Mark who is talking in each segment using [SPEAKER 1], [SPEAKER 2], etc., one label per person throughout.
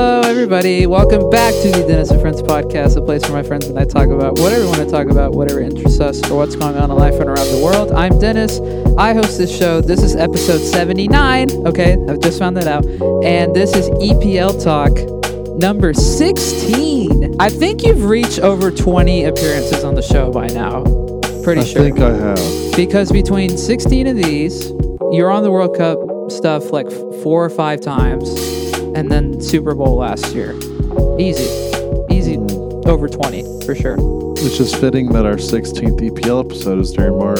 [SPEAKER 1] everybody. Welcome back to the Dennis and Friends podcast, a place where my friends and I talk about whatever we want to talk about, whatever interests us, or what's going on in life and around the world. I'm Dennis. I host this show. This is episode 79. Okay, I've just found that out. And this is EPL Talk number 16. I think you've reached over 20 appearances on the show by now. Pretty
[SPEAKER 2] I
[SPEAKER 1] sure.
[SPEAKER 2] think I have.
[SPEAKER 1] Because between 16 of these, you're on the World Cup stuff like f- four or five times, and then Super Bowl last year. Easy. Easy. Over 20, for sure.
[SPEAKER 2] Which is fitting that our 16th EPL episode is during March.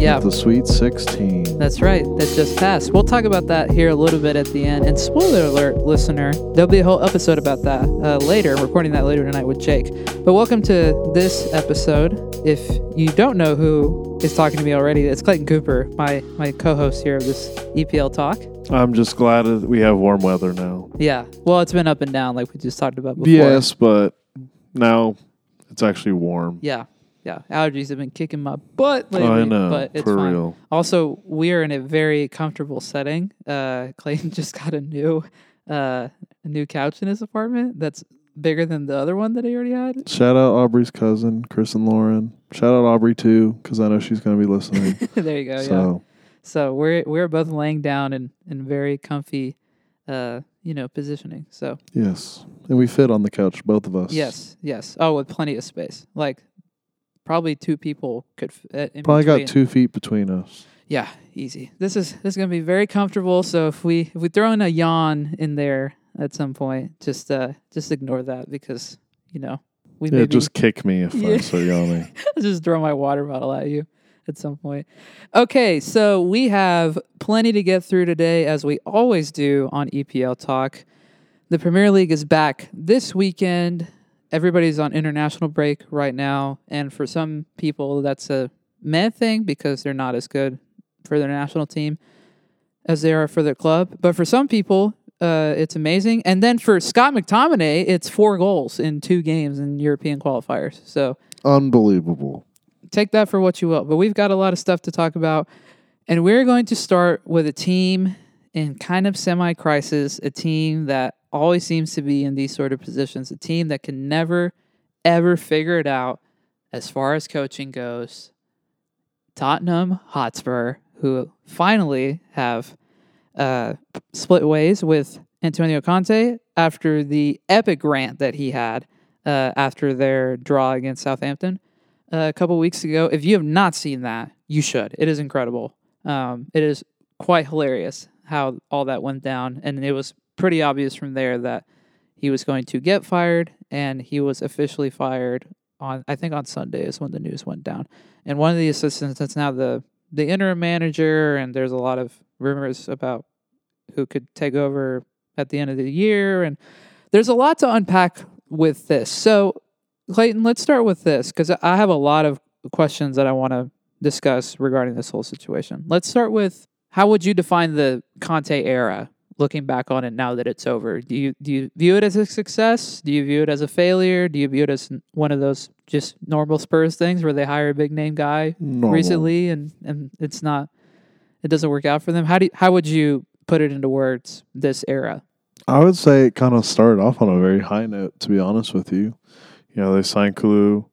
[SPEAKER 1] Yeah,
[SPEAKER 2] The Sweet 16.
[SPEAKER 1] that's right. That just passed. We'll talk about that here a little bit at the end. And spoiler alert, listener, there'll be a whole episode about that uh, later. I'm recording that later tonight with Jake. But welcome to this episode. If you don't know who is talking to me already, it's Clayton Cooper, my, my co host here of this EPL talk.
[SPEAKER 2] I'm just glad that we have warm weather now.
[SPEAKER 1] Yeah. Well, it's been up and down, like we just talked about before.
[SPEAKER 2] Yes, but now it's actually warm.
[SPEAKER 1] Yeah. Yeah. Allergies have been kicking my butt lately.
[SPEAKER 2] I know.
[SPEAKER 1] But it's
[SPEAKER 2] for
[SPEAKER 1] fine.
[SPEAKER 2] real.
[SPEAKER 1] Also, we are in a very comfortable setting. Uh, Clayton just got a new, uh, a new couch in his apartment that's bigger than the other one that he already had.
[SPEAKER 2] Shout out Aubrey's cousin, Chris and Lauren. Shout out Aubrey too, because I know she's going to be listening.
[SPEAKER 1] there you go. Oh, Yeah.
[SPEAKER 2] so
[SPEAKER 1] So we're we're both laying down in in very comfy, uh, you know, positioning. So
[SPEAKER 2] yes, and we fit on the couch, both of us.
[SPEAKER 1] yes, yes. Oh, with plenty of space. Like probably two people could. F- uh, in
[SPEAKER 2] Probably
[SPEAKER 1] between.
[SPEAKER 2] got two feet between us.
[SPEAKER 1] Yeah, easy. This is this is gonna be very comfortable. So if we if we throw in a yawn in there at some point, just uh just ignore that because you know we
[SPEAKER 2] Yeah,
[SPEAKER 1] maybe
[SPEAKER 2] just kick me if
[SPEAKER 1] Yeah.
[SPEAKER 2] I'm so yawning.
[SPEAKER 1] I'll just throw my water bottle at you at some point. Okay, so we have plenty to get through today, as we always do on EPL Talk. The Premier League is back this weekend. Everybody's on international break right now. And for some people, that's a meh thing because they're not as good for their national team as they are for their club. But for some people, uh, it's amazing. And then for Scott McTominay, it's four goals in two games in European qualifiers. So
[SPEAKER 2] Unbelievable.
[SPEAKER 1] take that for what you will. But we've got a lot of stuff to talk about. And we're going to start with a team in kind of semi crisis, a team that always seems to be in these sort of positions, a team that can never, ever figure it out as far as coaching goes. Tottenham Hotspur, who finally have uh, split ways with Antonio Conte after the epic rant that he had uh, after their draw against Southampton uh, a couple weeks ago. If you have not seen that, you should. It is incredible. Um, it is quite hilarious how all that went down, and it was pretty obvious from there that he was going to get fired, and he was officially fired on I think on Sunday is when the news went down. And one of the assistants that's now the the interim manager, and there's a lot of rumors about who could take over at the end of the year, and there's a lot to unpack with this. So Clayton, let's start with this because I have a lot of questions that I want to discuss regarding this whole situation. Let's start with how would you define the Conte era, looking back on it now that it's over? Do you do you view it as a success? Do you view it as a failure? Do you view it as n- one of those just normal Spurs things where they hire a big name guy
[SPEAKER 2] Normal.
[SPEAKER 1] recently and and it's not it doesn't work out for them? How do you, how would you put it into words this era?
[SPEAKER 2] I would say it kind of started off on a very high note, to be honest with you. You know, they signed Kalu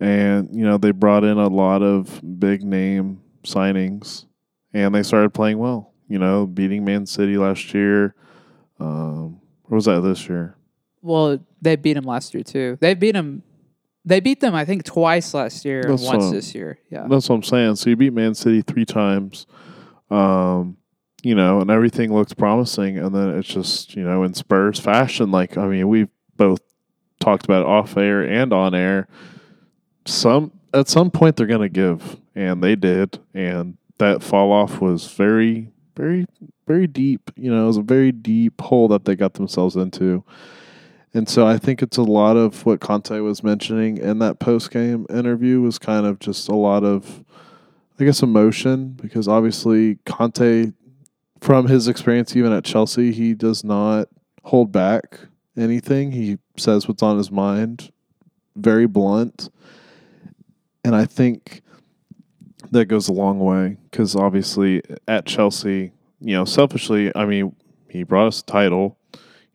[SPEAKER 2] and, you know, they brought in a lot of big name signings and they started playing well, you know, beating Man City last year. Um, what was that this year?
[SPEAKER 1] Well, they beat him last year too. They beat him. They beat them, I think, twice last year and
[SPEAKER 2] That's
[SPEAKER 1] once
[SPEAKER 2] what-
[SPEAKER 1] this year. Yeah,
[SPEAKER 2] That's what I'm saying. So you beat Man City three times, um, you know, and everything looks promising. And then it's just, you know, in Spurs fashion, like, I mean, we've both talked about it off air and on air. Some at some point they're gonna give, and they did, and that fall off was very, very, very deep. You know, it was a very deep hole that they got themselves into. And so I think it's a lot of what Conte was mentioning in that post game interview was kind of just a lot of, I guess, emotion because obviously Conte, from his experience even at Chelsea, he does not hold back anything. He says what's on his mind, very blunt. And I think that goes a long way because obviously at Chelsea, you know, selfishly, I mean, he brought us a title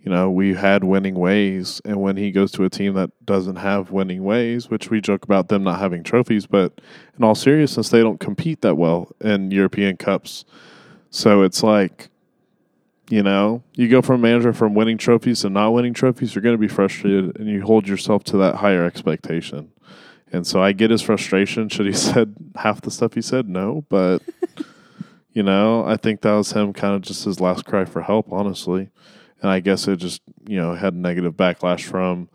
[SPEAKER 2] you know, we had winning ways. And when he goes to a team that doesn't have winning ways, which we joke about them not having trophies, but in all seriousness, they don't compete that well in European Cups. So it's like, you know, you go from a manager from winning trophies to not winning trophies, you're going to be frustrated and you hold yourself to that higher expectation. And so I get his frustration. Should he said half the stuff he said? No, but you know, I think that was him kind of just his last cry for help, honestly. And I guess it just, you know, had negative backlash from,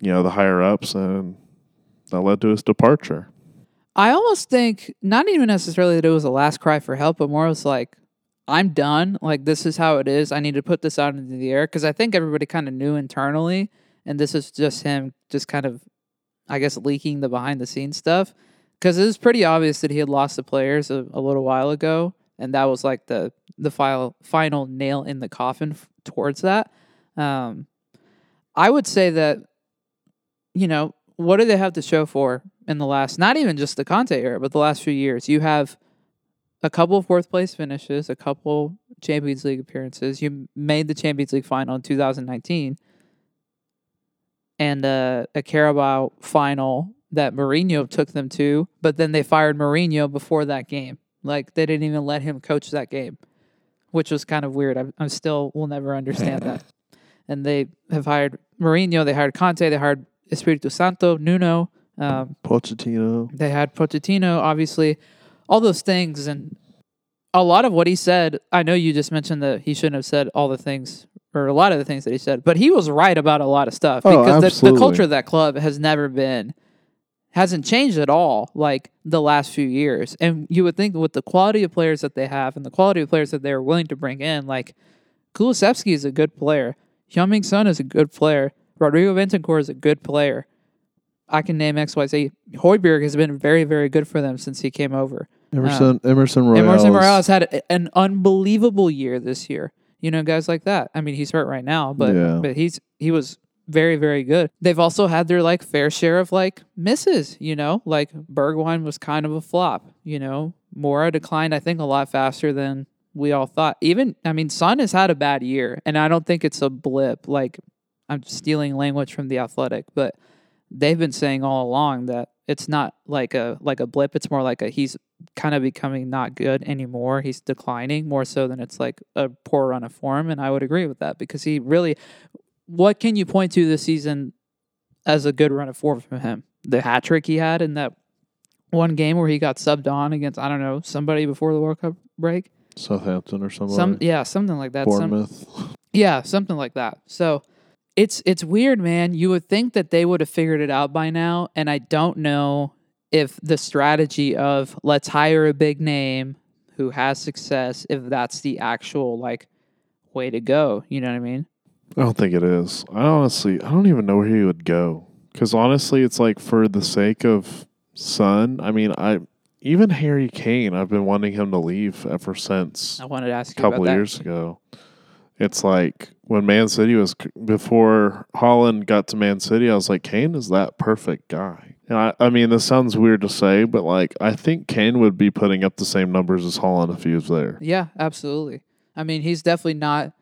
[SPEAKER 2] you know, the higher ups and that led to his departure.
[SPEAKER 1] I almost think not even necessarily that it was a last cry for help, but more was like, I'm done. Like this is how it is. I need to put this out into the air because I think everybody kind of knew internally, and this is just him, just kind of, I guess, leaking the behind the scenes stuff because it was pretty obvious that he had lost the players a, a little while ago, and that was like the the final final nail in the coffin f- towards that. Um, I would say that, you know, what do they have to show for in the last, not even just the Conte era, but the last few years? You have a couple of fourth place finishes, a couple Champions League appearances. You made the Champions League final in 2019 and uh, a Carabao final that Mourinho took them to, but then they fired Mourinho before that game. Like they didn't even let him coach that game, which was kind of weird. I, I still will never understand that. And they have hired Mourinho, they hired Conte, they hired Espirito Santo, Nuno. Um,
[SPEAKER 2] Pochettino.
[SPEAKER 1] they had Pochettino, obviously, all those things, and a lot of what he said. I know you just mentioned that he shouldn't have said all the things or a lot of the things that he said, but he was right about a lot of stuff
[SPEAKER 2] Oh,
[SPEAKER 1] because the, the
[SPEAKER 2] absolutely.
[SPEAKER 1] culture of that club has never been hasn't changed at all like the last few years. And you would think with the quality of players that they have and the quality of players that they're willing to bring in, like Kulisevsky is a good player. Hyunming Sun is a good player. Rodrigo Bentancur is a good player. I can name XYZ. Hoiberg has been very, very good for them since he came over.
[SPEAKER 2] Emerson Emerson Royals.
[SPEAKER 1] And Emerson Morales had a- an unbelievable year this year. You know, guys like that. I mean, he's hurt right now, but
[SPEAKER 2] Yeah.
[SPEAKER 1] but he's he was very very good. They've also had their like fair share of like misses. You know, like Bergwijn was kind of a flop. You know, Mora declined I think a lot faster than we all thought. Even I mean, Son has had a bad year, and I don't think it's a blip. Like I'm stealing language from the Athletic, but they've been saying all along that it's not like a like a blip. It's more like a he's kind of becoming not good anymore. He's declining more so than it's like a poor run of form. And I would agree with that because he really, what can you point to this season as a good run of form from him? The hat trick he had in that one game where he got subbed on against I don't know somebody before the World Cup break.
[SPEAKER 2] Southampton or somebody.
[SPEAKER 1] Some yeah, something like that. Some,
[SPEAKER 2] Bournemouth.
[SPEAKER 1] yeah, something like that. So it's it's weird, man. You would think that they would have figured it out by now, and I don't know if the strategy of let's hire a big name who has success if that's the actual like way to go, you know what I mean?
[SPEAKER 2] I don't think it is. I honestly, I don't even know where he would go. Because honestly, it's like for the sake of Son. I mean, I even Harry Kane. I've been wanting him to leave ever since
[SPEAKER 1] I wanted to ask
[SPEAKER 2] a
[SPEAKER 1] you about
[SPEAKER 2] couple
[SPEAKER 1] that.
[SPEAKER 2] years ago. It's like when Man City was before Holland got to Man City. I was like, Kane is that perfect guy. And I, I mean, this sounds weird to say, but like, I think Kane would be putting up the same numbers as Holland if he was there.
[SPEAKER 1] Yeah, absolutely. I mean, he's definitely not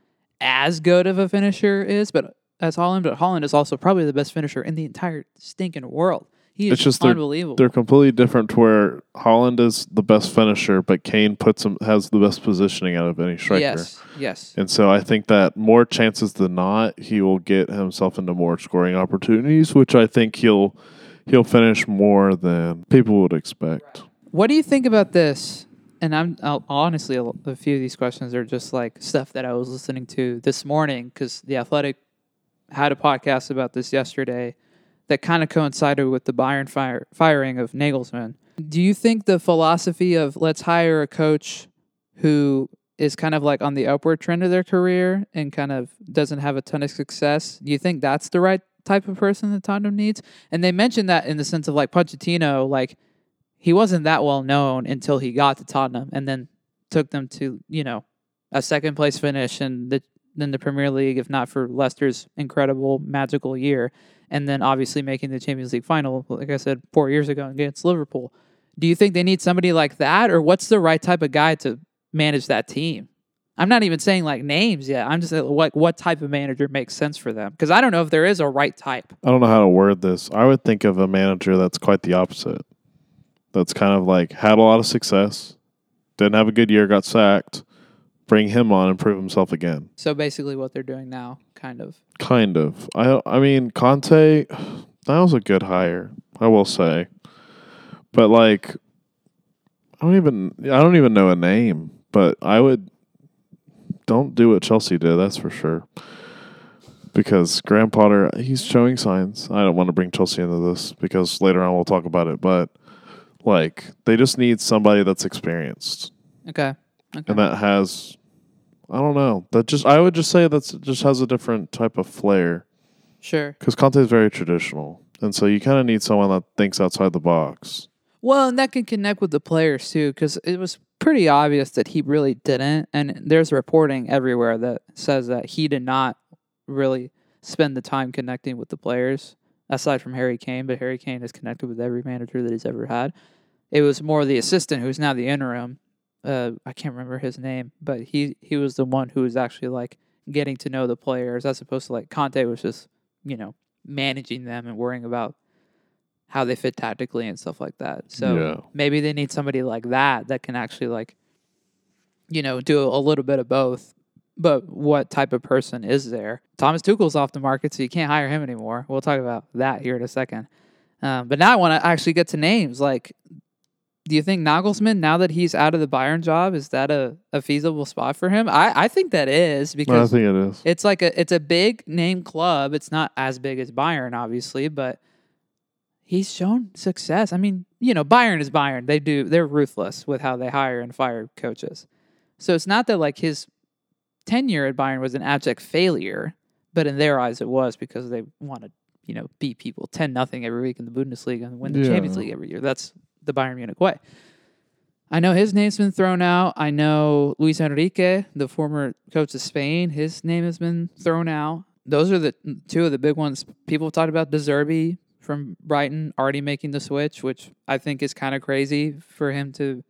[SPEAKER 1] as good of a finisher is, but as Holland, but Holland is also probably the best finisher in the entire stinking world. He is
[SPEAKER 2] It's just they're-
[SPEAKER 1] unbelievable.
[SPEAKER 2] They're completely different. To where Holland is the best finisher, but Kane puts him has the best positioning out of any striker.
[SPEAKER 1] yes, yes.
[SPEAKER 2] And so I think that more chances than not, he will get himself into more scoring opportunities, which I think he'll he'll finish more than people would expect.
[SPEAKER 1] What do you think about this? And I'm I'll, honestly, a l- a few of these questions are just like stuff that I was listening to this morning because the Athletic had a podcast about this yesterday that kind of coincided with the Bayern fire, firing of Nagelsmann. Do you think the philosophy of let's hire a coach who is kind of like on the upward trend of their career and kind of doesn't have a ton of success, do you think that's the right type of person that Tottenham needs? And they mentioned that in the sense of like Pochettino, like he wasn't that well known until he got to Tottenham and then took them to, you know, a second place finish and the then the Premier League, if not for Leicester's incredible magical year, and then obviously making the Champions League final, like I said, four years ago against Liverpool. Do you think they need somebody like that, or what's the right type of guy to manage that team? I'm not even saying like names yet. I'm just like what type of manager makes sense for them because I don't know if there is a right type.
[SPEAKER 2] I don't know how to word this. I would think of a manager that's quite the opposite. That's kind of like had a lot of success, didn't have a good year, got sacked. Bring him on and prove himself again.
[SPEAKER 1] So basically, what they're doing now, kind of.
[SPEAKER 2] Kind of. I I mean Conte, that was a good hire. I will say, but like, I don't even I don't even know a name. But I would don't do what Chelsea did. That's for sure. Because Graham Potter, he's showing signs. I don't want to bring Chelsea into this because later on we'll talk about it. But like, they just need somebody that's experienced
[SPEAKER 1] Okay. Okay.
[SPEAKER 2] and that has I don't know. That just I would just say that's just has a different type of flair
[SPEAKER 1] sure.
[SPEAKER 2] because Conte is very traditional, and so you kind of need someone that thinks outside the box.
[SPEAKER 1] Well, and that can connect with the players too, because it was pretty obvious that he really didn't. And there's reporting everywhere that says that he did not really spend the time connecting with the players, aside from Harry Kane. But Harry Kane has connected with every manager that he's ever had. It was more the assistant who's now the interim. Uh, I can't remember his name, but he he was the one who was actually like getting to know the players, as opposed to like Conte was just you know managing them and worrying about how they fit tactically and stuff like that. So maybe they need somebody like that that can actually like you know do a little bit of both but what type of person is there thomas tuchel's off the market so you can't hire him anymore we'll talk about that here in a second um, but now i want to actually get to names like do you think Nagelsmann, now that he's out of the Bayern job, is that a, a feasible spot for him? I, I think that is
[SPEAKER 2] yeah, I
[SPEAKER 1] because
[SPEAKER 2] think it is.
[SPEAKER 1] it's like a it's a big name club. It's not as big as Bayern, obviously, but he's shown success. I mean, you know, Bayern is Bayern. They do they're ruthless with how they hire and fire coaches. So it's not that like his tenure at Bayern was an abject failure, but in their eyes it was because they want to, you know, beat people ten nothing every week in the Bundesliga and win the Champions
[SPEAKER 2] Yeah.
[SPEAKER 1] League every year. That's the Bayern Munich way. I know his name's been thrown out. I know Luis Enrique, the former coach of Spain, his name has been thrown out. Those are the two of the big ones. People have talked about Deserby from Brighton already making the switch, which I think is kind of crazy for him to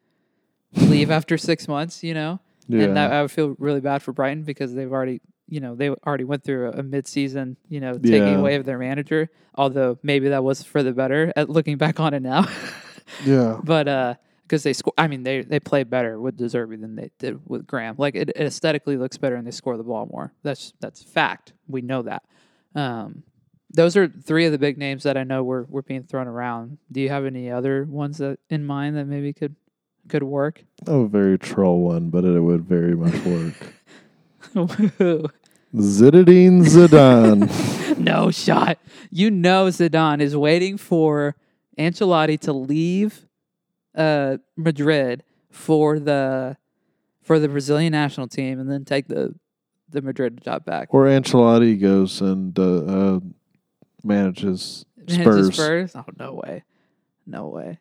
[SPEAKER 1] leave after six months, you know?
[SPEAKER 2] Yeah,
[SPEAKER 1] And I, I would feel really bad for Brighton because they've already, you know, they already went through a, a mid-season, you know, taking
[SPEAKER 2] Yeah.
[SPEAKER 1] away of their manager. Although maybe that was for the better at looking back on it now.
[SPEAKER 2] yeah,
[SPEAKER 1] but uh because they score i mean they they play better with Deserby than they did with graham like it, it aesthetically looks better and they score the ball more that's that's fact we know that um those are three of the big names that i know were were being thrown around do you have any other ones that in mind that maybe could could work
[SPEAKER 2] a very troll one, but it would very much work.
[SPEAKER 1] Woo.
[SPEAKER 2] Zinedine Zidane.
[SPEAKER 1] no shot you know zidane is waiting for ancelotti to leave uh madrid for the for the brazilian national team and then take the the madrid job back
[SPEAKER 2] or Ancelotti goes and uh, uh, manages
[SPEAKER 1] His
[SPEAKER 2] Spurs.
[SPEAKER 1] Spurs? Oh no way, no way.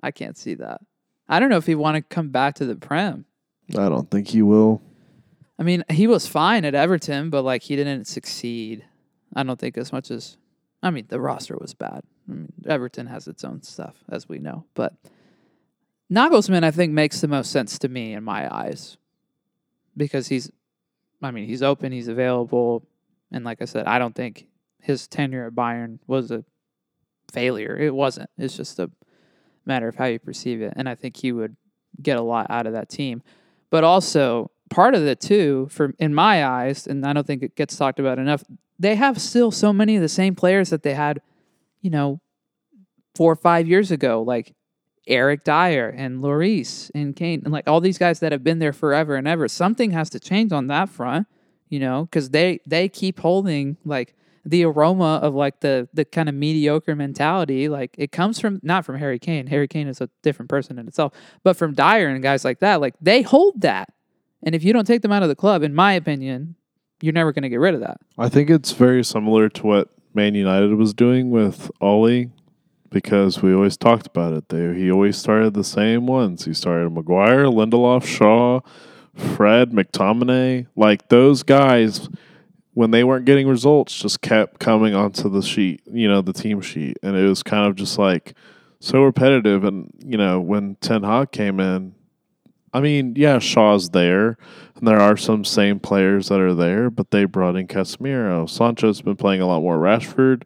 [SPEAKER 1] I can't see that. I don't know if he want to come back to the Prem.
[SPEAKER 2] I don't think he will.
[SPEAKER 1] I mean, he was fine at Everton, but like he didn't succeed. I don't think as much as. I mean, the roster was bad. I mean, Everton has its own stuff, as we know. But Nagelsmann, I think, makes the most sense to me in my eyes because he's, I mean, he's open, he's available. And like I said, I don't think his tenure at Bayern was a failure. It wasn't. It's just a matter of how you perceive it. And I think he would get a lot out of that team. But also, part of it too, for in my eyes, and I don't think it gets talked about enough, they have still so many of the same players that they had, you know, four or five years ago, like Eric Dyer and Lloris and Kane, and like all these guys that have been there forever and ever. Something has to change on that front, you know, because they they keep holding like the aroma of like the the kind of mediocre mentality. Like it comes from not from Harry Kane. Harry Kane is a different person in itself, but from Dyer and guys like that. Like they hold that, and if you don't take them out of the club, in my opinion, you're never going to get rid of that.
[SPEAKER 2] I think it's very similar to what Man United was doing with Ollie because we always talked about it. They, he always started the same ones. He started Maguire, Lindelof, Shaw, Fred, McTominay. Like those guys, when they weren't getting results, just kept coming onto the sheet, you know, the team sheet. And it was kind of just like so repetitive. And, you know, when Ten Hag came in, I mean, yeah, Shaw's there, and there are some same players that are there, but they brought in Casemiro. Sancho's been playing a lot more. Rashford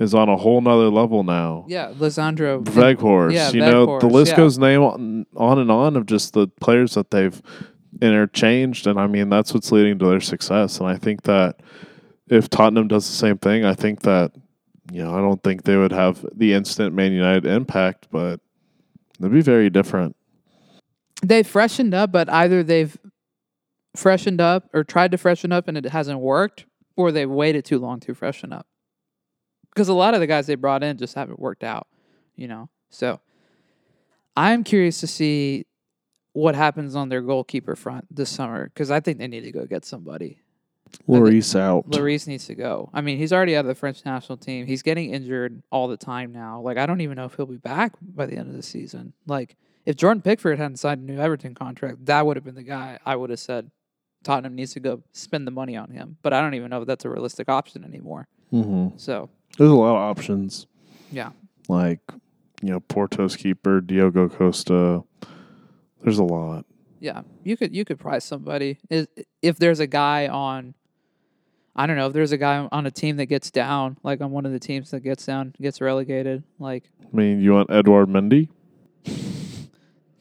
[SPEAKER 2] is on a whole nother level now.
[SPEAKER 1] Yeah, Lisandro.
[SPEAKER 2] Veghorst,
[SPEAKER 1] Yeah,
[SPEAKER 2] you know, the
[SPEAKER 1] Veghorst,
[SPEAKER 2] list
[SPEAKER 1] yeah.
[SPEAKER 2] goes name on, on and on of just the players that they've interchanged, and I mean that's what's leading to their success. And I think that if Tottenham does the same thing, I think that you know I don't think they would have the instant Man United impact, but it'd be very different.
[SPEAKER 1] They've freshened up, but either they've freshened up or tried to freshen up and it hasn't worked, or they've waited too long to freshen up. Because a lot of the guys they brought in just haven't worked out, you know? So I'm curious to see what happens on their goalkeeper front this summer because I think they need to go get somebody.
[SPEAKER 2] Lloris out.
[SPEAKER 1] Lloris needs to go. I mean, he's already out of the French national team. He's getting injured all the time now. Like, I don't even know if he'll be back by the end of the season. Like, if Jordan Pickford hadn't signed a new Everton contract, that would have been the guy I would have said Tottenham needs to go spend the money on him. But I don't even know if that's a realistic option anymore.
[SPEAKER 2] Mm-hmm.
[SPEAKER 1] So,
[SPEAKER 2] There's a lot of options.
[SPEAKER 1] yeah.
[SPEAKER 2] like you know Porto's keeper Diogo Costa. There's a lot.
[SPEAKER 1] Yeah, you could you could prize somebody Is- if there's a guy on. I don't know if there's a guy on a team that gets down, like on one of the teams that gets down, gets relegated. Like
[SPEAKER 2] I mean, you want Edward Mendy?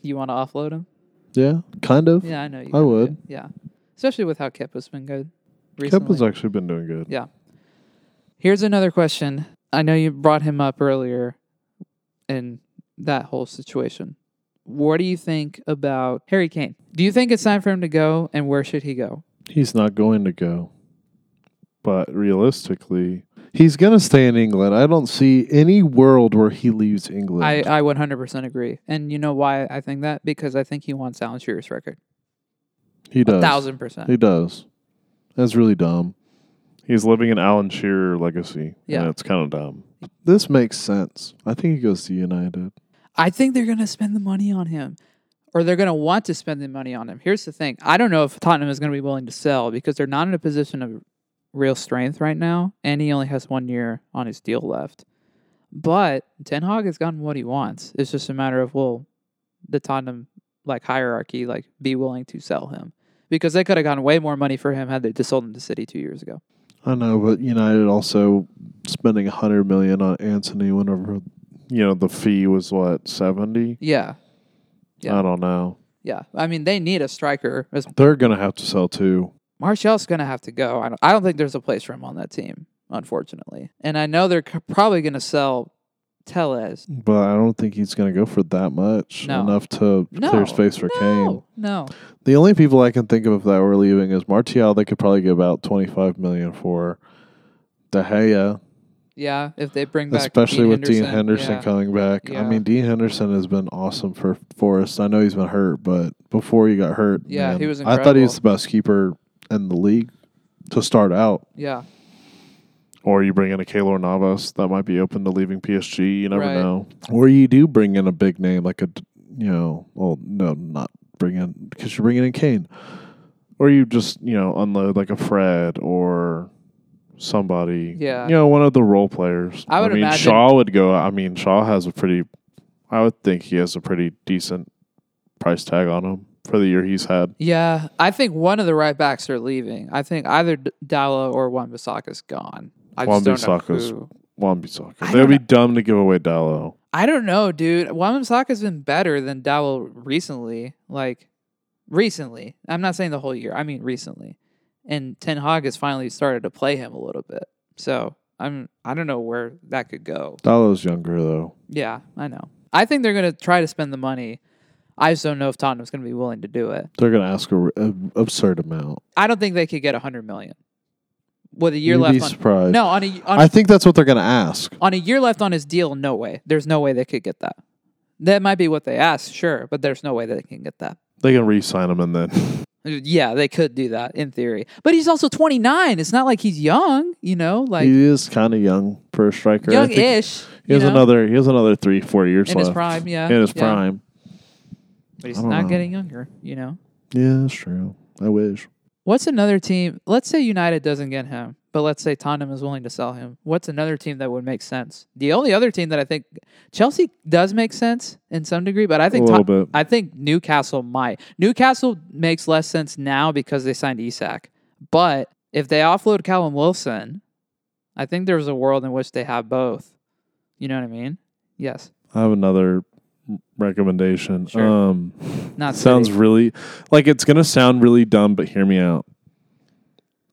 [SPEAKER 1] you want to offload him?
[SPEAKER 2] Yeah, kind of.
[SPEAKER 1] Yeah, I know you.
[SPEAKER 2] I
[SPEAKER 1] kinda
[SPEAKER 2] would.
[SPEAKER 1] do. Yeah, especially with how Kepa's been good recently.
[SPEAKER 2] Kepa's actually been doing good.
[SPEAKER 1] Yeah. Here's another question. I know you brought him up earlier in that whole situation. What do you think about Harry Kane? Do you think it's time for him to go, and where should he go?
[SPEAKER 2] He's not going to go. But realistically, he's going to stay in England. I don't see any world where he leaves England.
[SPEAKER 1] I, uh, I 100% agree. And you know why I think that? Because I think he wants Alan Shearer's record.
[SPEAKER 2] he does.
[SPEAKER 1] A thousand percent.
[SPEAKER 2] He does. That's really dumb. He's living an Alan Shearer legacy.
[SPEAKER 1] Yeah.
[SPEAKER 2] And it's kind of dumb. This makes sense. I think he goes to United.
[SPEAKER 1] I think they're going to spend the money on him or they're going to want to spend the money on him. Here's the thing I don't know if Tottenham is going to be willing to sell because they're not in a position of real strength right now. And he only has one year on his deal left. But Ten Hag has gotten what he wants. It's just a matter of, will the Tottenham like hierarchy like be willing to sell him? Because they could have gotten way more money for him had they just sold him to City two years ago.
[SPEAKER 2] I know, but United also spending a hundred million on Anthony whenever you know the fee was what seventy.
[SPEAKER 1] Yeah. Yeah.
[SPEAKER 2] I don't know.
[SPEAKER 1] Yeah, I mean they need a striker. As
[SPEAKER 2] They're gonna have to sell too.
[SPEAKER 1] Martial's going to have to go. I don't, I don't think there's a place for him on that team, unfortunately. And I know they're c- probably going to sell Teles.
[SPEAKER 2] but I don't think he's gonna go for that much
[SPEAKER 1] No.
[SPEAKER 2] enough to
[SPEAKER 1] No,
[SPEAKER 2] clear space for Kane.
[SPEAKER 1] No, no.
[SPEAKER 2] The only people I can think of that were leaving is Martial. They could probably get about twenty five million for De Gea,
[SPEAKER 1] Yeah, if they bring back
[SPEAKER 2] especially
[SPEAKER 1] Dean
[SPEAKER 2] with
[SPEAKER 1] Henderson,
[SPEAKER 2] Dean Henderson
[SPEAKER 1] yeah.
[SPEAKER 2] coming back. I
[SPEAKER 1] Yeah.
[SPEAKER 2] mean, Dean Henderson has been awesome for Forest. I know he's been hurt, but before he got hurt,
[SPEAKER 1] Yeah, he was
[SPEAKER 2] I thought he was the
[SPEAKER 1] incredible.
[SPEAKER 2] best keeper in the league to start out.
[SPEAKER 1] yeah,
[SPEAKER 2] Or you bring in a Keylor Navas that might be open to leaving PSG. You never
[SPEAKER 1] Right.
[SPEAKER 2] know. Or you do bring in a big name like a, d- you know, well, no, not bring in because you're bringing in Kane. Or you just you know unload like a Fred or somebody.
[SPEAKER 1] Yeah.
[SPEAKER 2] You know, one of the role players.
[SPEAKER 1] I would
[SPEAKER 2] mean,
[SPEAKER 1] imagine-
[SPEAKER 2] Shaw would go. I mean, Shaw has a pretty. I would think he has a pretty decent price tag on him for the year he's had.
[SPEAKER 1] yeah. I think one of the right backs are leaving. I think either D- Dalla or Wan Bissaka's gone. I just don't know
[SPEAKER 2] Wan-Bissaka's-
[SPEAKER 1] who.
[SPEAKER 2] Wan-Bissaka.
[SPEAKER 1] I
[SPEAKER 2] They
[SPEAKER 1] don't
[SPEAKER 2] would be dumb to give away Dallo.
[SPEAKER 1] I don't know, dude. Wan Bissaka's been better than Dowell recently. Like recently. I'm not saying the whole year. I mean recently. And Ten Hag has finally started to play him a little bit. So I'm I don't know where that could go.
[SPEAKER 2] Dallo's younger though.
[SPEAKER 1] Yeah, I know. I think they're gonna try to spend the money. I just don't know if Tottenham's gonna be willing to do it.
[SPEAKER 2] They're going to ask an absurd amount.
[SPEAKER 1] I don't think they could get a hundred million with a year
[SPEAKER 2] You'd
[SPEAKER 1] left
[SPEAKER 2] be
[SPEAKER 1] on.
[SPEAKER 2] surprised.
[SPEAKER 1] No, on a on,
[SPEAKER 2] I think that's what they're going to ask.
[SPEAKER 1] on a year left on his deal. No way. There's no way they could get that. That might be what they asked, sure, but there's no way that they can get that.
[SPEAKER 2] They can re-sign him and then.
[SPEAKER 1] Yeah, they could do that in theory. But he's also 29. It's not like he's young, you know, like
[SPEAKER 2] he is kind of young for a striker. I
[SPEAKER 1] young
[SPEAKER 2] think
[SPEAKER 1] ish.
[SPEAKER 2] He has another. He has another three, four years
[SPEAKER 1] in
[SPEAKER 2] left
[SPEAKER 1] his prime, yeah.
[SPEAKER 2] In his
[SPEAKER 1] yeah.
[SPEAKER 2] prime.
[SPEAKER 1] But
[SPEAKER 2] I
[SPEAKER 1] he's
[SPEAKER 2] don't
[SPEAKER 1] not
[SPEAKER 2] know.
[SPEAKER 1] getting younger, you know.
[SPEAKER 2] Yeah, that's true. I wish.
[SPEAKER 1] What's another team? Let's say United doesn't get him, but let's say Tottenham is willing to sell him. What's another team that would make sense? The only other team that I think Chelsea does make sense in some degree, but I
[SPEAKER 2] a
[SPEAKER 1] think Tot-
[SPEAKER 2] little bit.
[SPEAKER 1] I think Newcastle might. Newcastle makes less sense now because they signed Isak. But if they offload Callum Wilson, I think there's a world in which they have both. You know what I mean? Yes.
[SPEAKER 2] I have another recommendation.
[SPEAKER 1] Sure.
[SPEAKER 2] Um,
[SPEAKER 1] Not
[SPEAKER 2] sounds
[SPEAKER 1] City.
[SPEAKER 2] really like it's gonna sound really dumb, but hear me out.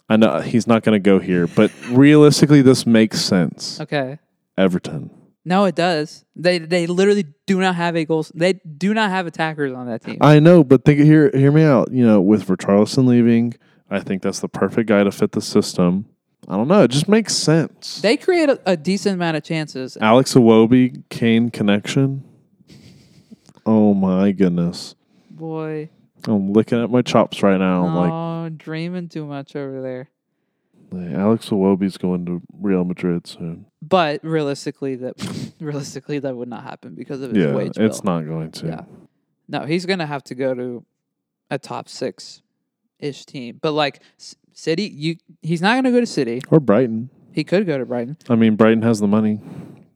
[SPEAKER 2] I know he's not gonna go here, but realistically, this makes sense.
[SPEAKER 1] okay.
[SPEAKER 2] Everton.
[SPEAKER 1] No, it does. They they literally do not have a goal. They do not have attackers on that team.
[SPEAKER 2] I know, but think hear hear me out. You know, with Richarlison leaving, I think that's the perfect guy to fit the system. I don't know. It just makes sense.
[SPEAKER 1] they create a, a decent amount of chances.
[SPEAKER 2] Alex Awobi Kane connection. Oh my goodness.
[SPEAKER 1] Boy,
[SPEAKER 2] I'm licking at my chops right now. I'm like
[SPEAKER 1] oh, dreaming too much over there.
[SPEAKER 2] "Hey, Alex Awobi's going to Real Madrid soon.
[SPEAKER 1] But realistically, that realistically that would not happen because of his
[SPEAKER 2] yeah,
[SPEAKER 1] wage bill.
[SPEAKER 2] it's not going to.
[SPEAKER 1] Yeah. No, he's gonna have to go to a top six ish team. But like S- City, you he's not gonna go to City.
[SPEAKER 2] Or Brighton.
[SPEAKER 1] He could go to Brighton.
[SPEAKER 2] I mean, Brighton has the money.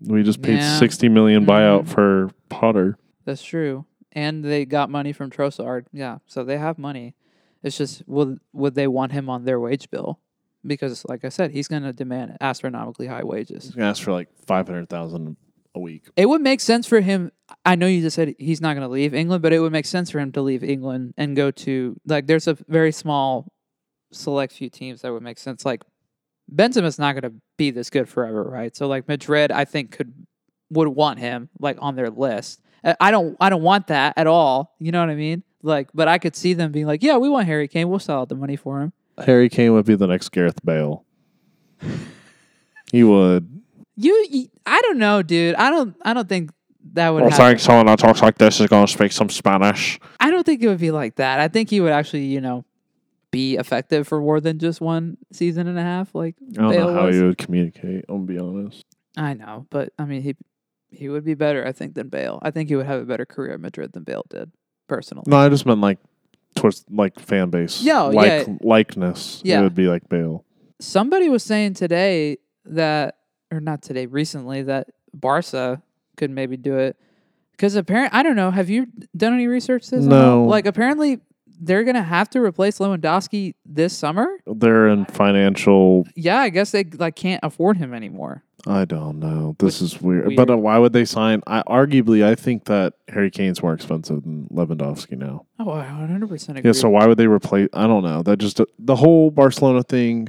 [SPEAKER 2] We just paid
[SPEAKER 1] Yeah.
[SPEAKER 2] 60 million buyout
[SPEAKER 1] Mhm.
[SPEAKER 2] for Potter.
[SPEAKER 1] That's true. And they got money from Trossard. Yeah, so they have money. It's just would would they want him on their wage bill? Because like I said, he's gonna demand astronomically high wages.
[SPEAKER 2] He's going to ask for like 500,000 a week.
[SPEAKER 1] It would make sense for him. I know you just said he's not going to leave England, but it would make sense for him to leave England and go to like there's a very small select few teams that would make sense. Like Benzema's not going to be this good forever, right? So like Madrid, I think could would want him like on their list. I- I don't I don't want that at all. You know what I mean? Like, but I could see them being like, yeah, we want Harry Kane. We'll sell out the money for him.
[SPEAKER 2] Harry Kane would be the next Gareth Bale. he would.
[SPEAKER 1] You, you I don't know, dude. I don't I don't think that would.
[SPEAKER 2] I
[SPEAKER 1] happen.
[SPEAKER 2] think someone that talks like this is going to speak some Spanish.
[SPEAKER 1] I don't think it would be like that. I think he would actually, you know, be effective for more than just one season and a half. Like
[SPEAKER 2] I don't
[SPEAKER 1] Bale
[SPEAKER 2] know how
[SPEAKER 1] was.
[SPEAKER 2] he would communicate, I'm going to be honest.
[SPEAKER 1] I know, but I mean, he he would be better, I think, than Bale. I think he would have a better career at Madrid than Bale did, personally.
[SPEAKER 2] No, I just meant like towards like fan base.
[SPEAKER 1] Yeah, oh,
[SPEAKER 2] like,
[SPEAKER 1] yeah.
[SPEAKER 2] Likeness.
[SPEAKER 1] Yeah.
[SPEAKER 2] It would be like Bale.
[SPEAKER 1] Somebody was saying today that, or not today, recently that Barca could maybe do it because apparent. I don't know. Have you done any research this? at all?
[SPEAKER 2] No.
[SPEAKER 1] Like apparently. They're gonna have to replace Lewandowski this summer.
[SPEAKER 2] They're in financial
[SPEAKER 1] Yeah, I guess they like can't afford him anymore.
[SPEAKER 2] I don't know. This is weird.
[SPEAKER 1] weird.
[SPEAKER 2] But uh, why would they sign? I arguably, I think that Harry Kane's more expensive than Lewandowski now.
[SPEAKER 1] Oh, I 100% agree.
[SPEAKER 2] Yeah. So why would they replace? I don't know. That just the whole Barcelona thing.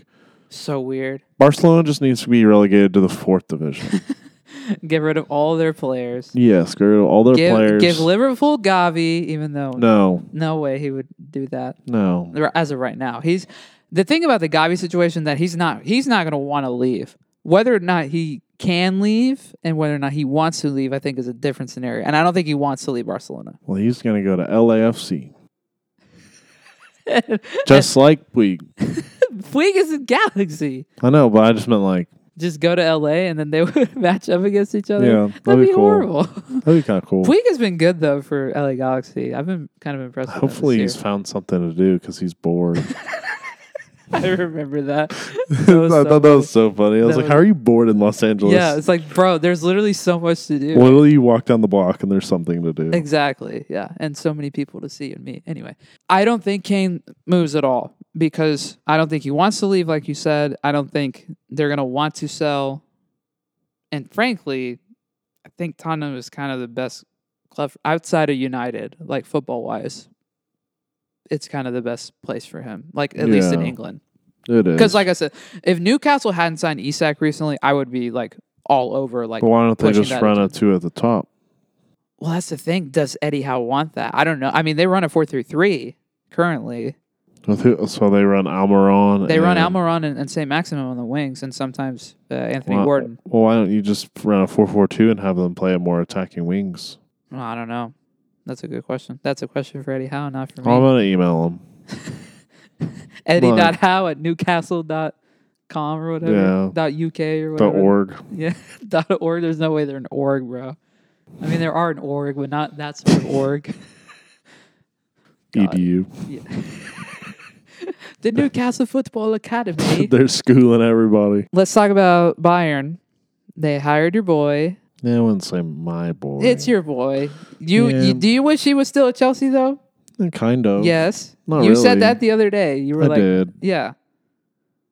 [SPEAKER 1] So weird.
[SPEAKER 2] Barcelona just needs to be relegated to the fourth division.
[SPEAKER 1] Get rid of all their players.
[SPEAKER 2] yes, get rid of all their
[SPEAKER 1] give,
[SPEAKER 2] players.
[SPEAKER 1] give Liverpool Gavi, even though no.
[SPEAKER 2] no,
[SPEAKER 1] way he would do that
[SPEAKER 2] no.
[SPEAKER 1] r- as of right now. He's the thing about the Gavi situation that he's not he's not going to want to leave. Whether or not he can leave and whether or not he wants to leave, I think is a different scenario. And I don't think he wants to leave Barcelona.
[SPEAKER 2] Well, he's gonna go to LAFC, just like Puig.
[SPEAKER 1] Puig is in Galaxy.
[SPEAKER 2] I know, but I just meant like,
[SPEAKER 1] Just go to LA and then they would match up against each other.
[SPEAKER 2] Yeah,
[SPEAKER 1] that'd,
[SPEAKER 2] that'd
[SPEAKER 1] be,
[SPEAKER 2] be cool.
[SPEAKER 1] horrible.
[SPEAKER 2] that'd be kind of cool.
[SPEAKER 1] Puig has been good though for LA Galaxy. I've been kind of impressed. With
[SPEAKER 2] Hopefully,
[SPEAKER 1] him
[SPEAKER 2] he's
[SPEAKER 1] this year.
[SPEAKER 2] found something to do because he's bored.
[SPEAKER 1] I remember that. That
[SPEAKER 2] I
[SPEAKER 1] was so
[SPEAKER 2] thought that was so funny. I was
[SPEAKER 1] That
[SPEAKER 2] like,
[SPEAKER 1] was-
[SPEAKER 2] "How are you bored in Los Angeles?"
[SPEAKER 1] yeah, it's like, bro, there's literally so much to do.
[SPEAKER 2] Literally, you walk down the block and there's something to do.
[SPEAKER 1] Exactly. Yeah, and so many people to see and meet. Anyway, I don't think Kane moves at all because I don't think he wants to leave. Like you said, I don't think they're gonna want to sell. And frankly, I think Tottenham is kind of the best club outside of United, like football wise. It's kind of the best place for him, like at least in
[SPEAKER 2] Yeah.
[SPEAKER 1] England.
[SPEAKER 2] It is
[SPEAKER 1] Because, like I said, if Newcastle hadn't signed Isak recently, I would be like all over. Like,
[SPEAKER 2] But why don't they
[SPEAKER 1] pushing
[SPEAKER 2] just
[SPEAKER 1] that
[SPEAKER 2] run a
[SPEAKER 1] agenda.
[SPEAKER 2] two at the top?
[SPEAKER 1] well, that's the thing. Does Eddie Howe want that? I don't know. I mean, they run a four three three currently.
[SPEAKER 2] With who- So they run Almiron.
[SPEAKER 1] They run
[SPEAKER 2] and-
[SPEAKER 1] Almiron and, and St. Maximum on the wings, and sometimes uh, Anthony
[SPEAKER 2] Well,
[SPEAKER 1] Gordon.
[SPEAKER 2] Well, why don't you just run a four four two and have them play at more attacking wings?
[SPEAKER 1] Well, I don't know. That's a good question. That's a question for Eddie Howe, not for
[SPEAKER 2] I'm
[SPEAKER 1] me.
[SPEAKER 2] gonna email them.
[SPEAKER 1] Eddie
[SPEAKER 2] Right.
[SPEAKER 1] dot Howe at Newcastle dot com or whatever
[SPEAKER 2] Yeah.
[SPEAKER 1] dot uk or
[SPEAKER 2] The
[SPEAKER 1] whatever
[SPEAKER 2] org.
[SPEAKER 1] yeah dot org there's no way they're an org bro i mean there are an org but
[SPEAKER 2] E
[SPEAKER 1] not that sort of org God.
[SPEAKER 2] Edu.
[SPEAKER 1] Yeah. the Newcastle Football Academy.
[SPEAKER 2] They're schooling everybody.
[SPEAKER 1] Let's talk about Bayern. They hired your boy.
[SPEAKER 2] Yeah, I wouldn't say my boy.
[SPEAKER 1] It's your boy. You,
[SPEAKER 2] Yeah.
[SPEAKER 1] you do you wish he was still at Chelsea though?
[SPEAKER 2] Eh, kind of.
[SPEAKER 1] yes.
[SPEAKER 2] not
[SPEAKER 1] you
[SPEAKER 2] really.
[SPEAKER 1] said that the other day. You were
[SPEAKER 2] I
[SPEAKER 1] like,
[SPEAKER 2] did.
[SPEAKER 1] yeah.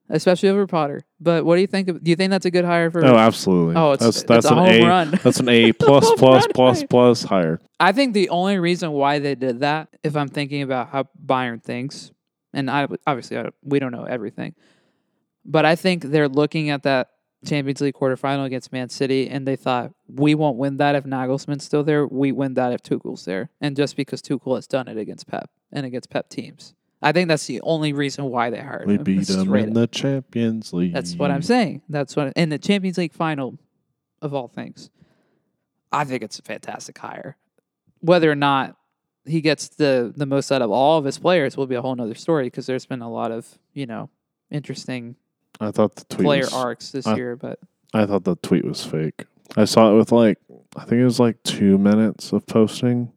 [SPEAKER 1] Especially over Potter. But what do you think of do you think that's a good hire for
[SPEAKER 2] Oh, absolutely.
[SPEAKER 1] Oh, it's-
[SPEAKER 2] that's
[SPEAKER 1] it's
[SPEAKER 2] that's
[SPEAKER 1] a
[SPEAKER 2] an
[SPEAKER 1] home
[SPEAKER 2] A.
[SPEAKER 1] run.
[SPEAKER 2] That's an A plus
[SPEAKER 1] Home
[SPEAKER 2] plus
[SPEAKER 1] run,
[SPEAKER 2] plus
[SPEAKER 1] right.
[SPEAKER 2] plus higher.
[SPEAKER 1] I think the only reason why they did that, if I'm thinking about how Bayern thinks, and I obviously I don't, we don't know everything, but I think they're looking at that Champions League quarterfinal against Man City, and they thought we won't win that if Nagelsmann's still there. We win that if Tuchel's there, and just because Tuchel has done it against Pep and against Pep teams, I think that's the only reason why they hired
[SPEAKER 2] We
[SPEAKER 1] him.
[SPEAKER 2] beat
[SPEAKER 1] It's
[SPEAKER 2] them
[SPEAKER 1] straight
[SPEAKER 2] in
[SPEAKER 1] up.
[SPEAKER 2] the Champions League.
[SPEAKER 1] That's what I'm saying. That's what in the Champions League final of all things. I think it's a fantastic hire. Whether or not he gets the the most out of all of his players will be a whole nother story because there's been a lot of, you know, interesting
[SPEAKER 2] I thought the tweet.
[SPEAKER 1] player
[SPEAKER 2] was,
[SPEAKER 1] arcs this
[SPEAKER 2] I-
[SPEAKER 1] year, but
[SPEAKER 2] I thought the tweet was fake. I saw it with like I think it was like two minutes of posting.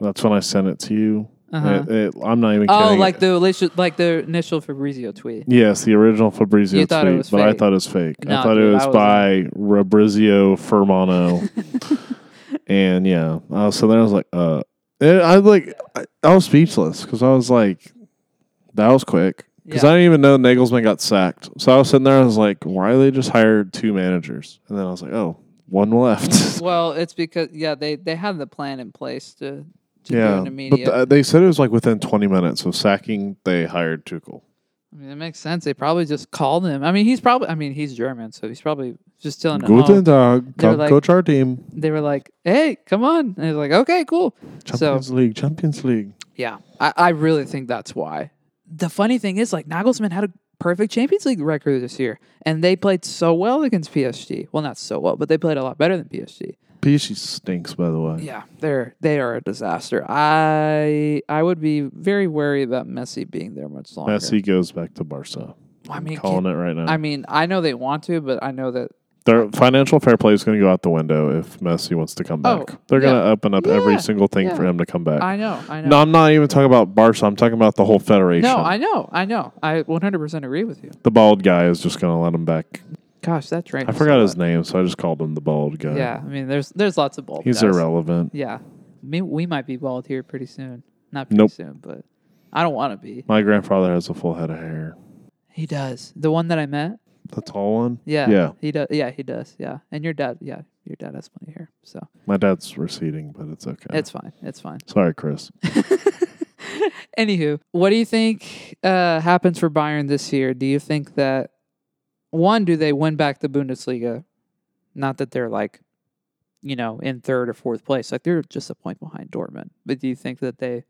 [SPEAKER 2] That's when I sent it to you.
[SPEAKER 1] uh-huh.
[SPEAKER 2] It- it- I'm not even.
[SPEAKER 1] Oh,
[SPEAKER 2] kidding.
[SPEAKER 1] like the relation- like the initial Fabrizio tweet.
[SPEAKER 2] Yes, the original Fabrizio
[SPEAKER 1] You
[SPEAKER 2] tweet,
[SPEAKER 1] thought it was
[SPEAKER 2] but I
[SPEAKER 1] fake.
[SPEAKER 2] thought it was fake. I
[SPEAKER 1] No,
[SPEAKER 2] thought it
[SPEAKER 1] dude,
[SPEAKER 2] was
[SPEAKER 1] I was-
[SPEAKER 2] by Fabrizio Fermano, and yeah. Uh, so then I was like, uh, and I like I, I was speechless because I was like, that was quick because
[SPEAKER 1] Yeah.
[SPEAKER 2] I didn't even know Nagelsmann got sacked. So I was sitting there, I was like, why they just hired two managers? And then I was like, oh, one left.
[SPEAKER 1] Well, it's because yeah, they they had the plan in place to, to do
[SPEAKER 2] yeah,
[SPEAKER 1] an
[SPEAKER 2] but
[SPEAKER 1] immediate.
[SPEAKER 2] th- they said it was like within 20 minutes of sacking. They hired Tuchel.
[SPEAKER 1] I mean, it makes sense. They probably just called him. I mean, he's probably. I mean, he's German, so he's probably just chilling at home.
[SPEAKER 2] Guten Tag,
[SPEAKER 1] They were
[SPEAKER 2] come
[SPEAKER 1] like-
[SPEAKER 2] coach our team.
[SPEAKER 1] they were like, "Hey, come on!" And I was like, "Okay, cool."
[SPEAKER 2] Champions League, Champions League.
[SPEAKER 1] Yeah, I, I really think that's why. The funny thing is, like Nagelsmann had a perfect Champions League record this year, and they played so well against PSG. Well, not so well, but they played a lot better than PSG.
[SPEAKER 2] PSG stinks, by the way.
[SPEAKER 1] Yeah, they're they are a disaster. I I would be very wary about Messi being there much longer.
[SPEAKER 2] Messi goes back to Barca.
[SPEAKER 1] I mean,
[SPEAKER 2] Calling it right now.
[SPEAKER 1] I mean, I know they want to, but I know that
[SPEAKER 2] Their financial fair play is going to go out the window if Messi wants to come
[SPEAKER 1] Oh,
[SPEAKER 2] back. They're going to
[SPEAKER 1] yeah.
[SPEAKER 2] open up every
[SPEAKER 1] Yeah,
[SPEAKER 2] single thing
[SPEAKER 1] yeah.
[SPEAKER 2] for him to come back.
[SPEAKER 1] I know, I know.
[SPEAKER 2] no, I'm not even talking about Barca. I'm talking about the whole federation.
[SPEAKER 1] no, I know, I know. I 100% agree with you.
[SPEAKER 2] the bald guy is just going to let him back.
[SPEAKER 1] Gosh, that train.
[SPEAKER 2] I
[SPEAKER 1] was
[SPEAKER 2] forgot
[SPEAKER 1] so
[SPEAKER 2] his name, so I just called him the bald guy.
[SPEAKER 1] Yeah, I mean, there's there's lots of bald.
[SPEAKER 2] He's
[SPEAKER 1] guys.
[SPEAKER 2] irrelevant.
[SPEAKER 1] Yeah, me, we might be bald here pretty soon. Not pretty
[SPEAKER 2] Nope.
[SPEAKER 1] soon, but I don't want to be.
[SPEAKER 2] My grandfather has a full head of hair.
[SPEAKER 1] He does. The one that I met.
[SPEAKER 2] The tall one?
[SPEAKER 1] Yeah.
[SPEAKER 2] Yeah.
[SPEAKER 1] He does. Yeah, he does. Yeah. And your dad. Yeah, your dad has plenty of hair, so
[SPEAKER 2] My dad's receding, but it's okay.
[SPEAKER 1] it's fine. It's fine.
[SPEAKER 2] Sorry, Chris.
[SPEAKER 1] Anywho, what do you think uh, happens for Bayern this year? Do you think that one, do they win back the Bundesliga? Not that they're like, you know, in third or fourth place. Like they're just a point behind Dortmund. But do you think that they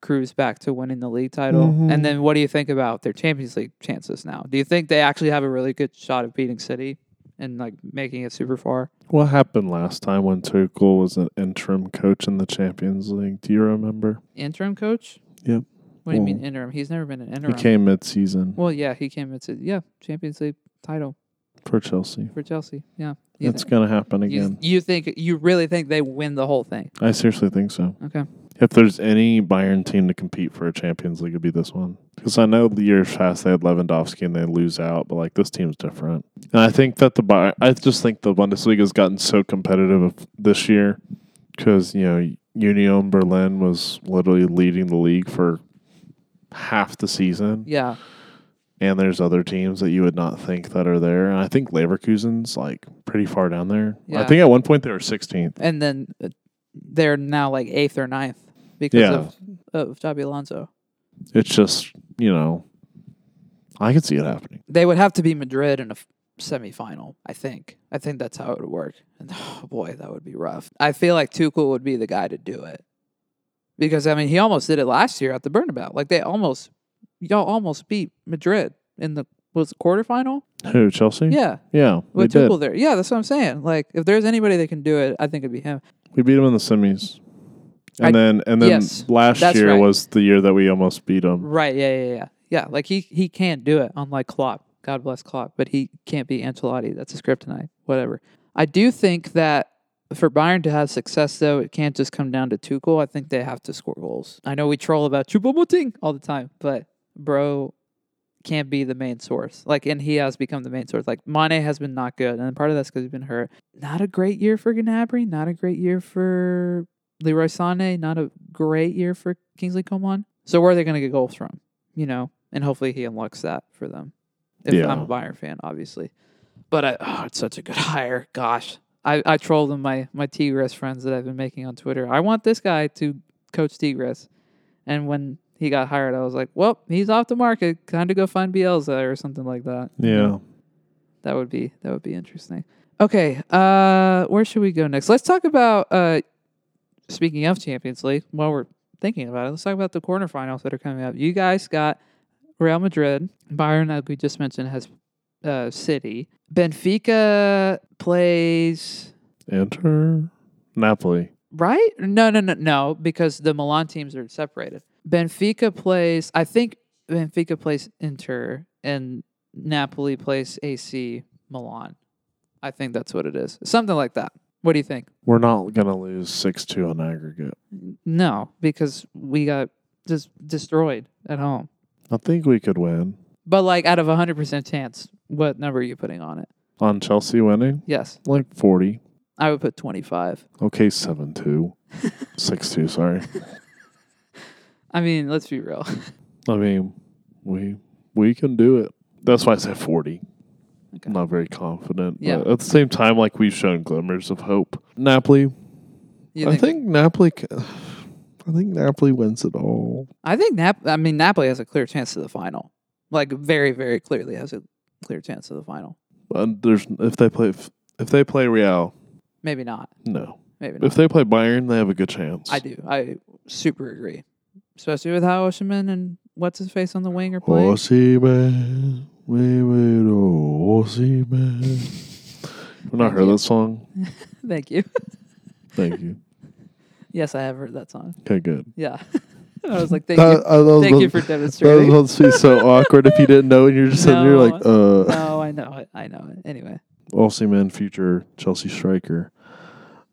[SPEAKER 1] cruise back to winning the league title?
[SPEAKER 2] Mhm.
[SPEAKER 1] And then what do you think about their Champions League chances now? Do you think they actually have a really good shot of beating City and like making it super far?
[SPEAKER 2] What happened last time when Tuchel was an interim coach in the Champions League? Do you remember?
[SPEAKER 1] Interim coach?
[SPEAKER 2] Yep.
[SPEAKER 1] What do you mean
[SPEAKER 2] Well,
[SPEAKER 1] interim? He's never been an
[SPEAKER 2] He
[SPEAKER 1] interim.
[SPEAKER 2] came mid-season
[SPEAKER 1] Well, yeah, he came into yeah Champions League title
[SPEAKER 2] for Chelsea.
[SPEAKER 1] for Chelsea. Yeah, you,
[SPEAKER 2] It's going to happen
[SPEAKER 1] thi- you-
[SPEAKER 2] again.
[SPEAKER 1] you think you really think they win the whole thing?
[SPEAKER 2] I seriously think so.
[SPEAKER 1] Okay,
[SPEAKER 2] If there's any Bayern team to compete for a Champions League, it'd be this one. Because I know the years past they had Lewandowski and they lose out, but like this team's different. And I think that the Bayern, I just think the Bundesliga has gotten so competitive of- this year because you know Union Berlin was literally leading the league for half the season.
[SPEAKER 1] yeah,
[SPEAKER 2] and there's other teams that you would not think that are there. And I think Leverkusen's like pretty far down there. I
[SPEAKER 1] Yeah.
[SPEAKER 2] think at one point they were 16th.
[SPEAKER 1] and then uh, they're now like eighth or ninth because
[SPEAKER 2] Yeah.
[SPEAKER 1] of of Xabi Alonso.
[SPEAKER 2] It's just you know, I can see it happening.
[SPEAKER 1] They would have to be Madrid in a f- semifinal, I think. I think that's how it would work. And oh boy, that would be rough. I feel like Tuchel would be the guy to do it because I mean he almost did it last year at the Burnabout. Like they almost y'all almost beat Madrid in the was it quarterfinal.
[SPEAKER 2] Who Chelsea?
[SPEAKER 1] Yeah.
[SPEAKER 2] yeah, we
[SPEAKER 1] with
[SPEAKER 2] did.
[SPEAKER 1] Tuchel there. Yeah, that's what I'm saying. Like, if there's anybody that can do it, I think it'd be him.
[SPEAKER 2] We beat them in the semis, and
[SPEAKER 1] I-
[SPEAKER 2] then and then
[SPEAKER 1] yes,
[SPEAKER 2] last
[SPEAKER 1] that's
[SPEAKER 2] year
[SPEAKER 1] right.
[SPEAKER 2] was the year that we almost beat them.
[SPEAKER 1] Right? Yeah, yeah, yeah, yeah. Like he he can't do it, unlike Klopp. God bless Klopp, but he can't be Ancelotti. That's his kryptonite. Whatever. I do think that for Bayern to have success, though, it can't just come down to Tuchel. I think they have to score goals. I know we troll about Chupomoting all the time, but bro can't be the main source. Like, and he has become the main source. Like, Mane has been not good, and part of that's because he's been hurt. Not a great year for Gnabry. Not a great year for Leroy Sané. Not a great year for Kingsley Coman. So where are they going to get goals from? You know, and hopefully he unlocks that for them. If
[SPEAKER 2] Yeah.
[SPEAKER 1] I'm a Bayern fan, obviously, but I, oh, it's such a good hire. Gosh, I I troll them my my Tigres friends that I've been making on Twitter. I want this guy to coach Tigres. And when he got hired, I was like, well, he's off the market. Time to go find Bielsa or something like that.
[SPEAKER 2] Yeah.
[SPEAKER 1] That would be that would be interesting. Okay, uh, where should we go next? Let's talk about uh, speaking of Champions League. While we're thinking about it, let's talk about the quarterfinals that are coming up. You guys got Real Madrid, Bayern, like we just mentioned, has uh, City. Benfica plays
[SPEAKER 2] Enter Napoli.
[SPEAKER 1] right? No, no, no, no, because the Milan teams are separated. Benfica plays, I think Benfica plays Inter and Napoli plays AC Milan. I think that's what it is. Something like that. What do you think?
[SPEAKER 2] We're not gonna lose six two on aggregate.
[SPEAKER 1] No, because we got just destroyed at home.
[SPEAKER 2] I think we could win
[SPEAKER 1] But like out of 100% chance, what number are you putting on it?
[SPEAKER 2] on Chelsea winning
[SPEAKER 1] Yes,
[SPEAKER 2] like forty.
[SPEAKER 1] I would put 25.
[SPEAKER 2] Okay, seven two, six two. Sorry.
[SPEAKER 1] I mean, let's be real.
[SPEAKER 2] I mean, we we can do it. That's why I said forty.
[SPEAKER 1] Okay.
[SPEAKER 2] I'm not very confident.
[SPEAKER 1] Yeah.
[SPEAKER 2] But at the same time, like we've shown glimmers of hope. Napoli.
[SPEAKER 1] You
[SPEAKER 2] I think Napoli. c- I think Napoli wins it all.
[SPEAKER 1] I think Nap. I mean, Napoli has a clear chance to the final. Like very, very clearly has a clear chance to the final.
[SPEAKER 2] And there's if they play if, if they play Real,
[SPEAKER 1] Maybe not.
[SPEAKER 2] no.
[SPEAKER 1] Maybe not.
[SPEAKER 2] If they play Bayern, they have a good chance.
[SPEAKER 1] I do. I super agree, especially with how Oshiman and what's his face on the wing are playing.
[SPEAKER 2] Horsey man, we wait oh, horsey man. I've not heard
[SPEAKER 1] you.
[SPEAKER 2] that song.
[SPEAKER 1] Thank you.
[SPEAKER 2] Thank you.
[SPEAKER 1] Yes, I have heard that song.
[SPEAKER 2] Okay, good.
[SPEAKER 1] Yeah, I was like, thank
[SPEAKER 2] That-
[SPEAKER 1] you,
[SPEAKER 2] uh, that was
[SPEAKER 1] thank
[SPEAKER 2] the-
[SPEAKER 1] you for
[SPEAKER 2] That was
[SPEAKER 1] demonstrating.
[SPEAKER 2] supposed to be so awkward if you didn't know and you're just sitting there like, uh,
[SPEAKER 1] no, I know it. I know it. Anyway,
[SPEAKER 2] Aussie man, future Chelsea striker.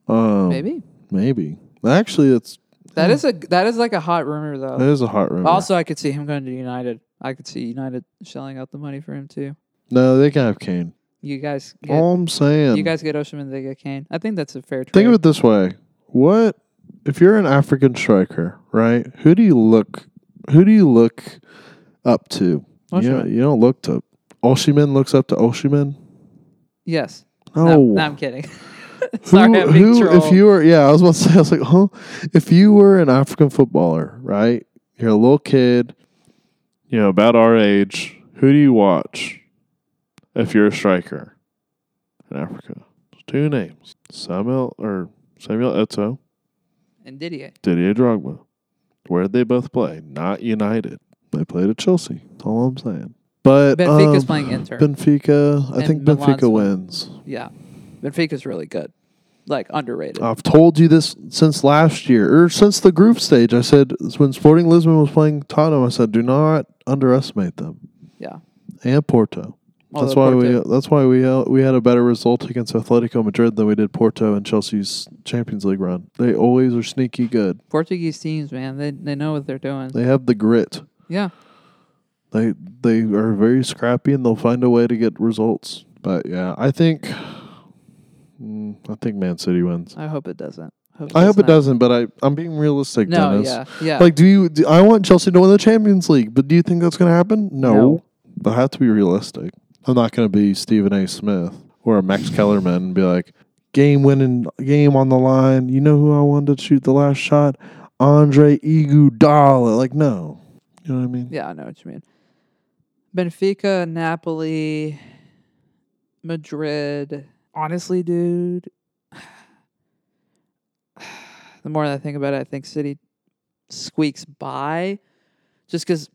[SPEAKER 2] Um,
[SPEAKER 1] maybe
[SPEAKER 2] Maybe. Actually, it's
[SPEAKER 1] that is a that is like a hot rumor
[SPEAKER 2] it
[SPEAKER 1] though.
[SPEAKER 2] is a hot rumor.
[SPEAKER 1] Also, I could see him going to United. I could see United shelling out the money for him too.
[SPEAKER 2] No, they can have Kane.
[SPEAKER 1] You guys get
[SPEAKER 2] All I'm saying.
[SPEAKER 1] You guys get Oshiman, they get Kane. I think that's a fair trade.
[SPEAKER 2] Um, think of it this way: What if you're an African striker, right? Who do you look? Who do you look up to? You, don't-
[SPEAKER 1] Osimhen.
[SPEAKER 2] you don't look to Oshiman. Looks up to Oshiman.
[SPEAKER 1] yes.
[SPEAKER 2] No,
[SPEAKER 1] No, no, I'm kidding.
[SPEAKER 2] Who-
[SPEAKER 1] Sorry, I'm being
[SPEAKER 2] who-
[SPEAKER 1] trolled.
[SPEAKER 2] If you were, yeah, I was about to say, I was like, huh? If you were an African footballer, right? You're a little kid, you know, about our age. Who do you watch if you're a striker in Africa? Two names: Samuel or Samuel Eto.
[SPEAKER 1] and Didier.
[SPEAKER 2] Didier Drogba. Where did they both play? Not United. They played at Chelsea. That's all I'm saying. But
[SPEAKER 1] Benfica's
[SPEAKER 2] um,
[SPEAKER 1] playing Inter.
[SPEAKER 2] Benfica. I
[SPEAKER 1] And
[SPEAKER 2] think
[SPEAKER 1] Milan's
[SPEAKER 2] Benfica
[SPEAKER 1] won.
[SPEAKER 2] wins.
[SPEAKER 1] yeah. Benfica's really good. Like underrated.
[SPEAKER 2] I've told you this since last year or since the group stage. I said when Sporting Lisbon was playing Tottenham, I said do not underestimate them
[SPEAKER 1] yeah.
[SPEAKER 2] and Porto.
[SPEAKER 1] Although
[SPEAKER 2] that's why
[SPEAKER 1] Oh, Porto-
[SPEAKER 2] we. That's why we. Uh, we had a better result against Atletico Madrid than we did Porto in Chelsea's Champions League run. They always are sneaky good.
[SPEAKER 1] Portuguese teams, man, they they know what they're doing.
[SPEAKER 2] They have the grit.
[SPEAKER 1] yeah.
[SPEAKER 2] they they are very scrappy and they'll find a way to get results. But yeah, I think mm, I think Man City wins.
[SPEAKER 1] I hope it doesn't.
[SPEAKER 2] I hope
[SPEAKER 1] it's
[SPEAKER 2] it
[SPEAKER 1] not-
[SPEAKER 2] doesn't, but I I'm being realistic,
[SPEAKER 1] No,
[SPEAKER 2] Dennis.
[SPEAKER 1] yeah. Yeah.
[SPEAKER 2] Like, do you? Do, I want Chelsea to win the Champions League, but do you think that's going to happen? No.
[SPEAKER 1] No.
[SPEAKER 2] I have to be realistic. I'm not going to be Stephen A. Smith or a Max Kellerman and be like, game winning, game on the line. You know who I wanted to shoot the last shot? Andre Iguodala. Like, no. You know what I mean?
[SPEAKER 1] yeah, I know what you mean. Benfica, Napoli, Madrid. Honestly, dude, the more that I think about it, I think City squeaks by just because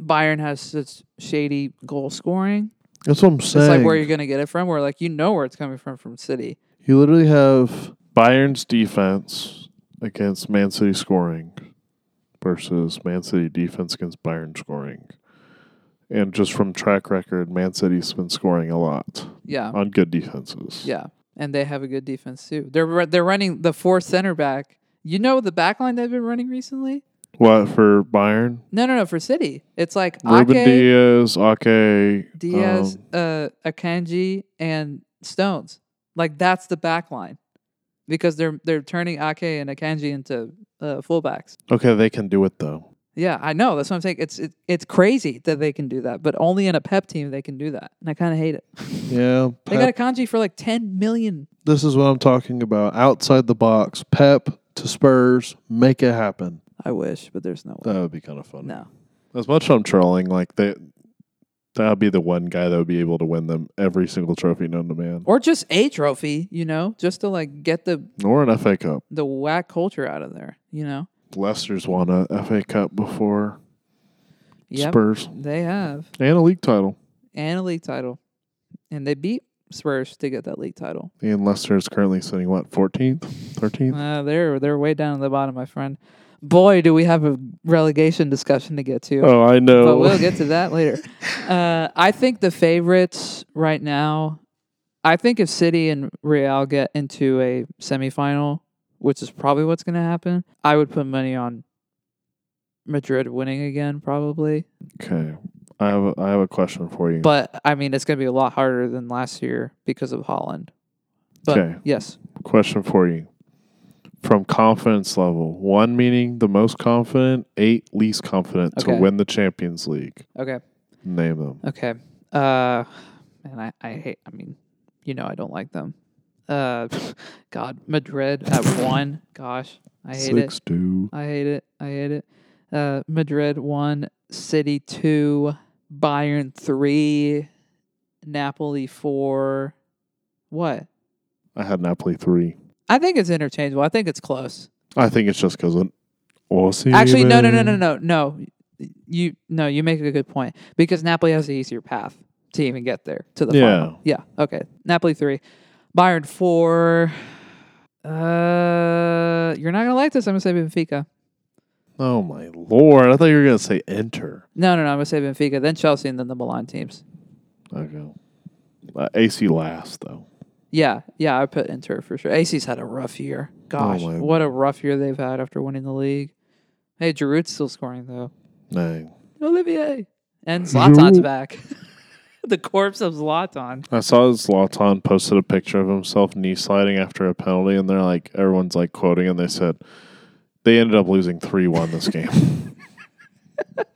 [SPEAKER 1] Bayern has such shady goal scoring.
[SPEAKER 2] That's what I'm saying.
[SPEAKER 1] It's like where you're going to get it from, where like you know where it's coming from from City.
[SPEAKER 2] You literally have Bayern's defense against Man City scoring versus Man City defense against Bayern scoring. And just from track record, Man City's been scoring a lot
[SPEAKER 1] Yeah.
[SPEAKER 2] on good defenses.
[SPEAKER 1] Yeah, and they have a good defense too. They're ru- they're running the four center back. You know the back line they've been running recently.
[SPEAKER 2] What for Bayern?
[SPEAKER 1] No, no, no. For City, it's like
[SPEAKER 2] Ruben
[SPEAKER 1] Ake,
[SPEAKER 2] Diaz, Ake,
[SPEAKER 1] Diaz,
[SPEAKER 2] um,
[SPEAKER 1] uh, Akanji, and Stones. Like that's the back line because they're they're turning Ake and Akanji into uh, fullbacks.
[SPEAKER 2] okay, they can do it though.
[SPEAKER 1] Yeah, I know. That's what I'm saying. It's it, it's crazy that they can do that, but only in a Pep team they can do that, and I kind of hate it.
[SPEAKER 2] Yeah,
[SPEAKER 1] They got a kanji for like 10 million.
[SPEAKER 2] this is what I'm talking about. Outside the box, Pep to Spurs, make it happen.
[SPEAKER 1] I wish, but there's no way.
[SPEAKER 2] That would be kind of funny.
[SPEAKER 1] No.
[SPEAKER 2] As much as I'm trolling, like they, that'd be the one guy that would be able to win them every single trophy known to man,
[SPEAKER 1] Or just a trophy, you know, just to like get the
[SPEAKER 2] or an FA Cup.
[SPEAKER 1] the whack culture out of there, you know.
[SPEAKER 2] Leicester's won a FA Cup before
[SPEAKER 1] Yep.
[SPEAKER 2] Spurs
[SPEAKER 1] They have
[SPEAKER 2] and a league title.
[SPEAKER 1] and a league title. And they beat Spurs to get that league title.
[SPEAKER 2] And Leicester is currently sitting what 14th, 13th.
[SPEAKER 1] Uh, they're they're way down at the bottom, my friend. Boy, do we have a relegation discussion to get to.
[SPEAKER 2] Oh, I know.
[SPEAKER 1] but we'll get to that later. Uh, I think the favorites right now. I think if City and Real get into a semifinal, which is probably what's going to happen, I would put money on Madrid winning again, probably.
[SPEAKER 2] okay, I have a, I have a question for you.
[SPEAKER 1] But I mean, it's going to be a lot harder than last year because of Holland. But
[SPEAKER 2] Okay.
[SPEAKER 1] yes,
[SPEAKER 2] question for you. From confidence level, one meaning the most confident, eight least confident
[SPEAKER 1] Okay.
[SPEAKER 2] to win the Champions League.
[SPEAKER 1] okay,
[SPEAKER 2] Name them.
[SPEAKER 1] okay. Uh, and I, I hate. I mean, you know, I don't like them. Uh, God, Madrid at one. Gosh, I hate it.
[SPEAKER 2] Six two.
[SPEAKER 1] I hate it. I hate it. Uh, Madrid one, City two, Bayern three, Napoli four. What?
[SPEAKER 2] I had Napoli three.
[SPEAKER 1] I think it's interchangeable. I think it's close.
[SPEAKER 2] I think it's just because Aussie.
[SPEAKER 1] Actually, no, no, no, no, no, no. You no, you make a good point because Napoli has the easier path to even get there to the
[SPEAKER 2] Yeah.
[SPEAKER 1] final. Yeah. Okay. Napoli three, Bayern four. Uh, you're not gonna like this. I'm gonna say Benfica.
[SPEAKER 2] Oh my lord! I thought you were gonna say enter.
[SPEAKER 1] No, no, no. I'm gonna say Benfica, then Chelsea, and then the Milan teams.
[SPEAKER 2] Okay. Uh, AC last though.
[SPEAKER 1] Yeah, yeah, I put Inter for sure. AC's had a rough year. Gosh,
[SPEAKER 2] my-
[SPEAKER 1] what a rough year they've had after winning the league. Hey, Giroud's still scoring though.
[SPEAKER 2] Dang.
[SPEAKER 1] Olivier and Zlatan's
[SPEAKER 2] Giroud.
[SPEAKER 1] back. the corpse of Zlatan.
[SPEAKER 2] I saw Zlatan posted a picture of himself knee sliding after a penalty, and they're like, everyone's like quoting, and they said they ended up losing three one this game.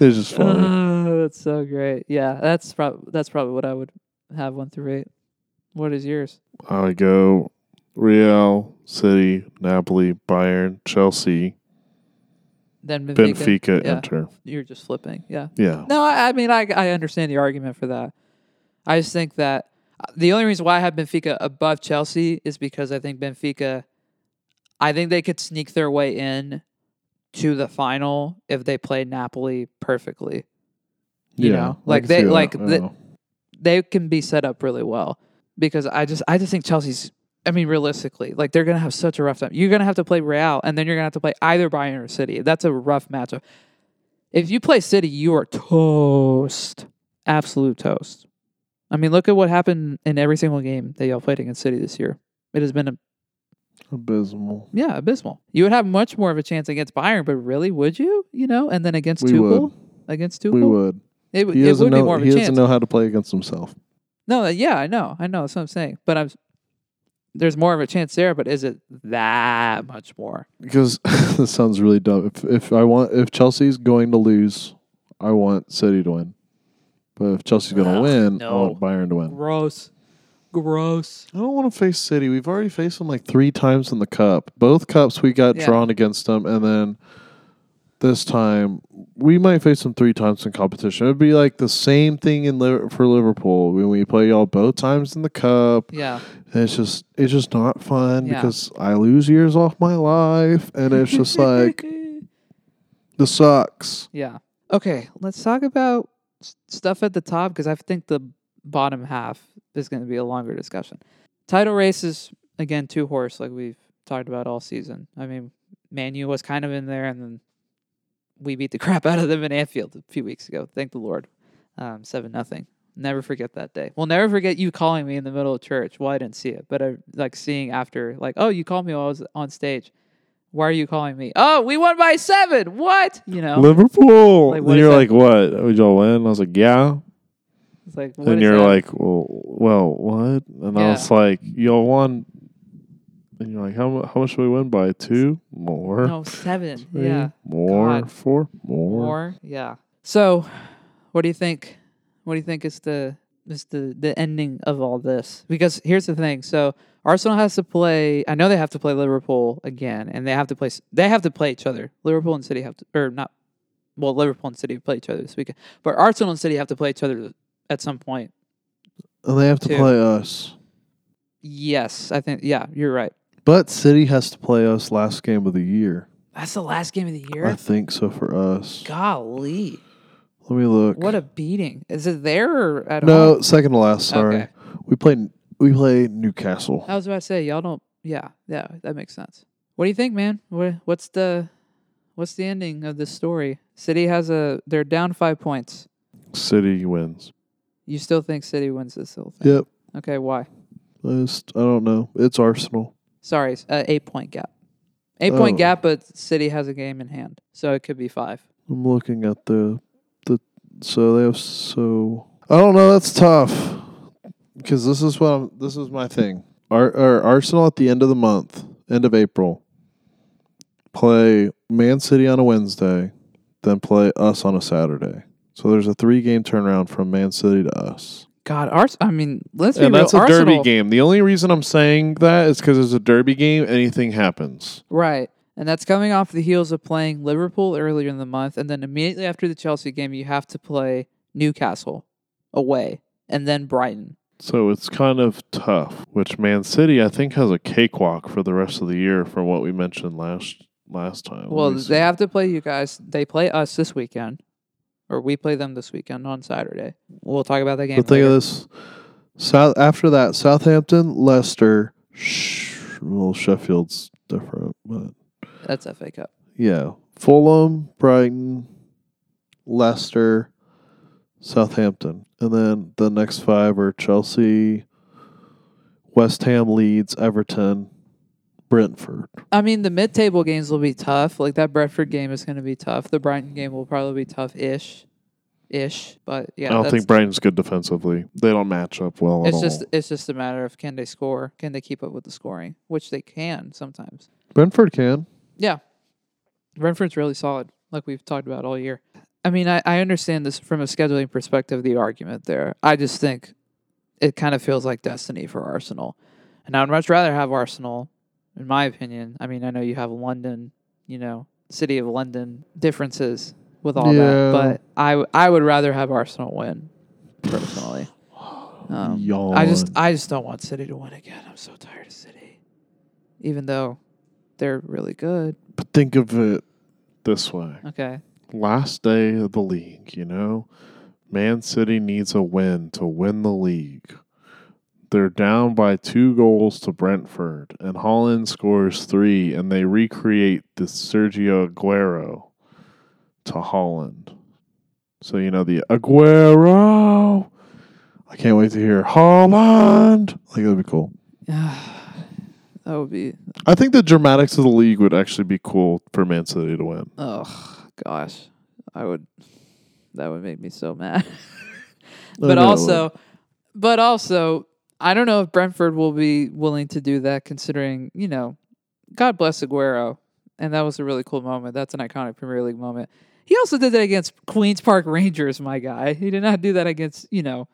[SPEAKER 2] it's just funny.
[SPEAKER 1] Oh, that's so great. Yeah, that's probably that's probably what I would have one through eight. What is yours?
[SPEAKER 2] I go Real City, Napoli, Bayern, Chelsea,
[SPEAKER 1] Then Benfica.
[SPEAKER 2] Benfica,
[SPEAKER 1] Yeah.
[SPEAKER 2] Inter.
[SPEAKER 1] You're just flipping. Yeah.
[SPEAKER 2] Yeah.
[SPEAKER 1] No, I, I mean, I, I understand the argument for that. I just think that uh, the only reason why I have Benfica above Chelsea is because I think Benfica, I think they could sneak their way in to the final if they play Napoli perfectly. You
[SPEAKER 2] yeah.
[SPEAKER 1] know,
[SPEAKER 2] I
[SPEAKER 1] like
[SPEAKER 2] can
[SPEAKER 1] they-
[SPEAKER 2] see that.
[SPEAKER 1] like
[SPEAKER 2] I
[SPEAKER 1] the-
[SPEAKER 2] know.
[SPEAKER 1] They can be set up really well because I just, I just think Chelsea's. I mean, realistically, like they're gonna have such a rough time. You're gonna have to play Real, and then you're gonna have to play either Bayern or City. That's a rough matchup. If you play City, you are toast. Absolute toast. I mean, look at what happened in every single game that y'all played against City this year. It has been, a,
[SPEAKER 2] abysmal.
[SPEAKER 1] yeah, abysmal. You would have much more of a chance against Bayern, but really, would you? You know, and then against
[SPEAKER 2] We
[SPEAKER 1] Tuchel,
[SPEAKER 2] would.
[SPEAKER 1] against
[SPEAKER 2] We
[SPEAKER 1] Tuchel,
[SPEAKER 2] would.
[SPEAKER 1] it, w- it
[SPEAKER 2] He
[SPEAKER 1] would
[SPEAKER 2] doesn't
[SPEAKER 1] be
[SPEAKER 2] know.
[SPEAKER 1] more of a
[SPEAKER 2] He doesn't
[SPEAKER 1] chance.
[SPEAKER 2] know how to play against himself.
[SPEAKER 1] No, uh, yeah, I know, I know. That's what I'm saying. But I'm, there's more of a chance there. But is it that much more?
[SPEAKER 2] Because this sounds really dumb. If if I want if Chelsea's going to lose, I want City to win. But if Chelsea's going to
[SPEAKER 1] Ugh,
[SPEAKER 2] win, I
[SPEAKER 1] no.
[SPEAKER 2] want Bayern to win.
[SPEAKER 1] Gross, gross.
[SPEAKER 2] I don't want to face City. We've already faced them like three times in the cup. Both cups we got
[SPEAKER 1] Yeah.
[SPEAKER 2] drawn against them, and then this time we might face them three times in competition. It'd be like the same thing in Liver- for Liverpool when we play y'all both times in the cup.
[SPEAKER 1] Yeah,
[SPEAKER 2] And it's just it's just not fun
[SPEAKER 1] Yeah.
[SPEAKER 2] because I lose years off my life, and it's just like this sucks.
[SPEAKER 1] Yeah. Okay, let's talk about s- stuff at the top because I think the bottom half is going to be a longer discussion. Title race is again two horse like we've talked about all season. I mean, Manu was kind of in there, and then we beat the crap out of them in Anfield a few weeks ago. Thank the Lord, um, seven nothing. Never forget that day. We'll never forget you calling me in the middle of church. Well, I didn't see it, but I like seeing after, like, oh, you called me while I was on stage Why are you calling me? Oh, we won by seven. What? You know,
[SPEAKER 2] Liverpool.
[SPEAKER 1] Like, what
[SPEAKER 2] and
[SPEAKER 1] is
[SPEAKER 2] you're
[SPEAKER 1] that?
[SPEAKER 2] like, what? Would y'all win? I was like, yeah.
[SPEAKER 1] it's like, what
[SPEAKER 2] And
[SPEAKER 1] is
[SPEAKER 2] you're
[SPEAKER 1] that?
[SPEAKER 2] like, well, well, what? And I
[SPEAKER 1] Yeah.
[SPEAKER 2] was like, y'all won. And you're like, how, mu- how much should we win by? Two? More?
[SPEAKER 1] no, seven.
[SPEAKER 2] Three?
[SPEAKER 1] Yeah.
[SPEAKER 2] More?
[SPEAKER 1] God.
[SPEAKER 2] Four? More?
[SPEAKER 1] More. Yeah. So, what do you think? What do you think is the is the the ending of all this? Because here's the thing. So Arsenal has to play. I know they have to play Liverpool again, and they have to play. s- They have to play each other. Liverpool and City have to, or not. Well, Liverpool and City play each other this weekend, but Arsenal and City have to play each other at some point.
[SPEAKER 2] And they have to
[SPEAKER 1] Two.
[SPEAKER 2] play us.
[SPEAKER 1] Yes, I think. Yeah, you're right.
[SPEAKER 2] But City has to play us last game of the year.
[SPEAKER 1] That's the last game of the
[SPEAKER 2] I
[SPEAKER 1] year.
[SPEAKER 2] think so for us.
[SPEAKER 1] Golly,
[SPEAKER 2] Let me look.
[SPEAKER 1] what a beating! Is it there or at all?
[SPEAKER 2] no, second to last. Sorry,
[SPEAKER 1] Okay. Oh.
[SPEAKER 2] we play we play Newcastle.
[SPEAKER 1] I was about to say y'all don't. Yeah, yeah, that makes sense. What do you think, man? What what's the what's the ending of this story? City has a they're down five points.
[SPEAKER 2] City wins.
[SPEAKER 1] You still think City wins this whole thing?
[SPEAKER 2] Yep.
[SPEAKER 1] Okay, why?
[SPEAKER 2] I, just, I don't know. It's Arsenal.
[SPEAKER 1] Sorry, s- uh, eight point gap. Eight point
[SPEAKER 2] Oh.
[SPEAKER 1] gap, but City has a game in hand, so it could be five.
[SPEAKER 2] I'm looking at the the so they have so I don't know. That's tough because this is what I'm, this is my thing. Ar, or Arsenal at the end of the month, end of April, play Man City on a Wednesday, then play us on a Saturday. So there's a three game turnaround from Man City to us.
[SPEAKER 1] God, Ars- I mean, let's be
[SPEAKER 2] and
[SPEAKER 1] real.
[SPEAKER 2] that's a derby
[SPEAKER 1] Arsenal-
[SPEAKER 2] game. The only reason I'm saying that is because it's a derby game. Anything happens.
[SPEAKER 1] Right. And that's coming off the heels of playing Liverpool earlier in the month. And then immediately after the Chelsea game, you have to play Newcastle away and then Brighton.
[SPEAKER 2] So it's kind of tough. Which Man City, I think, has a cakewalk for the rest of the year, from what we mentioned last last time. Let
[SPEAKER 1] Well,
[SPEAKER 2] me
[SPEAKER 1] they
[SPEAKER 2] see.
[SPEAKER 1] have to play you guys. They play us this weekend, or we play them this weekend on Saturday. We'll talk about that game.
[SPEAKER 2] But think of
[SPEAKER 1] later.
[SPEAKER 2] this: South after that, Southampton, Leicester. Sh- well, Sheffield's different, but
[SPEAKER 1] That's FA Cup.
[SPEAKER 2] yeah, Fulham, Brighton, Leicester, Southampton, and then the next five are Chelsea, West Ham, Leeds, Everton, Brentford.
[SPEAKER 1] I mean, the mid-table games will be tough. Like that Brentford game is going to be tough. The Brighton game will probably be tough, ish, ish. But yeah,
[SPEAKER 2] I don't
[SPEAKER 1] that's-
[SPEAKER 2] think Brighton's good defensively. They don't match up well at
[SPEAKER 1] it's
[SPEAKER 2] all.
[SPEAKER 1] just it's just a matter of can they score? Can they keep up with the scoring? Which they can sometimes.
[SPEAKER 2] Brentford can.
[SPEAKER 1] Yeah. Brentford's really solid, like we've talked about all year. I mean, I, I understand this from a scheduling perspective, the argument there. I just think it kind of feels like destiny for Arsenal. And I'd much rather have Arsenal, in my opinion. I mean, I know you have London, you know, City of London differences with all
[SPEAKER 2] Yeah.
[SPEAKER 1] that, but I, w- I would rather have Arsenal win, personally. Um, I just
[SPEAKER 2] Yawn.
[SPEAKER 1] I just don't want City to win again. I'm so tired of City. Even though they're really good.
[SPEAKER 2] But think of it this way:
[SPEAKER 1] Okay.
[SPEAKER 2] last day of the league, you know? Man City needs a win to win the league. They're down by two goals to Brentford, and Holland scores three, and they recreate the Sergio Aguero to Holland. So, you know, the Aguero. I can't wait to hear Holland. I think that'd be cool.
[SPEAKER 1] that would be
[SPEAKER 2] I think the dramatics of the league would actually be cool for Man City to win.
[SPEAKER 1] oh gosh. I would that would make me so mad.
[SPEAKER 2] I
[SPEAKER 1] but
[SPEAKER 2] know,
[SPEAKER 1] also but also I don't know if Brentford will be willing to do that considering, you know, God bless Aguero. And that was a really cool moment. That's an iconic Premier League moment. He also did that against Queens Park Rangers, my guy. He did not do that against, you know,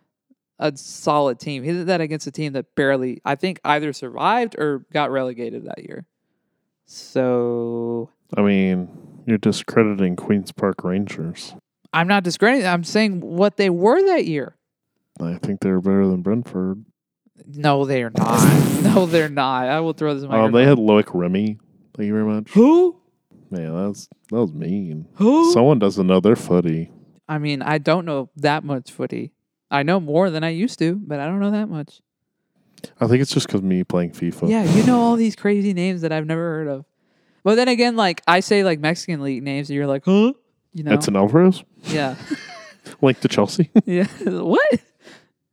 [SPEAKER 1] a solid team. He did that against a team that barely, I think, either survived or got relegated that year. So
[SPEAKER 2] I mean, you're discrediting Queens Park Rangers.
[SPEAKER 1] I'm not discrediting. I'm saying what they were that year.
[SPEAKER 2] I think they're better than Brentford.
[SPEAKER 1] No, they are not. no, they're not. I will throw this. in my
[SPEAKER 2] Um, they had Loic Remy. Thank you very much.
[SPEAKER 1] who?
[SPEAKER 2] Man, that's that was mean.
[SPEAKER 1] Who?
[SPEAKER 2] Someone doesn't know their footy.
[SPEAKER 1] I mean, I don't know that much footy. I know more than I used to, but I don't know that much.
[SPEAKER 2] I think it's just because me playing FIFA.
[SPEAKER 1] Yeah, you know all these crazy names that I've never heard of. But then again, like I say, like Mexican league names, and you're like, huh? You know?
[SPEAKER 2] It's an Alvarez
[SPEAKER 1] yeah,
[SPEAKER 2] linked to Chelsea.
[SPEAKER 1] yeah. what?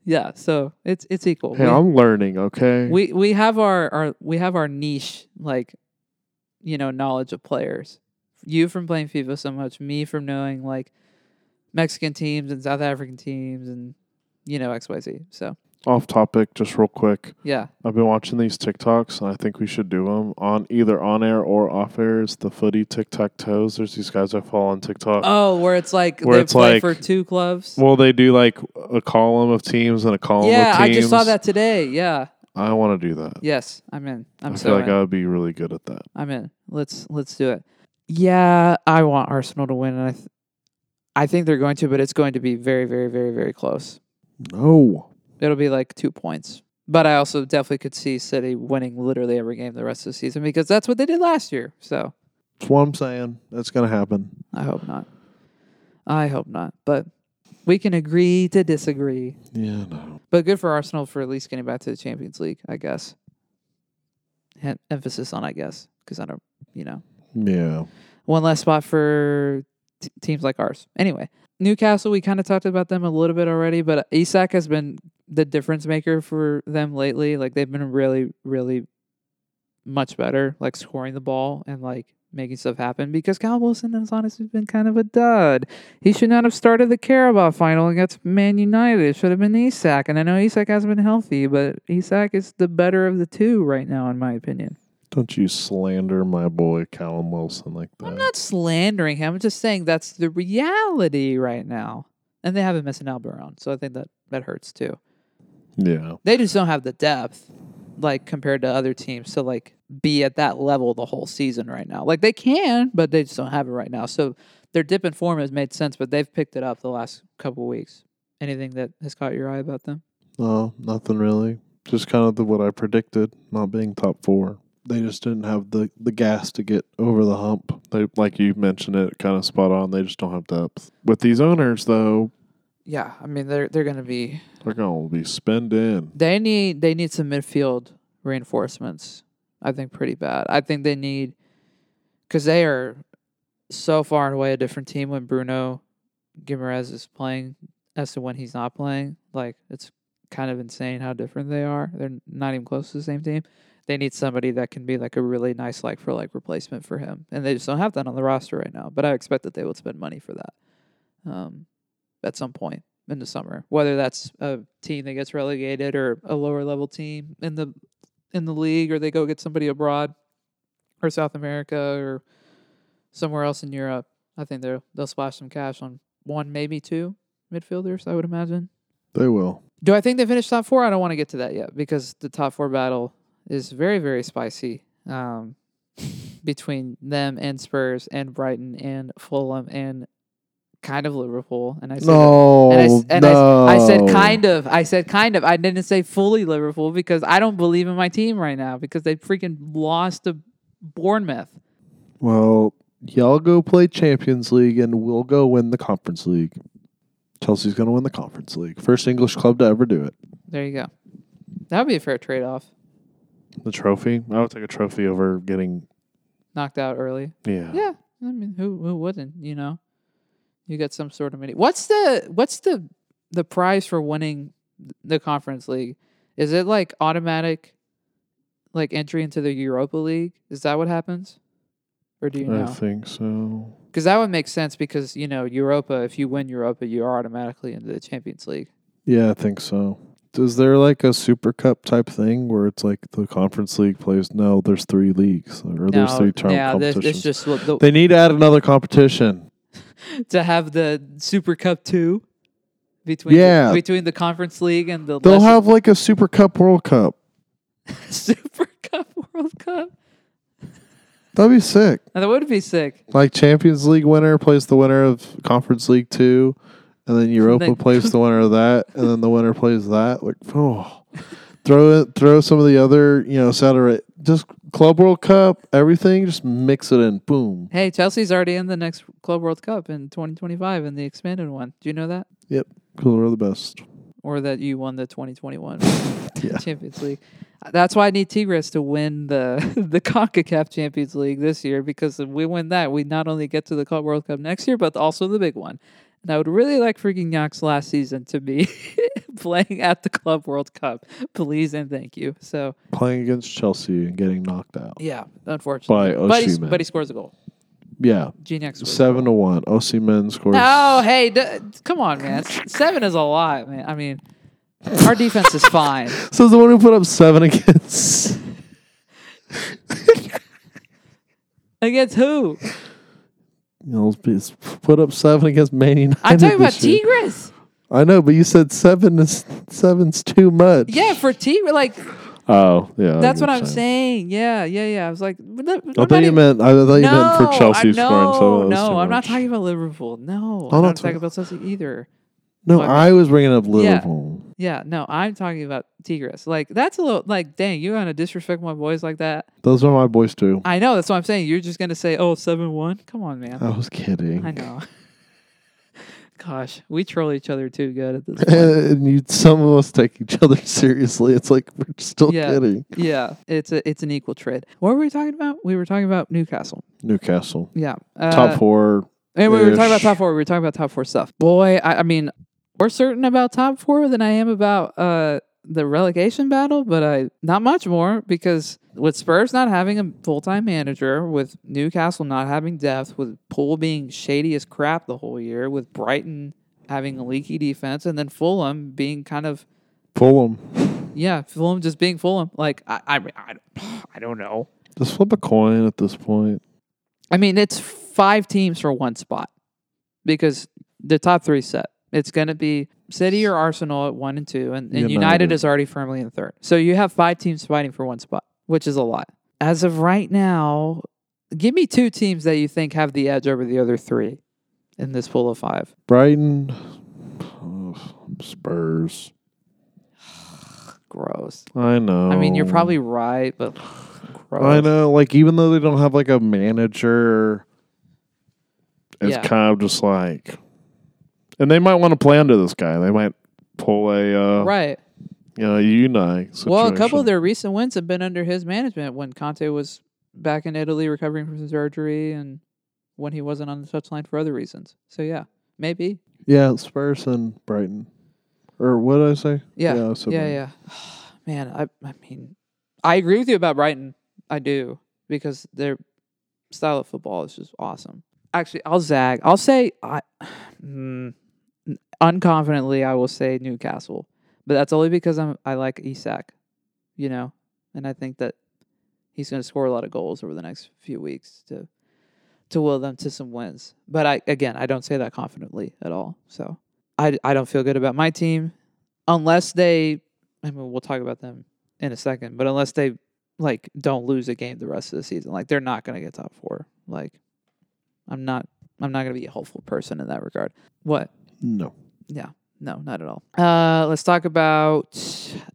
[SPEAKER 1] Yeah. So it's it's equal.
[SPEAKER 2] hey,
[SPEAKER 1] We-
[SPEAKER 2] Mm. I'm learning. Okay.
[SPEAKER 1] we we have our, our we have our niche like you know, knowledge of players. You from playing FIFA so much, me from knowing like Mexican teams and South African teams and you know, XYZ. So,
[SPEAKER 2] Off topic, just real quick.
[SPEAKER 1] yeah.
[SPEAKER 2] I've been watching these TikToks, and I think we should do them on either on air or off air. It's the footy tic tac toes. There's these guys I follow on TikTok.
[SPEAKER 1] Oh, where it's like
[SPEAKER 2] Where
[SPEAKER 1] they
[SPEAKER 2] it's
[SPEAKER 1] play
[SPEAKER 2] like-
[SPEAKER 1] for two clubs.
[SPEAKER 2] Well, they do like a column of teams and a column
[SPEAKER 1] yeah,
[SPEAKER 2] of
[SPEAKER 1] I
[SPEAKER 2] teams.
[SPEAKER 1] just saw that today. Yeah.
[SPEAKER 2] I want to do that.
[SPEAKER 1] Yes, I'm in. I'm
[SPEAKER 2] I
[SPEAKER 1] so
[SPEAKER 2] feel like
[SPEAKER 1] in.
[SPEAKER 2] I would be really good at that.
[SPEAKER 1] I'm in. Let's let's do it. Yeah, I want Arsenal to win, and I, th- I think they're going to, but it's going to be very, very, very, very close.
[SPEAKER 2] No.
[SPEAKER 1] It'll be like two points. But I also definitely could see City winning literally every game the rest of the season because that's what they did last year. So
[SPEAKER 2] That's what I'm saying. That's going to happen.
[SPEAKER 1] I hope not. I hope not. But we can agree to disagree.
[SPEAKER 2] Yeah, no.
[SPEAKER 1] But good for Arsenal for at least getting back to the Champions League, I guess. Hem- emphasis on I guess because I don't, you know.
[SPEAKER 2] Yeah.
[SPEAKER 1] one less spot for t- teams like ours. Anyway, Newcastle, we kind of talked about them a little bit already, but Isak has been the difference maker for them lately. Like they've been really, really much better, like scoring the ball and like making stuff happen because Kyle Wilson has honestly been kind of a dud. He should not have started the Carabao final against Man United. It should have been Isak. And I know Isak hasn't been healthy, but Isak is the better of the two right now, in my opinion.
[SPEAKER 2] Don't you slander my boy Callum Wilson like that.
[SPEAKER 1] I'm not slandering him. I'm just saying that's the reality right now. And they haven't missed an Alberon, so I think that that hurts too.
[SPEAKER 2] yeah.
[SPEAKER 1] They just don't have the depth, like compared to other teams, to like be at that level the whole season right now. Like they can, but they just don't have it right now. So their dip in form has made sense, but they've picked it up the last couple weeks. Anything that has caught your eye about them?
[SPEAKER 2] No, nothing really. Just kind of the, what I predicted, not being top four. They just didn't have the, the gas to get over the hump. They like you mentioned it, kind of spot on. They just don't have depth. With these owners though,
[SPEAKER 1] Yeah, I mean they're they're gonna be
[SPEAKER 2] they're gonna be spending.
[SPEAKER 1] They need they need some midfield reinforcements. I think pretty bad. I think they need because they are so far and away a different team when Bruno Guimaraes is playing as to when he's not playing. Like it's kind of insane how different they are. They're not even close to the same team. They need somebody that can be like a really nice like for like replacement for him, and they just don't have that on the roster right now. But I expect that they will spend money for that. Um, at some point in the summer, whether that's a team that gets relegated or a lower level team in the in the league, or they go get somebody abroad or South America or somewhere else in Europe. I think they'll they'll splash some cash on one, maybe two midfielders. I would imagine.
[SPEAKER 2] They will.
[SPEAKER 1] Do I think they finished top four? I don't want to get to that yet because the top four battle is very very spicy. Um, between them and Spurs and Brighton and Fulham and kind of Liverpool and I said
[SPEAKER 2] No,
[SPEAKER 1] and I, s- and I
[SPEAKER 2] Oh, no.
[SPEAKER 1] s- I said kind of. I said kind of. I didn't say fully Liverpool because I don't believe in my team right now because they freaking lost to Bournemouth.
[SPEAKER 2] Well, y'all go play Champions League, and we'll go win the Conference League. Chelsea's gonna win the Conference League. First English club to ever do it.
[SPEAKER 1] There you go. That would be a fair trade off.
[SPEAKER 2] The trophy. I would take a trophy over getting.
[SPEAKER 1] Knocked out early.
[SPEAKER 2] Yeah.
[SPEAKER 1] Yeah. I mean, who who wouldn't? You know, you get some sort of mini. What's the what's the the prize for winning the Conference League? Is it like automatic, like entry into the Europa League? Is that what happens? Or do you know?
[SPEAKER 2] I think so.
[SPEAKER 1] Because that would make sense because, you know, Europa, if you win Europa, you are automatically into the Champions League.
[SPEAKER 2] Yeah, I think so. Is there like a Super Cup type thing where it's like the Conference League plays? No, there's three leagues or there's three term
[SPEAKER 1] yeah, this, this
[SPEAKER 2] competitions.
[SPEAKER 1] just what the,
[SPEAKER 2] they need to add another competition.
[SPEAKER 1] to have the Super Cup 2 between
[SPEAKER 2] Yeah.
[SPEAKER 1] the, between the Conference League and the
[SPEAKER 2] They'll
[SPEAKER 1] lesser-
[SPEAKER 2] have like a Super Cup World Cup.
[SPEAKER 1] Super Cup World Cup.
[SPEAKER 2] That'd be sick.
[SPEAKER 1] Now, that would be sick.
[SPEAKER 2] Like Champions League winner plays the winner of Conference League two, and then Europa
[SPEAKER 1] Then-
[SPEAKER 2] plays the winner of that, and then the winner plays that. Like, oh, throw it, throw some of the other, you know, Saturday, just Club World Cup, everything, just mix it in, boom.
[SPEAKER 1] Hey, Chelsea's already in the next Club World Cup in 2025 in the expanded one. Do you know that?
[SPEAKER 2] Because we're the best.
[SPEAKER 1] Or that you won the 2021
[SPEAKER 2] Yeah.
[SPEAKER 1] Champions League. That's why I need Tigres to win the the CONCACAF Champions League this year because if we win that, we not only get to the Cup World Cup next year, but also the big one. And I would really like freaking Yonk's last season to be playing at the Club World Cup. Please and thank you. So,
[SPEAKER 2] Playing against Chelsea and getting knocked out.
[SPEAKER 1] yeah, unfortunately.
[SPEAKER 2] By
[SPEAKER 1] but, he,
[SPEAKER 2] Osimhen.
[SPEAKER 1] but he scores a goal.
[SPEAKER 2] Yeah.
[SPEAKER 1] Geniac scores. a
[SPEAKER 2] Seven to one. Osimhen scores.
[SPEAKER 1] Oh, hey, d- come on, man. S- Seven is a lot, man. I mean, our defense is fine.
[SPEAKER 2] So it's the one who put up seven against
[SPEAKER 1] Against who?
[SPEAKER 2] you know, it's put up seven against Man United.
[SPEAKER 1] I'm talking about
[SPEAKER 2] this year.
[SPEAKER 1] Tigres.
[SPEAKER 2] I know, but you said seven is seven's too much.
[SPEAKER 1] Yeah, for Tigres. Like,
[SPEAKER 2] Oh, yeah. I
[SPEAKER 1] that's
[SPEAKER 2] get
[SPEAKER 1] what I'm saying. Yeah, yeah, yeah. I was like, we're not- we're
[SPEAKER 2] I
[SPEAKER 1] not
[SPEAKER 2] thought you
[SPEAKER 1] even-
[SPEAKER 2] meant. I thought you meant
[SPEAKER 1] No,
[SPEAKER 2] for Chelsea
[SPEAKER 1] I-
[SPEAKER 2] scoring. So that
[SPEAKER 1] No,
[SPEAKER 2] was
[SPEAKER 1] no,
[SPEAKER 2] too
[SPEAKER 1] I'm not
[SPEAKER 2] much. Oh,
[SPEAKER 1] talking about Liverpool. No,
[SPEAKER 2] I'm
[SPEAKER 1] I'm
[SPEAKER 2] not
[SPEAKER 1] not
[SPEAKER 2] talking-
[SPEAKER 1] talking about Chelsea either.
[SPEAKER 2] No,
[SPEAKER 1] Fuck.
[SPEAKER 2] I was bringing up Liverpool.
[SPEAKER 1] Yeah, no, I'm talking about Tigres. Like, that's a little, like, dang, you're going to disrespect my boys like that.
[SPEAKER 2] Those are my boys too.
[SPEAKER 1] I know, that's what I'm saying. You're just going to say, oh, 7 1? Come on, man.
[SPEAKER 2] I was kidding.
[SPEAKER 1] I know.
[SPEAKER 2] Uh,
[SPEAKER 1] Gosh, we troll each other too good at this point.
[SPEAKER 2] and you, some of us take each other seriously. It's like we're still
[SPEAKER 1] Yeah.
[SPEAKER 2] kidding.
[SPEAKER 1] yeah, it's a it's an equal trade. What were we talking about? We were talking about Newcastle.
[SPEAKER 2] Newcastle
[SPEAKER 1] Yeah, uh,
[SPEAKER 2] top four.
[SPEAKER 1] And we were talking about
[SPEAKER 2] ish.
[SPEAKER 1] top four. We were talking about top four stuff. Boy, I, I mean, more certain about top four than I am about uh the relegation battle, but I not much more because with Spurs not having a full time manager, with Newcastle not having depth, with Poole being shady as crap the whole year, with Brighton having a leaky defense, and then Fulham being kind of
[SPEAKER 2] Fulham.
[SPEAKER 1] Yeah, Fulham just being Fulham. Like I, I, I, I don't know.
[SPEAKER 2] Just flip a coin at this point.
[SPEAKER 1] I mean, it's five teams for one spot because the top three set. It's going to be City or Arsenal at one and two, and, and United.
[SPEAKER 2] United.
[SPEAKER 1] is already firmly in third. So you have five teams fighting for one spot, which is a lot. As of right now, give me two teams that you think have the edge over the other three in this pool of five.
[SPEAKER 2] Brighton, Ugh, Spurs.
[SPEAKER 1] Gross.
[SPEAKER 2] I know.
[SPEAKER 1] I mean, you're probably right, but gross.
[SPEAKER 2] Oh. I know. Like even though they don't have like a manager, it's
[SPEAKER 1] Yeah.
[SPEAKER 2] kind of just like, and they might want to play under this guy. They might pull a uh,
[SPEAKER 1] Right.
[SPEAKER 2] you know unite. Situation.
[SPEAKER 1] Well, a couple of their recent wins have been under his management when Conte was back in Italy recovering from surgery and when he wasn't on the touchline for other reasons. So, yeah, maybe.
[SPEAKER 2] yeah Spurs and Brighton, or what did I say?
[SPEAKER 1] Yeah.
[SPEAKER 2] yeah,
[SPEAKER 1] Yeah,
[SPEAKER 2] I said
[SPEAKER 1] yeah.
[SPEAKER 2] Brighton.
[SPEAKER 1] Man, I, I mean, I agree with you about Brighton. I do, because their style of football is just awesome. Actually, I'll zag. I'll say, I, mm, unconfidently, I will say Newcastle, but that's only because I'm I like Isak, you know, and I think that he's going to score a lot of goals over the next few weeks to to will them to some wins. But I again, I don't say that confidently at all. So I I don't feel good about my team unless they. I mean, we'll talk about them in a second, but unless they like don't lose a game the rest of the season, like they're not going to get top four. Like I'm not. I'm not going to be a hopeful person in that regard. What?
[SPEAKER 2] No.
[SPEAKER 1] Yeah. No, not at all. Uh, let's talk about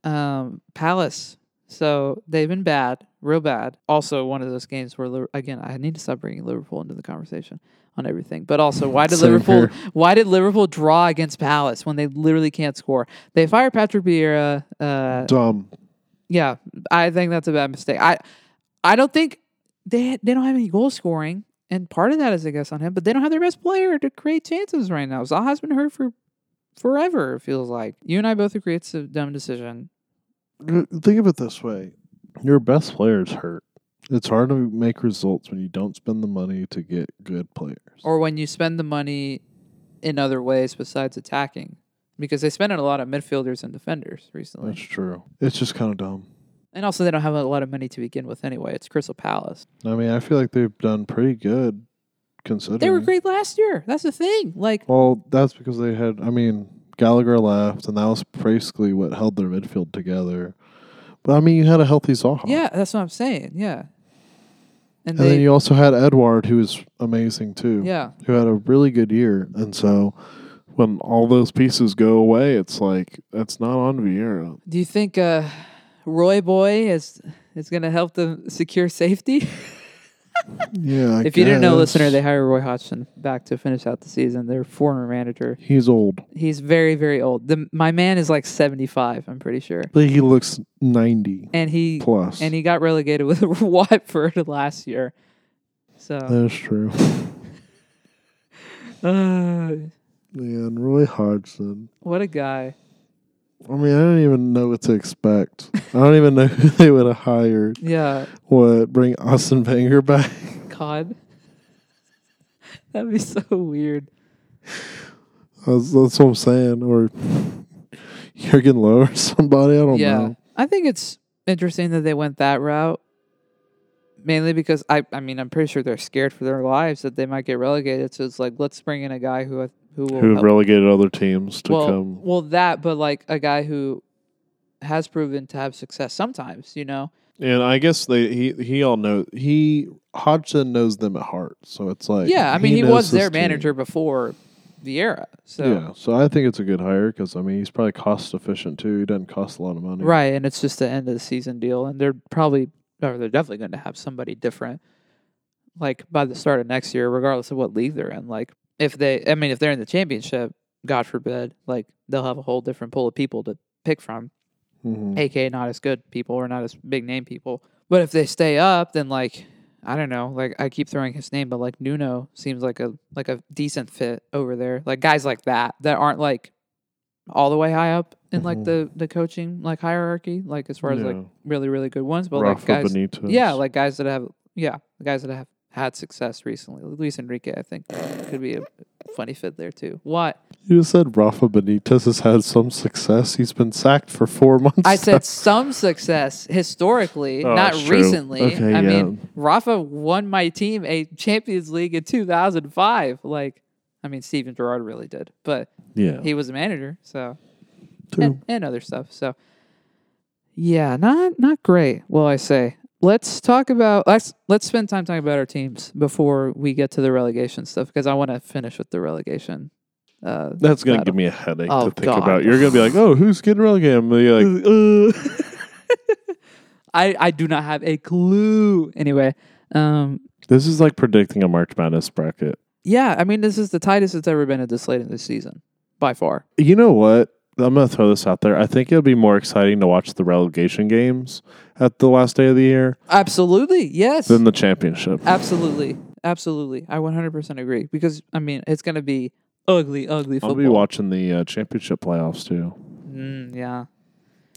[SPEAKER 1] um, Palace. So they've been bad, real bad. Also, one of those games where Liver- again, I need to stop bringing Liverpool into the conversation on everything. But also, why did
[SPEAKER 2] Same
[SPEAKER 1] Liverpool?
[SPEAKER 2] here.
[SPEAKER 1] Why did Liverpool draw against Palace when they literally can't score? They fire Patrick Vieira. Uh,
[SPEAKER 2] Dumb.
[SPEAKER 1] yeah, I think that's a bad mistake. I I don't think they they don't have any goal scoring, and part of that is I guess on him, but they don't have their best player to create chances right now. Zaha's been hurt for forever. It feels like you and I both agree it's a dumb decision.
[SPEAKER 2] Think of it this way: your best players hurt. It's hard to make results when you don't spend the money to get good players.
[SPEAKER 1] Or when you spend the money in other ways besides attacking, because they spent it a lot on midfielders and defenders recently,
[SPEAKER 2] That's true. It's just kind of dumb.
[SPEAKER 1] and also they don't have a lot of money to begin with anyway. It's Crystal Palace.
[SPEAKER 2] I mean, I feel like they've done pretty good considering.
[SPEAKER 1] They were great last year. That's the thing. Like
[SPEAKER 2] Well, that's because they had. I mean, Gallagher left, and that was basically what held their midfield together. But I mean, you had a healthy Zaha.
[SPEAKER 1] yeah, that's what I'm saying. Yeah.
[SPEAKER 2] And then you also had Edward, who was amazing too.
[SPEAKER 1] Yeah.
[SPEAKER 2] Who had a really good year, and so when all those pieces go away, it's like that's not on Vieira.
[SPEAKER 1] Do you think uh, Roy Boy is is going to help them secure safety?
[SPEAKER 2] Yeah. I
[SPEAKER 1] if you didn't know,
[SPEAKER 2] guess.
[SPEAKER 1] listener, they hire Roy Hodgson back to finish out the season. Their former manager.
[SPEAKER 2] he's old,
[SPEAKER 1] He's very very old. The, my man is like seventy five. I'm pretty sure.
[SPEAKER 2] but he looks ninety
[SPEAKER 1] And he
[SPEAKER 2] plus.
[SPEAKER 1] and he got relegated with Watford last year. So
[SPEAKER 2] that's true.
[SPEAKER 1] uh,
[SPEAKER 2] Man, Roy Hodgson.
[SPEAKER 1] What a guy.
[SPEAKER 2] I mean, I don't even know what to expect. I don't even know who they would have hired.
[SPEAKER 1] Yeah.
[SPEAKER 2] What, bring Austin Banger back?
[SPEAKER 1] God. That'd be so weird.
[SPEAKER 2] That's, that's what I'm saying. Or Jurgen Lowe or somebody. I don't
[SPEAKER 1] yeah.
[SPEAKER 2] know.
[SPEAKER 1] I think it's interesting that they went that route. Mainly because I I mean I'm pretty sure they're scared for their lives that they might get relegated. So it's like let's bring in a guy who who will
[SPEAKER 2] Who
[SPEAKER 1] help
[SPEAKER 2] have relegated other teams to
[SPEAKER 1] well,
[SPEAKER 2] come.
[SPEAKER 1] Well, that, but like a guy who has proven to have success sometimes, you know?
[SPEAKER 2] And I guess they he he all know he Hodgson knows them at heart. So it's like
[SPEAKER 1] yeah, I mean, he,
[SPEAKER 2] knows
[SPEAKER 1] was their
[SPEAKER 2] his team.
[SPEAKER 1] manager before the era. So,
[SPEAKER 2] Yeah, so I think it's a good hire because I mean he's probably cost efficient too. He doesn't cost a lot of money.
[SPEAKER 1] right. And it's just the end of the season deal. And they're probably, or they're definitely going to have somebody different, like by the start of next year, regardless of what league they're in. Like, if they, I mean, if they're in the championship, God forbid, like they'll have a whole different pool of people to pick from.
[SPEAKER 2] Mhm.
[SPEAKER 1] aka not as good people or not as big name people. But if they stay up, then like I don't know, like I keep throwing his name, but like Nuno seems like a like a decent fit over there. Like guys like that that aren't like all the way high up in like
[SPEAKER 2] Mhm.
[SPEAKER 1] the the coaching like hierarchy, like as far as like
[SPEAKER 2] Yeah.
[SPEAKER 1] really really good ones, but
[SPEAKER 2] Rafa
[SPEAKER 1] like guys,
[SPEAKER 2] Benitez.
[SPEAKER 1] yeah, like guys that have yeah guys that have had success recently. Luis Enrique, I think, could be a funny fit there too. What?
[SPEAKER 2] you said Rafa Benitez has had some success. He's been sacked for four months.
[SPEAKER 1] I said some success historically,
[SPEAKER 2] Oh,
[SPEAKER 1] not
[SPEAKER 2] that's true.
[SPEAKER 1] recently.
[SPEAKER 2] Okay,
[SPEAKER 1] I
[SPEAKER 2] yeah.
[SPEAKER 1] mean, Rafa won my team a Champions League in 2005. Like, I mean, Steven Gerrard really did, but
[SPEAKER 2] yeah,
[SPEAKER 1] he was a manager, so
[SPEAKER 2] two.
[SPEAKER 1] and, and other stuff. So, yeah, not not great. Well, I say let's talk about let's let's spend time talking about our teams before we get to the relegation stuff because I want to finish with the relegation. Uh,
[SPEAKER 2] That's gonna
[SPEAKER 1] That'll-
[SPEAKER 2] give me a headache
[SPEAKER 1] Oh,
[SPEAKER 2] to think
[SPEAKER 1] God.
[SPEAKER 2] about. You're gonna be like, oh, who's getting relegated? I'm gonna be like,
[SPEAKER 1] I I do not have a clue. Anyway, um,
[SPEAKER 2] this is like predicting a March Madness bracket.
[SPEAKER 1] Yeah, I mean, this is the tightest it's ever been at this late in the season, by far.
[SPEAKER 2] You know what? I'm gonna throw this out there. I think it'll be more exciting to watch the relegation games at the last day of the year
[SPEAKER 1] Absolutely, yes.
[SPEAKER 2] than the championship.
[SPEAKER 1] absolutely, absolutely. I 100% agree because I mean, it's going to be ugly, ugly
[SPEAKER 2] I'll be
[SPEAKER 1] football.
[SPEAKER 2] watching the uh, championship playoffs too.
[SPEAKER 1] Mm, yeah,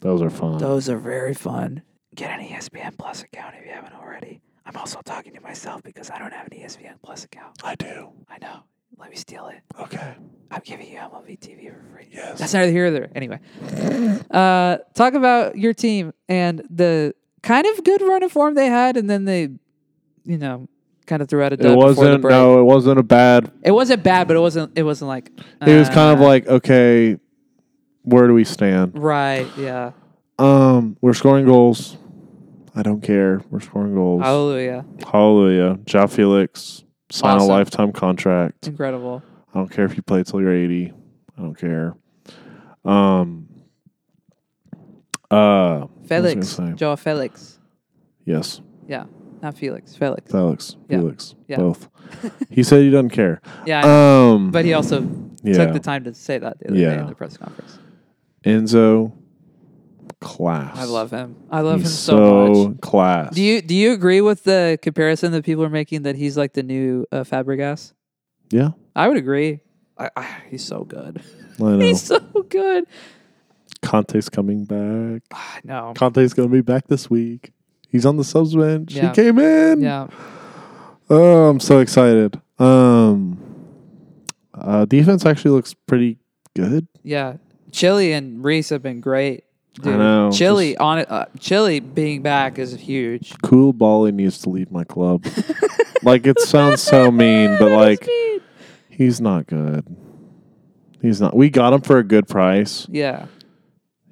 [SPEAKER 2] Those are fun.
[SPEAKER 1] those are very fun. Get an E ESPN Plus account if you haven't already. I'm also talking to myself because I don't have an E ESPN Plus account.
[SPEAKER 2] I do.
[SPEAKER 1] I know. Let me steal it.
[SPEAKER 2] Okay.
[SPEAKER 1] I'm giving you MLB TV for free.
[SPEAKER 2] Yes.
[SPEAKER 1] That's neither here nor there. Anyway, uh, talk about your team and the kind of good run of form they had, and then they, you know, kind of threw out a dud
[SPEAKER 2] it
[SPEAKER 1] before the
[SPEAKER 2] wasn't.
[SPEAKER 1] break.
[SPEAKER 2] No, it wasn't a bad.
[SPEAKER 1] It wasn't bad, but it wasn't. It wasn't like.
[SPEAKER 2] it was kind of
[SPEAKER 1] uh,
[SPEAKER 2] like, okay, where do we stand?
[SPEAKER 1] Right. Yeah.
[SPEAKER 2] Um, we're scoring goals. I don't care. We're scoring goals.
[SPEAKER 1] Hallelujah.
[SPEAKER 2] Hallelujah. Jao Felix sign
[SPEAKER 1] Awesome.
[SPEAKER 2] a lifetime contract.
[SPEAKER 1] Incredible.
[SPEAKER 2] I don't care if you play till you're 80. I don't care. Um. Uh. what was I
[SPEAKER 1] Felix.
[SPEAKER 2] gonna say?
[SPEAKER 1] Joe Felix.
[SPEAKER 2] Yes,
[SPEAKER 1] Yeah. Not Felix. Felix.
[SPEAKER 2] Felix.
[SPEAKER 1] Yeah.
[SPEAKER 2] Felix.
[SPEAKER 1] Yeah.
[SPEAKER 2] Both. he said he doesn't care.
[SPEAKER 1] yeah. I know.
[SPEAKER 2] Um.
[SPEAKER 1] but he also
[SPEAKER 2] yeah.
[SPEAKER 1] took the time to say that the other day
[SPEAKER 2] Yeah.
[SPEAKER 1] in the press conference.
[SPEAKER 2] Enzo class.
[SPEAKER 1] I love him. I love
[SPEAKER 2] He's
[SPEAKER 1] him so much.
[SPEAKER 2] class.
[SPEAKER 1] Do you do you agree with the comparison that people are making that he's like the new uh, Fabregas?
[SPEAKER 2] Yeah,
[SPEAKER 1] I would agree. I, I, he's so good.
[SPEAKER 2] I know.
[SPEAKER 1] He's so good.
[SPEAKER 2] Conte's coming back.
[SPEAKER 1] I know.
[SPEAKER 2] Conte's gonna be back this week. He's on the subs bench.
[SPEAKER 1] Yeah.
[SPEAKER 2] He came in.
[SPEAKER 1] Yeah.
[SPEAKER 2] Oh, I'm so excited. Um, uh, defense actually looks pretty good.
[SPEAKER 1] Yeah. Chili and Reese have been great. Dude.
[SPEAKER 2] know,
[SPEAKER 1] Chili on it. Uh, Chili being back is huge.
[SPEAKER 2] Cool Bali needs to leave my club. like it sounds so mean, but like he's not good. He's not. We got him for a good price.
[SPEAKER 1] yeah.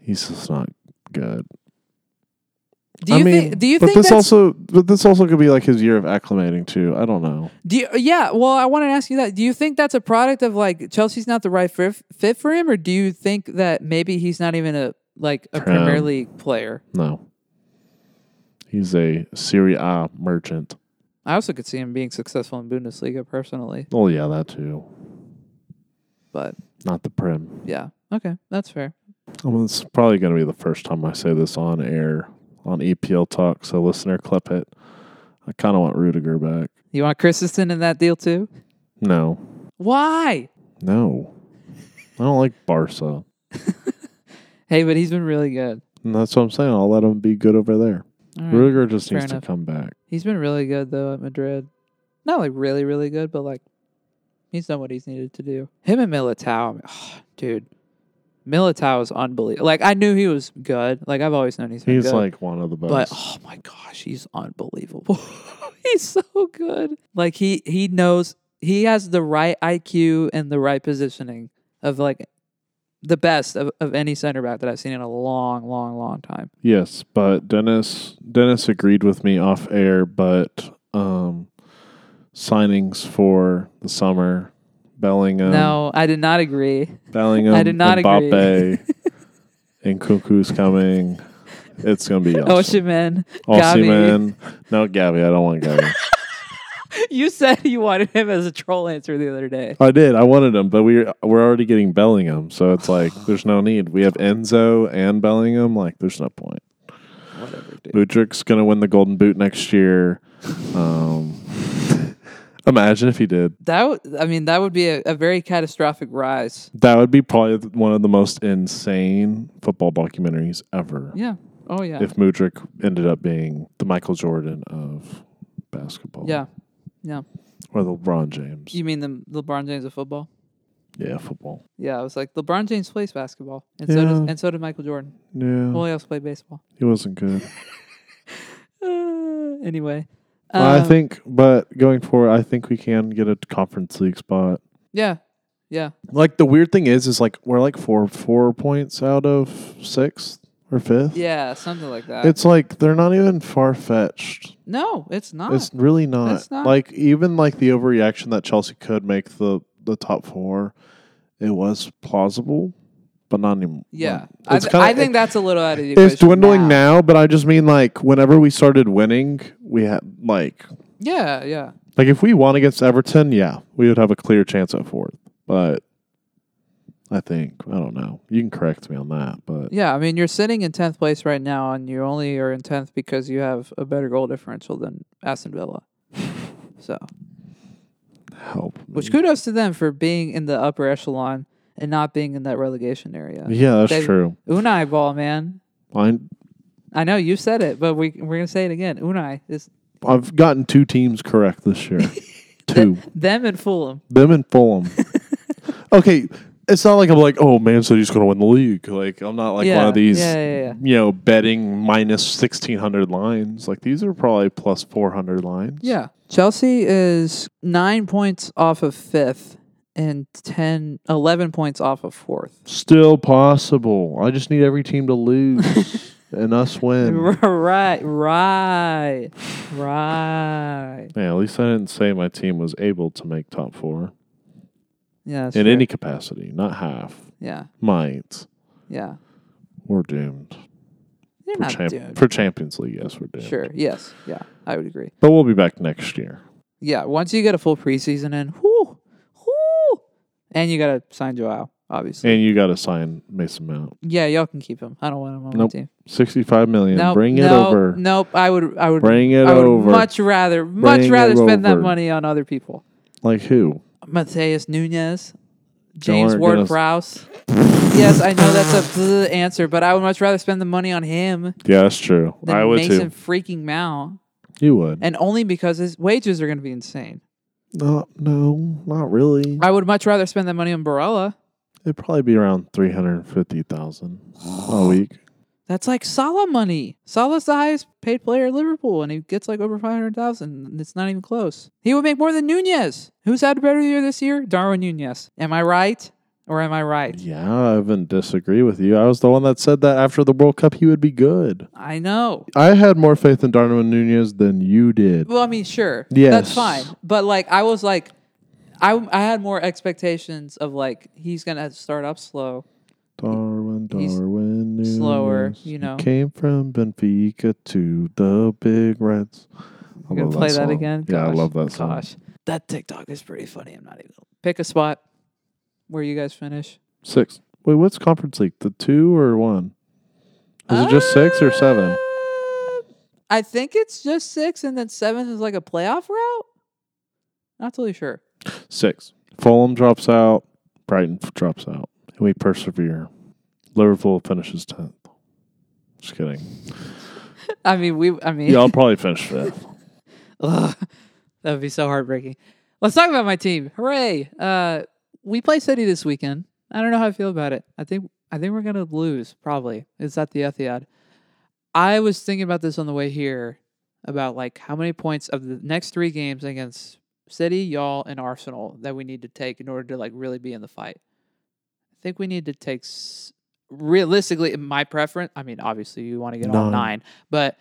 [SPEAKER 2] He's just not good.
[SPEAKER 1] Do you think? Do you
[SPEAKER 2] but
[SPEAKER 1] think
[SPEAKER 2] this
[SPEAKER 1] that's?
[SPEAKER 2] also but this also could be like his year of acclimating too. I don't know.
[SPEAKER 1] do you, yeah. Well, I want to ask you that. Do you think that's a product of like Chelsea's not the right fit, fit for him, or do you think that maybe he's not even a like a
[SPEAKER 2] Prem.
[SPEAKER 1] Premier League player?
[SPEAKER 2] No. He's a Serie A merchant.
[SPEAKER 1] I also could see him being successful in Bundesliga personally,
[SPEAKER 2] Oh yeah, that too.
[SPEAKER 1] but
[SPEAKER 2] Not the prim.
[SPEAKER 1] yeah, okay, that's fair.
[SPEAKER 2] I mean, it's probably going to be the first time I say this on air on EPL Talk. So listener, clip it. I kind of want Rudiger back.
[SPEAKER 1] You want Christensen in that deal too?
[SPEAKER 2] No,
[SPEAKER 1] Why?
[SPEAKER 2] no. I don't like Barca.
[SPEAKER 1] Hey, but he's been really good.
[SPEAKER 2] And that's what I'm saying. I'll let him be good over there.
[SPEAKER 1] All right.
[SPEAKER 2] Rudiger just
[SPEAKER 1] Hmm. Fair
[SPEAKER 2] needs
[SPEAKER 1] enough.
[SPEAKER 2] to come back.
[SPEAKER 1] He's been really good though at Madrid. Not like really, really good, but like he's done what he's needed to do. Him and Militao, I mean, dude. Militao is unbelievable. Like I knew he was good. Like I've always known he's been
[SPEAKER 2] He's
[SPEAKER 1] good.
[SPEAKER 2] like one of the
[SPEAKER 1] but
[SPEAKER 2] best.
[SPEAKER 1] oh my gosh, he's unbelievable. he's so good. Like he he knows he has the right IQ and the right positioning of like the best of, of any center back that I've seen in a long, long, long time.
[SPEAKER 2] yes, but Dennis Dennis agreed with me off air, but um signings for the summer, Bellingham,
[SPEAKER 1] no, I did not agree.
[SPEAKER 2] Bellingham,
[SPEAKER 1] I did not agree.
[SPEAKER 2] Mbappe, and Cuckoo's coming. It's gonna be
[SPEAKER 1] Oh,
[SPEAKER 2] awesome.
[SPEAKER 1] Shaman. Gavi.
[SPEAKER 2] Osimhen. No, Gabby. I don't want Gabby.
[SPEAKER 1] You said you wanted him as a troll answer the other day.
[SPEAKER 2] I did. I wanted him, but we're we're already getting Bellingham, so it's like there's no need. We have Enzo and Bellingham. Like there's no point.
[SPEAKER 1] Whatever, dude.
[SPEAKER 2] Mudrik's gonna win the Golden Boot next year. Um, imagine if he did.
[SPEAKER 1] That would, I mean, that would be a, a very catastrophic rise.
[SPEAKER 2] That would be probably th- one of the most insane football documentaries ever.
[SPEAKER 1] Yeah. Oh yeah.
[SPEAKER 2] If Mudrik ended up being the Michael Jordan of basketball,
[SPEAKER 1] yeah.
[SPEAKER 2] or the LeBron James,
[SPEAKER 1] You mean the LeBron James of football?
[SPEAKER 2] yeah, football,
[SPEAKER 1] Yeah, I was like LeBron James plays basketball, and so does
[SPEAKER 2] Yeah.
[SPEAKER 1] and so did Michael Jordan.
[SPEAKER 2] yeah,
[SPEAKER 1] Well, he also played baseball.
[SPEAKER 2] he wasn't good.
[SPEAKER 1] Uh, anyway,
[SPEAKER 2] Well, I
[SPEAKER 1] um,
[SPEAKER 2] think, but going forward, I think we can get a conference league spot.
[SPEAKER 1] yeah, yeah,
[SPEAKER 2] Like the weird thing is, is like we're like four four points out of sixth or fifth.
[SPEAKER 1] yeah, something like that.
[SPEAKER 2] It's like they're not even far fetched.
[SPEAKER 1] no, it's not.
[SPEAKER 2] It's really not.
[SPEAKER 1] That's not-
[SPEAKER 2] Like even like the overreaction that Chelsea could make the the top four, it was plausible, but not anymore.
[SPEAKER 1] yeah, I,
[SPEAKER 2] it's
[SPEAKER 1] th-
[SPEAKER 2] kinda-
[SPEAKER 1] I think that's a little out of the
[SPEAKER 2] It's
[SPEAKER 1] equation
[SPEAKER 2] dwindling now. but I just mean like whenever we started winning, we had like
[SPEAKER 1] Yeah, yeah,
[SPEAKER 2] like if we won against Everton, yeah, we would have a clear chance at fourth. But I think I don't know. You can correct me on that, but
[SPEAKER 1] yeah. I mean, you're sitting in tenth place right now, and you only are in tenth because you have a better goal differential than Aston Villa. So,
[SPEAKER 2] help.
[SPEAKER 1] which
[SPEAKER 2] me.
[SPEAKER 1] kudos to them for being in the upper echelon and not being in that relegation area.
[SPEAKER 2] Yeah, that's
[SPEAKER 1] They-
[SPEAKER 2] true.
[SPEAKER 1] Unai ball, man.
[SPEAKER 2] I
[SPEAKER 1] I know you said it, but we we're gonna say it again. Unai is
[SPEAKER 2] I've gotten two teams correct this year. two.
[SPEAKER 1] them and Fulham.
[SPEAKER 2] Them and Fulham. okay. It's not like I'm like, oh man, City's gonna win the league. Like I'm not like one
[SPEAKER 1] Yeah,
[SPEAKER 2] of these
[SPEAKER 1] yeah, yeah, yeah.
[SPEAKER 2] you know, betting minus sixteen hundred lines. Like these are probably plus four hundred lines.
[SPEAKER 1] Yeah, Chelsea is nine points off of fifth and 10, 11 points off of fourth.
[SPEAKER 2] Still possible. I just need every team to lose and us win.
[SPEAKER 1] right, right, right.
[SPEAKER 2] Yeah, at least I didn't say my team was able to make top four.
[SPEAKER 1] Yeah, that's
[SPEAKER 2] in
[SPEAKER 1] true.
[SPEAKER 2] any capacity, not half.
[SPEAKER 1] yeah,
[SPEAKER 2] Might.
[SPEAKER 1] yeah.
[SPEAKER 2] We're doomed.
[SPEAKER 1] You're
[SPEAKER 2] For,
[SPEAKER 1] not
[SPEAKER 2] champ-
[SPEAKER 1] doomed.
[SPEAKER 2] for Champions League, yes, we're doomed.
[SPEAKER 1] Sure. Yes. Yeah, I would agree.
[SPEAKER 2] But we'll be back next year.
[SPEAKER 1] Yeah, once you get a full preseason in, whoo, whoo, and you gotta sign Joao, obviously.
[SPEAKER 2] And you got to sign Mason Mount.
[SPEAKER 1] Yeah, y'all can keep him. I don't want him on
[SPEAKER 2] Nope.
[SPEAKER 1] my team.
[SPEAKER 2] 65 million.
[SPEAKER 1] No,
[SPEAKER 2] Bring it
[SPEAKER 1] no,
[SPEAKER 2] over.
[SPEAKER 1] Nope. I would. I would.
[SPEAKER 2] Bring it
[SPEAKER 1] I would
[SPEAKER 2] over.
[SPEAKER 1] much rather, much
[SPEAKER 2] Bring
[SPEAKER 1] rather
[SPEAKER 2] it
[SPEAKER 1] spend that
[SPEAKER 2] over.
[SPEAKER 1] money on other people.
[SPEAKER 2] like who?
[SPEAKER 1] Mateus Nunez, James
[SPEAKER 2] aren't gonna
[SPEAKER 1] Ward
[SPEAKER 2] s-
[SPEAKER 1] Prowse. yes, I know that's a bleh answer, but I would much rather spend the money on him
[SPEAKER 2] Yeah, that's true.
[SPEAKER 1] than
[SPEAKER 2] I would
[SPEAKER 1] Mason freaking Mount,
[SPEAKER 2] too. You would.
[SPEAKER 1] and only because his wages are going to be insane.
[SPEAKER 2] No, no, not really.
[SPEAKER 1] I would much rather spend that money on Barella.
[SPEAKER 2] It'd probably be around 350,000 a week.
[SPEAKER 1] That's like Salah money. Salah's the highest paid player at Liverpool, and he gets like over five hundred thousand, and it's not even close. He would make more than Nunez. Who's had a better year this year? Darwin Nunez. Am I right, or am I right?
[SPEAKER 2] Yeah, I haven't disagree with you. I was the one that said that after the World Cup he would be good.
[SPEAKER 1] I know.
[SPEAKER 2] I had more faith in Darwin Nunez than you did.
[SPEAKER 1] Well, I mean, sure, that's
[SPEAKER 2] Yes.
[SPEAKER 1] fine. But like, I was like, I I had more expectations of like he's gonna start up slow.
[SPEAKER 2] Darwin,
[SPEAKER 1] he's
[SPEAKER 2] Darwin, Nunez.
[SPEAKER 1] slower, you
[SPEAKER 2] He
[SPEAKER 1] know.
[SPEAKER 2] Came from Benfica to the Big Reds. I
[SPEAKER 1] I'm gonna
[SPEAKER 2] love
[SPEAKER 1] play that,
[SPEAKER 2] song.
[SPEAKER 1] again.
[SPEAKER 2] Yeah, I
[SPEAKER 1] Gosh,
[SPEAKER 2] love that song.
[SPEAKER 1] Gosh, that TikTok is pretty funny. I'm not even. Pick a spot where you guys finish.
[SPEAKER 2] Six. Wait, what's conference league? The two or one? Is it just six or seven?
[SPEAKER 1] Uh, I think it's just six, and then seventh is like a playoff route. Not totally sure.
[SPEAKER 2] Six. Fulham drops out. Brighton f- drops out. and we persevere. Liverpool finishes tenth. Just kidding.
[SPEAKER 1] I mean, we. I mean,
[SPEAKER 2] Yeah, I'll probably finish fifth.
[SPEAKER 1] Ugh, that would be so heartbreaking. Let's talk about my team. Hooray! Uh, we play City this weekend. I don't know how I feel about it. I think I think we're gonna lose. Probably it's at the Etihad. I was thinking about this on the way here about like how many points of the next three games against City, y'all, and Arsenal that we need to take in order to like really be in the fight. I think we need to take s- realistically. in My preference. I mean, obviously you want to get all
[SPEAKER 2] Nine.
[SPEAKER 1] nine, but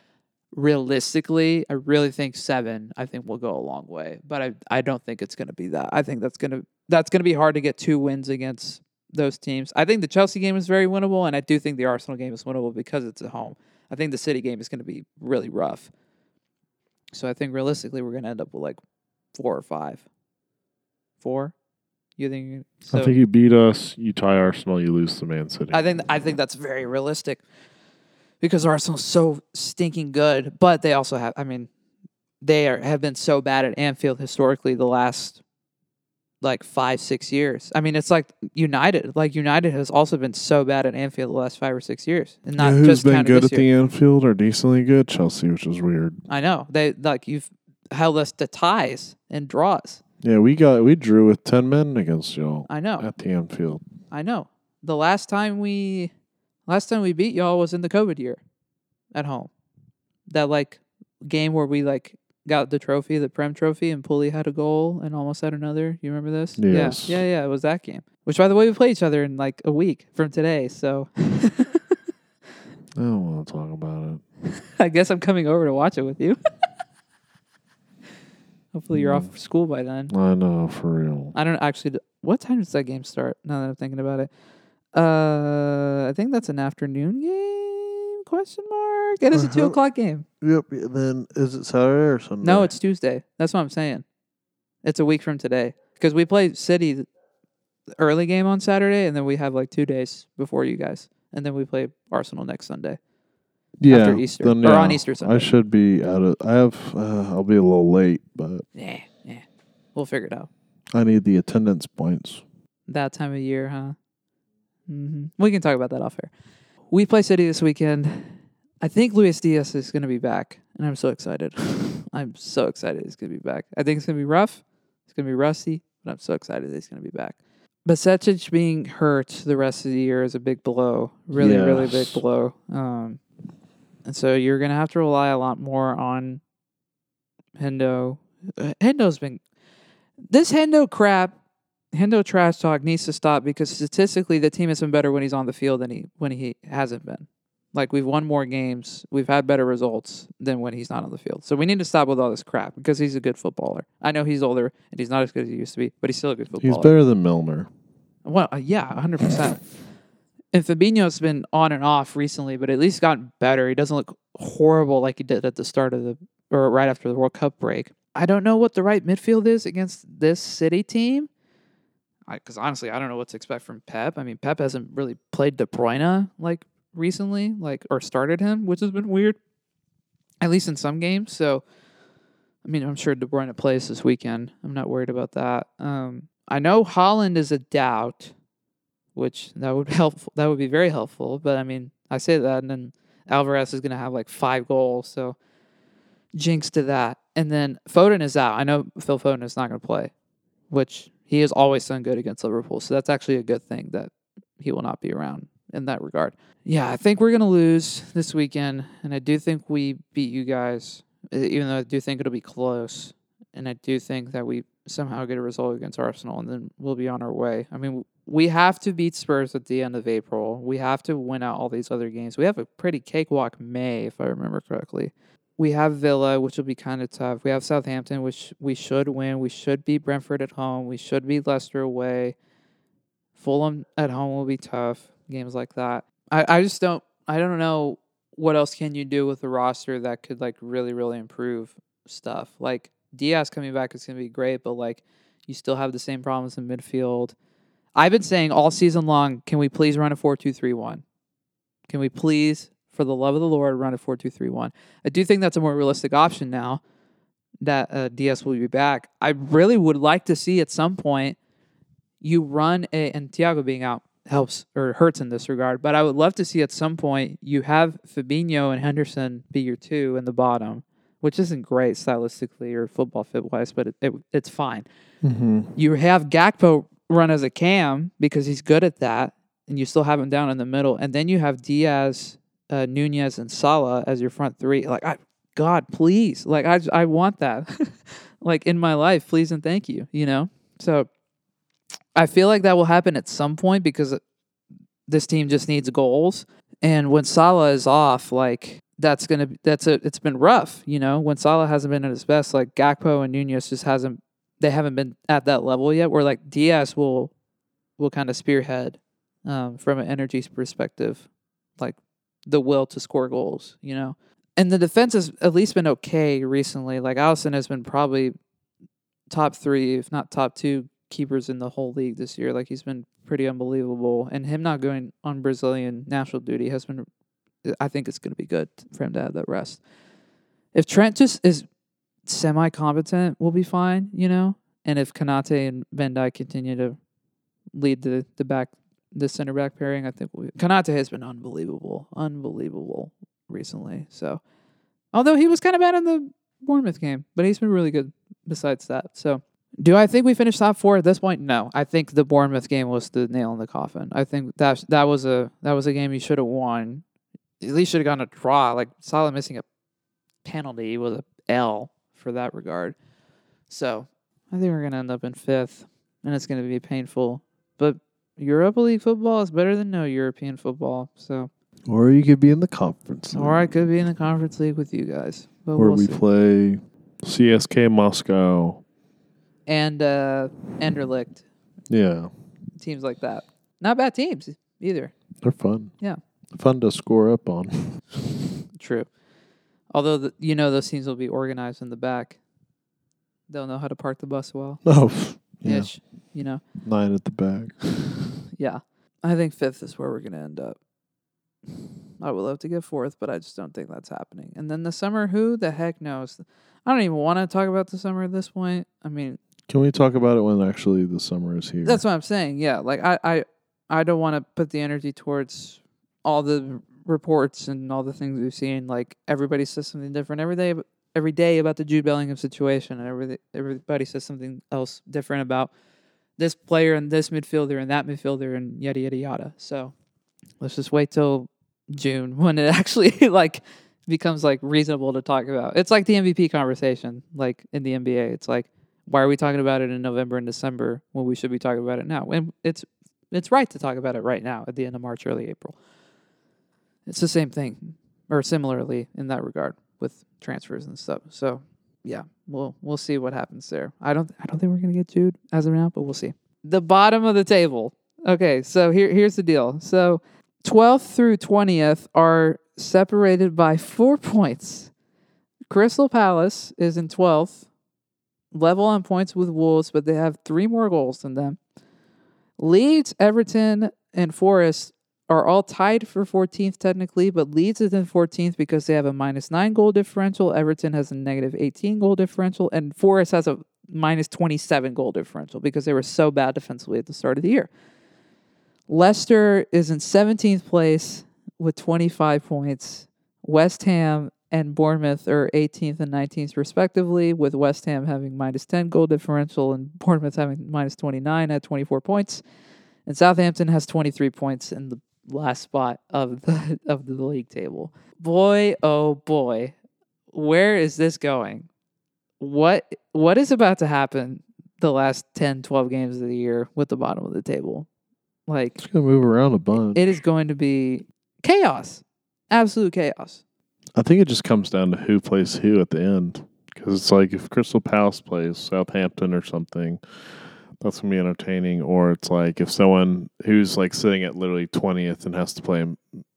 [SPEAKER 1] realistically, I really think seven. I think will go a long way, but I I don't think it's going to be that. I think that's gonna that's gonna be hard to get two wins against those teams. I think the Chelsea game is very winnable, and I do think the Arsenal game is winnable because it's at home. I think the City game is going to be really rough. So I think realistically, we're going to end up with like four or five. Four, you think? So
[SPEAKER 2] I think you beat us. You tie Arsenal. You lose to Man City.
[SPEAKER 1] I think I think that's very realistic because Arsenal's so stinking good, but they also have. I mean, they are, have been so bad at Anfield historically the last like five six years. I mean, it's like United. Like United has also been so bad at Anfield the last five or six years, and
[SPEAKER 2] You know
[SPEAKER 1] not
[SPEAKER 2] who's
[SPEAKER 1] just
[SPEAKER 2] been
[SPEAKER 1] counting
[SPEAKER 2] good
[SPEAKER 1] this
[SPEAKER 2] at
[SPEAKER 1] year.
[SPEAKER 2] the Anfield or decently good? Chelsea, which is weird.
[SPEAKER 1] I know they like you've held us to ties and draws.
[SPEAKER 2] Yeah, we got we drew with ten men against y'all
[SPEAKER 1] I know.
[SPEAKER 2] at the Anfield.
[SPEAKER 1] I know. The last time we last time we beat y'all was in the COVID year at home. That like game where we like got the trophy, the Prem trophy, and Pulley had a goal and almost had another. You remember this?
[SPEAKER 2] Yes.
[SPEAKER 1] Yeah. Yeah, yeah, it was that game. Which by the way we play each other in like a week from today, so
[SPEAKER 2] I don't want to talk about it.
[SPEAKER 1] I guess I'm coming over to watch it with you. Hopefully you're off school by then.
[SPEAKER 2] I know for real.
[SPEAKER 1] I don't actually. What time does that game start? Now that I'm thinking about it, uh, I think that's an afternoon game? Question mark. It is a two
[SPEAKER 2] Uh-huh.
[SPEAKER 1] o'clock game.
[SPEAKER 2] Yep. Then is it Saturday or Sunday?
[SPEAKER 1] No, it's Tuesday. That's what I'm saying. It's a week from today because we play City th- early game on Saturday, and then we have like two days before you guys, and then we play Arsenal next Sunday.
[SPEAKER 2] yeah,
[SPEAKER 1] after Easter,
[SPEAKER 2] then,
[SPEAKER 1] or on
[SPEAKER 2] yeah,
[SPEAKER 1] Easter
[SPEAKER 2] I
[SPEAKER 1] Sunday.
[SPEAKER 2] should be out of. I have. Uh, I'll be a little late, but
[SPEAKER 1] Yeah, yeah. We'll figure it out.
[SPEAKER 2] I need the attendance points.
[SPEAKER 1] that time of year, huh? hmm We can talk about that off air. We play City this weekend. I think Luis Diaz is going to be back, and I'm so excited. I'm so excited he's going to be back. I think it's going to be rough. It's going to be rusty, but I'm so excited that he's going to be back. But Secic being hurt the rest of the year is a big blow. Really, really big
[SPEAKER 2] Yes.
[SPEAKER 1] blow. Um, and so you're going to have to rely a lot more on Hendo. Uh, Hendo's been this Hendo crap, Hendo trash talk needs to stop because statistically the team has been better when he's on the field than he when he hasn't been. Like we've won more games, we've had better results than when he's not on the field. So we need to stop with all this crap because he's a good footballer. I know he's older and he's not as good as he used to be, but he's still a good footballer.
[SPEAKER 2] He's better than Milner.
[SPEAKER 1] Well, uh, yeah, hundred percent. And Fabinho's been on and off recently, but at least gotten better. He doesn't look horrible like he did at the start of the or right after the World Cup break. I don't know what the right midfield is against this City team, because honestly, I don't know what to expect from Pep. I mean, Pep hasn't really played De Bruyne like recently, like or started him, which has been weird, at least in some games. So, I mean, I'm sure De Bruyne plays this weekend. I'm not worried about that. Um, I know Holland is a doubt, which that would be helpful. That would be very helpful. But I mean, I say that, and then Alvarez is going to have like five goals, so jinx to that. And then Foden is out. I know Phil Foden is not going to play, which he has always done good against Liverpool. So that's actually a good thing that he will not be around in that regard. Yeah, I think we're going to lose this weekend, and I do think we beat you guys, e- even though I do think it'll be close and I do think that we somehow get a result against Arsenal, and then we'll be on our way. I mean, we have to beat Spurs at the end of April. We have to win out all these other games. We have a pretty cakewalk May, if I remember correctly. We have Villa, which will be kind of tough. We have Southampton, which we should win. We should beat Brentford at home. We should beat Leicester away. Fulham at home will be tough. Games like that. I, I just don't. I don't know what else can you do with the roster that could like really really improve stuff. Like Diaz coming back is going to be great, but like you still have the same problems in midfield. I've been saying all season long, can we please run a four-two-three-one? Can we please, for the love of the Lord, run a four-two-three-one? I do think that's a more realistic option now that uh, Diaz will be back. I really would like to see at some point you run a and Thiago being out. helps or hurts in this regard. But I would love to see at some point you have Fabinho and Henderson be your two in the bottom, which isn't great stylistically or football fit wise, but it, it, it's fine.
[SPEAKER 2] Mm-hmm.
[SPEAKER 1] You have Gakpo run as a cam because he's good at that, and you still have him down in the middle, and then you have Diaz, uh, Nunez, and Salah as your front three. Like, I, God, please, like I, I want that, like in my life, please and thank you, you know. So, I feel like that will happen at some point because this team just needs goals, and when Salah is off, like that's gonna that's a it's been rough, you know. When Salah hasn't been at his best, like Gakpo and Nunez just hasn't they haven't been at that level yet where like Diaz will will kind of spearhead um, from an energy perspective like the will to score goals you know and the defense has at least been okay recently like Allison has been probably top 3 if not top 2 keepers in the whole league this year like he's been pretty unbelievable and him not going on Brazilian national duty has been I think it's going to be good for him to have that rest if Trent just is semi competent, we'll be fine, you know? And if Kanate and Van Dyke continue to lead the, the back the center back pairing, I think we Kanate has been unbelievable. Unbelievable recently. So although he was kind of bad in the Bournemouth game, but he's been really good besides that. So do I think we finished top four at this point? No. I think the Bournemouth game was the nail in the coffin. I think that that was a that was a game you should have won. At least should have gotten a draw. Like Salah missing a penalty was a L for that regard. So I think we're gonna end up in fifth, and it's gonna be painful. But Europa League football is better than no European football. So
[SPEAKER 2] Or you could be in the conference.
[SPEAKER 1] or I could be in the conference league with you guys. But
[SPEAKER 2] where
[SPEAKER 1] we'll
[SPEAKER 2] we
[SPEAKER 1] see.
[SPEAKER 2] play CSK Moscow.
[SPEAKER 1] and uh Anderlecht,
[SPEAKER 2] Yeah,
[SPEAKER 1] teams like that. Not bad teams either.
[SPEAKER 2] they're fun.
[SPEAKER 1] Yeah.
[SPEAKER 2] Fun to score up on.
[SPEAKER 1] True. Although the, you know those teams will be organized in the back. They'll know how to park the bus well.
[SPEAKER 2] Oh, yeah.
[SPEAKER 1] Ish. You know.
[SPEAKER 2] Nine at the back.
[SPEAKER 1] Yeah. I think fifth is where we're going to end up. I would love to get fourth, but I just don't think that's happening. And then the summer, who the heck knows? I don't even want to talk about the summer at this point. I mean,
[SPEAKER 2] Can we talk about it when actually the summer is here?
[SPEAKER 1] that's what I'm saying. Yeah. Like, I, I, I don't want to put the energy towards all the reports and all the things we've seen. Like, everybody says something different every day. Every day about the Jude Bellingham situation, and every, everybody says something else different about this player and this midfielder and that midfielder and yada yada yada. So let's just wait till June when it actually like becomes like reasonable to talk about. It's like the MVP conversation, like in the NBA. It's like why are we talking about it in November and December when we should be talking about it now? And it's it's right to talk about it right now at the end of March, early April. It's the same thing, or similarly in that regard with transfers and stuff. So yeah, we'll we'll see what happens there. I don't I don't think we're gonna get Jude as of now, but we'll see. The bottom of the table. Okay, so here here's the deal. So 12th through 20th are separated by four points. Crystal Palace is in 12th, level on points with Wolves, but they have three more goals than them. Leeds, Everton, and Forest are all tied for 14th technically, but Leeds is in 14th because they have a minus nine goal differential. Everton has a negative 18 goal differential, and Forest has a minus 27 goal differential because they were so bad defensively at the start of the year. Leicester is in 17th place with 25 points. West Ham and Bournemouth are 18th and 19th, respectively, with West Ham having minus 10 goal differential and Bournemouth having minus 29 at 24 points. And Southampton has 23 points in the last spot of the, of the league table. Boy, oh boy, where is this going? What what is about to happen the last 10 12 games of the year with the bottom of the table? Like
[SPEAKER 2] It's gonna move around a bunch.
[SPEAKER 1] it is going to be chaos, absolute chaos.
[SPEAKER 2] I think it just comes down to who plays who at the end. Because it's like if Crystal Palace plays Southampton or something, that's gonna be entertaining. Or it's like if someone who's like sitting at literally twentieth and has to play,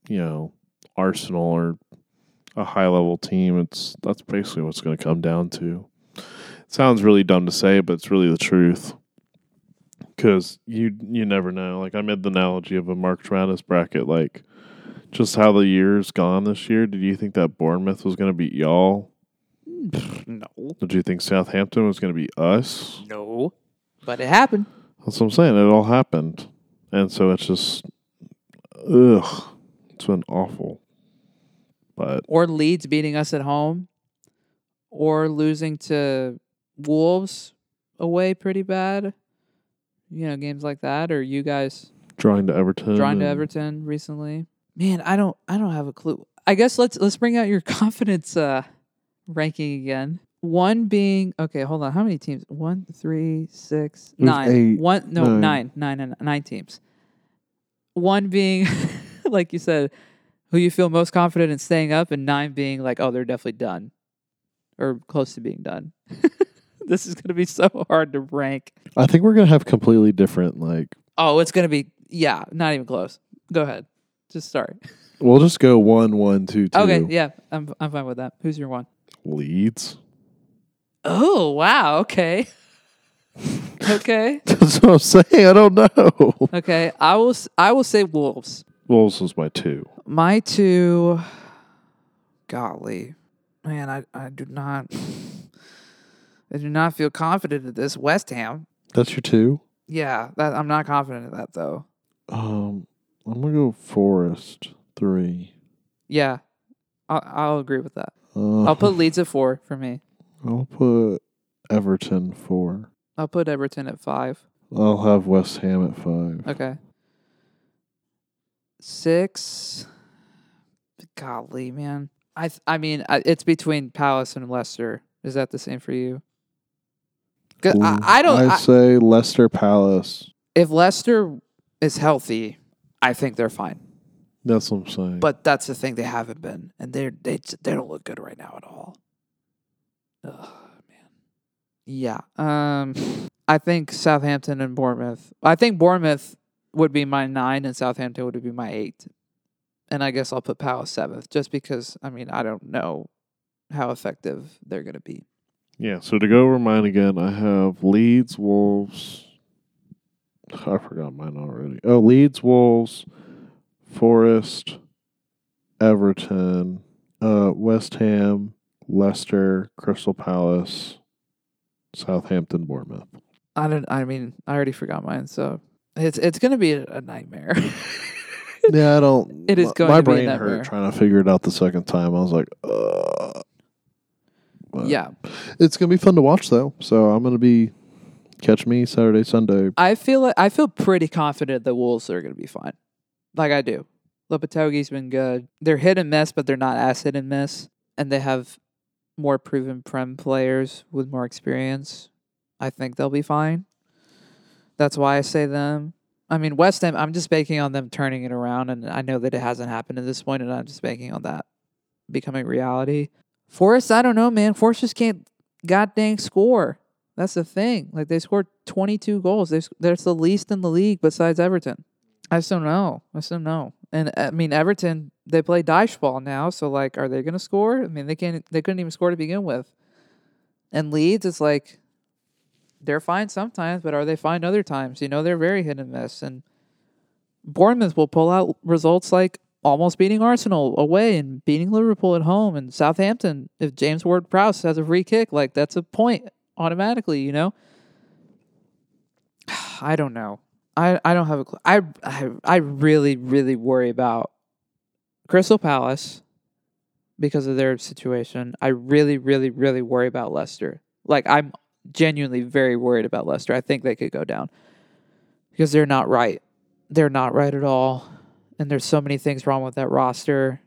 [SPEAKER 2] you know, Arsenal or a high level team, it's that's basically what's gonna come down to. It sounds really dumb to say, but it's really the truth. Because you you never know. Like I made the analogy of a March Madness bracket, like just how the year's gone this year, did you think that Bournemouth was going to beat y'all?
[SPEAKER 1] No,
[SPEAKER 2] Did you think Southampton was going to be us?
[SPEAKER 1] no, but it happened.
[SPEAKER 2] That's what I'm saying. It all happened. And so it's just, ugh, it's been awful. But
[SPEAKER 1] or Leeds beating us at home, or losing to Wolves away pretty bad. You know, games like that, or you guys
[SPEAKER 2] drawing to Everton,
[SPEAKER 1] drawing to
[SPEAKER 2] and-
[SPEAKER 1] Everton recently. Man, I don't, I don't have a clue. I guess let's let's bring out your confidence uh, ranking again. One being okay. Hold on, how many teams? One, three, six,
[SPEAKER 2] It was
[SPEAKER 1] nine.
[SPEAKER 2] eight,
[SPEAKER 1] One, no,
[SPEAKER 2] nine.
[SPEAKER 1] nine, nine, nine, nine teams. One being, like you said, who you feel most confident in staying up, and nine being like, oh, they're definitely done, or close to being done. this is gonna be so hard to rank.
[SPEAKER 2] I think we're gonna have completely different. Like
[SPEAKER 1] Oh, it's gonna be yeah, not even close. Go ahead, just start.
[SPEAKER 2] we'll just go one, one, two, two.
[SPEAKER 1] Okay, yeah, I'm I'm fine with that. Who's your one?
[SPEAKER 2] Leeds.
[SPEAKER 1] Oh wow, okay, okay,
[SPEAKER 2] That's what I'm saying. I don't know.
[SPEAKER 1] okay. I will s- I will say Wolves.
[SPEAKER 2] Wolves was my two.
[SPEAKER 1] My two, golly, man, I I do not I do not feel confident in this West Ham.
[SPEAKER 2] That's your two.
[SPEAKER 1] Yeah, that, I'm not confident in that though.
[SPEAKER 2] Um, I'm gonna go Forest three.
[SPEAKER 1] Yeah, I'll, I'll agree with that.
[SPEAKER 2] Uh,
[SPEAKER 1] I'll put Leeds at four for me.
[SPEAKER 2] I'll put Everton four.
[SPEAKER 1] I'll put Everton at five.
[SPEAKER 2] I'll have West Ham at five.
[SPEAKER 1] Okay. Six. Golly, man. I th- I mean, I, it's between Palace and Leicester. Is that the same for you? 'Cause I,
[SPEAKER 2] Ooh.
[SPEAKER 1] I don't.
[SPEAKER 2] I'd
[SPEAKER 1] I,
[SPEAKER 2] say Leicester Palace.
[SPEAKER 1] if Leicester is healthy, I think they're fine.
[SPEAKER 2] That's what I'm saying.
[SPEAKER 1] But that's the thing; they haven't been, and they they j- they don't look good right now at all. Ugh, man. Yeah. Um, I think Southampton and Bournemouth. I think Bournemouth would be my nine, and Southampton would be my eight. And I guess I'll put Palace seventh, just because. I mean, I don't know how effective they're going to be.
[SPEAKER 2] yeah. So to go over mine again, I have Leeds Wolves. I forgot mine already. Oh, Leeds Wolves, Forest, Everton, uh, West Ham, Leicester, Crystal Palace, Southampton, Bournemouth.
[SPEAKER 1] I don't. I mean, I already forgot mine, so it's it's going to be a nightmare.
[SPEAKER 2] Yeah, I don't.
[SPEAKER 1] It is
[SPEAKER 2] my-
[SPEAKER 1] going
[SPEAKER 2] My
[SPEAKER 1] to be a
[SPEAKER 2] brain
[SPEAKER 1] nightmare.
[SPEAKER 2] hurt trying to figure it out the second time. I was like, uh. But
[SPEAKER 1] yeah,
[SPEAKER 2] It's gonna be fun to watch though. So I'm gonna be catch me Saturday, Sunday.
[SPEAKER 1] I feel like, I feel pretty confident that Wolves are going to be fine. Like I do. Lopetogi's been good. They're hit and miss, but they're not as hit and miss, and they have more proven prem players with more experience. I think they'll be fine. That's why I say them. I mean, West Ham. I'm just banking on them turning it around, and I know that it hasn't happened at this point, and I'm just banking on that becoming reality. Forest, I don't know, man. Forest just can't goddamn score. That's the thing. Like they scored 22 goals. They that's the least in the league besides Everton. I still know. I still know. And I mean Everton, they play dice ball now. So like, are they going to score? I mean, they can't. They couldn't even score to begin with. And Leeds, it's like they're fine sometimes, but are they fine other times? You know, they're very hit and miss. And Bournemouth will pull out results like almost beating Arsenal away and beating Liverpool at home and Southampton. If James Ward Prowse has a free kick, like that's a point automatically, you know? I don't know. I, I don't have a clue. I, I, I really, really worry about Crystal Palace because of their situation. I really, really, really worry about Leicester. Like, I'm genuinely very worried about Leicester. I think they could go down because they're not right. They're not right at all. And there's so many things wrong with that roster.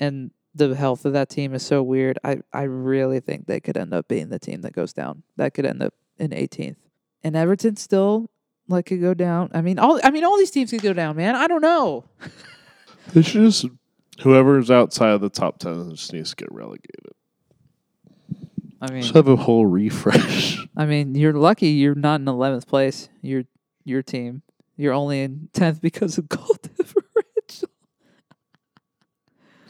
[SPEAKER 1] And the health of that team is so weird. I, I really think they could end up being the team that goes down. That could end up in 18th. And Everton still like could go down. I mean, all I mean, all these teams could go down, man. I don't know.
[SPEAKER 2] It's just whoever's outside of the top ten just needs to get relegated.
[SPEAKER 1] I mean,
[SPEAKER 2] Just have a whole refresh.
[SPEAKER 1] I mean, you're lucky you're not in eleventh place. Your your team. You're only in tenth because of goal differential.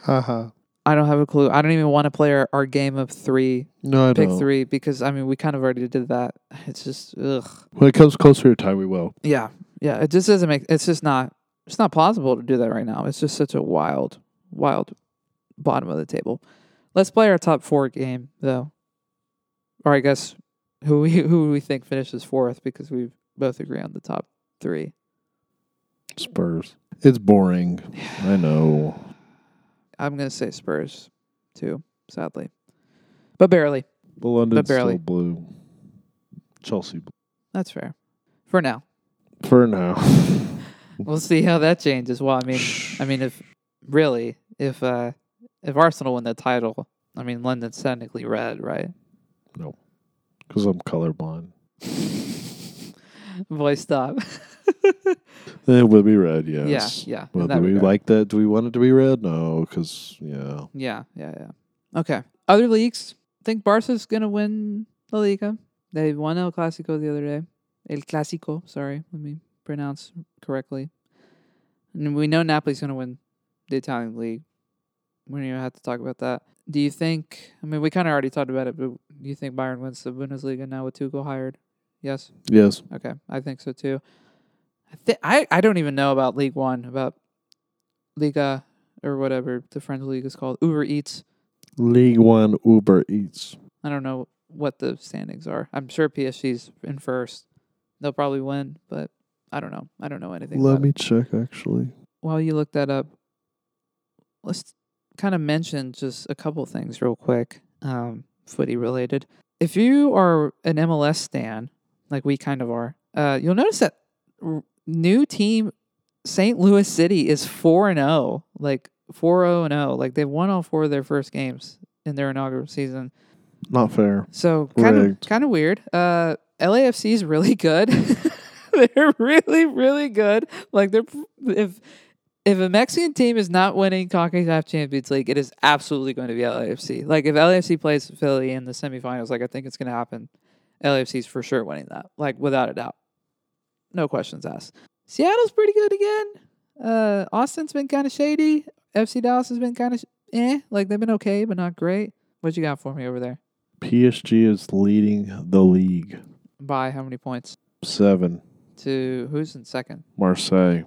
[SPEAKER 2] Haha.
[SPEAKER 1] I don't have a clue. I don't even want to play our, our game of three,
[SPEAKER 2] no, I
[SPEAKER 1] pick
[SPEAKER 2] don't.
[SPEAKER 1] three, because I mean we kind of already did that. It's just ugh.
[SPEAKER 2] When it comes closer to time, we will.
[SPEAKER 1] Yeah, yeah. It just doesn't make. It's just not. It's not plausible to do that right now. It's just such a wild, wild bottom of the table. Let's play our top four game though, or I guess who we who we think finishes fourth because we both agree on the top three.
[SPEAKER 2] Spurs. It's boring. I know.
[SPEAKER 1] I'm going to say Spurs, too, sadly. But barely.
[SPEAKER 2] But London's
[SPEAKER 1] barely.
[SPEAKER 2] still blue. Chelsea blue.
[SPEAKER 1] That's fair. For now.
[SPEAKER 2] for now.
[SPEAKER 1] We'll see how that changes. Well, I mean, I mean, if really, if uh, if Arsenal win the title, I mean, London's technically red, right?
[SPEAKER 2] because I'm colorblind.
[SPEAKER 1] Boy, stop.
[SPEAKER 2] It would be red, yes.
[SPEAKER 1] Yeah, yeah. in
[SPEAKER 2] But
[SPEAKER 1] that
[SPEAKER 2] do we
[SPEAKER 1] regard.
[SPEAKER 2] like that? Do we want it to be red? No, because yeah,
[SPEAKER 1] Yeah, yeah, yeah. Okay. Other leagues. I think Barca's gonna win La Liga. They won El Clasico the other day. El Clasico. Sorry, let me pronounce correctly. And we know Napoli's gonna win the Italian league. We don't even have to talk about that. Do you think? I mean, we kind of already talked about it, but do you think Bayern wins the Bundesliga now with Tuchel hired? Yes.
[SPEAKER 2] yes.
[SPEAKER 1] Okay, I think so too. I think I I don't even know about League One, about Liga or whatever the French league is called, Uber Eats.
[SPEAKER 2] League One Uber Eats.
[SPEAKER 1] I don't know what the standings are. I'm sure PSG's in first. They'll probably win, but I don't know. I don't know anything.
[SPEAKER 2] Let
[SPEAKER 1] about it.
[SPEAKER 2] me check. Actually,
[SPEAKER 1] While you look that up, let's kind of mention just a couple things real quick, um, footy related. If you are an MLS stan, like we kind of are, uh, you'll notice that r- new team St. Louis City is 4 and 0, like 4 0 and 0. Like they've won all four of their first games in their inaugural season.
[SPEAKER 2] not fair.
[SPEAKER 1] So kind of
[SPEAKER 2] Rigged.
[SPEAKER 1] kind of weird. Uh, LAFC is really good. they're really really good. Like they're if if a Mexican team is not winning CONCACAF Champions League, it is absolutely going to be LAFC. Like if LAFC plays Philly in the semifinals, like I think it's going to happen. LAFC's for sure winning that. Like without a doubt. No questions asked. Seattle's pretty good again. Uh, Austin's been kind of shady. FC Dallas has been kind of sh- eh. Like they've been okay, but not great. What you got for me over there?
[SPEAKER 2] PSG is leading the league.
[SPEAKER 1] by how many points
[SPEAKER 2] Seven.
[SPEAKER 1] to who's in second?
[SPEAKER 2] Marseille.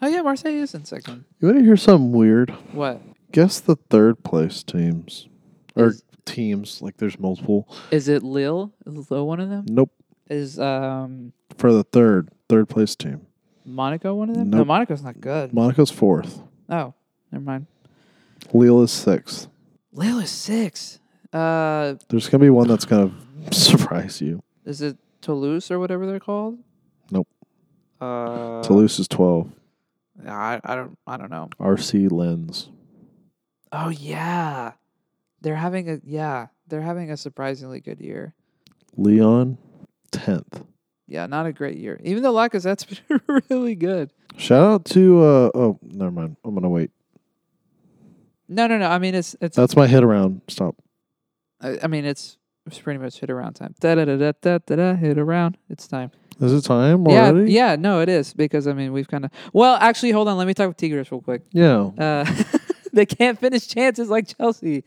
[SPEAKER 1] Oh yeah, Marseille is in second.
[SPEAKER 2] You want to hear something weird?
[SPEAKER 1] What
[SPEAKER 2] Guess the third place teams or
[SPEAKER 1] Is-
[SPEAKER 2] teams. Like there's multiple.
[SPEAKER 1] is it? Lille is Lille one of them?
[SPEAKER 2] Nope.
[SPEAKER 1] Is um
[SPEAKER 2] For the third, third place team.
[SPEAKER 1] Monaco one of them? No,
[SPEAKER 2] Nope.
[SPEAKER 1] Monaco's not good.
[SPEAKER 2] Monaco's fourth.
[SPEAKER 1] Oh, never mind.
[SPEAKER 2] Lille is sixth.
[SPEAKER 1] Lille is six. Uh,
[SPEAKER 2] There's gonna be one that's gonna surprise you.
[SPEAKER 1] is it Toulouse or whatever they're called?
[SPEAKER 2] Nope.
[SPEAKER 1] Uh,
[SPEAKER 2] Toulouse is twelve.
[SPEAKER 1] I I don't I don't know.
[SPEAKER 2] RC Lens.
[SPEAKER 1] Oh yeah, they're having a yeah they're having a surprisingly good year.
[SPEAKER 2] Leon, tenth.
[SPEAKER 1] Yeah, not a great year. Even though Lacazette's been really good.
[SPEAKER 2] Shout out to uh oh never mind. I'm gonna wait.
[SPEAKER 1] No, no, no. I mean, it's it's
[SPEAKER 2] That's my head around. Stop.
[SPEAKER 1] I, I mean, it's it's pretty much hit around time. Da da da da da da da. Hit around. It's time.
[SPEAKER 2] Is it time already?
[SPEAKER 1] Yeah, yeah. No, it is because I mean we've kind of. Well, actually, hold on. Let me talk with Tigres real quick.
[SPEAKER 2] Yeah.
[SPEAKER 1] Uh, they can't finish chances like Chelsea.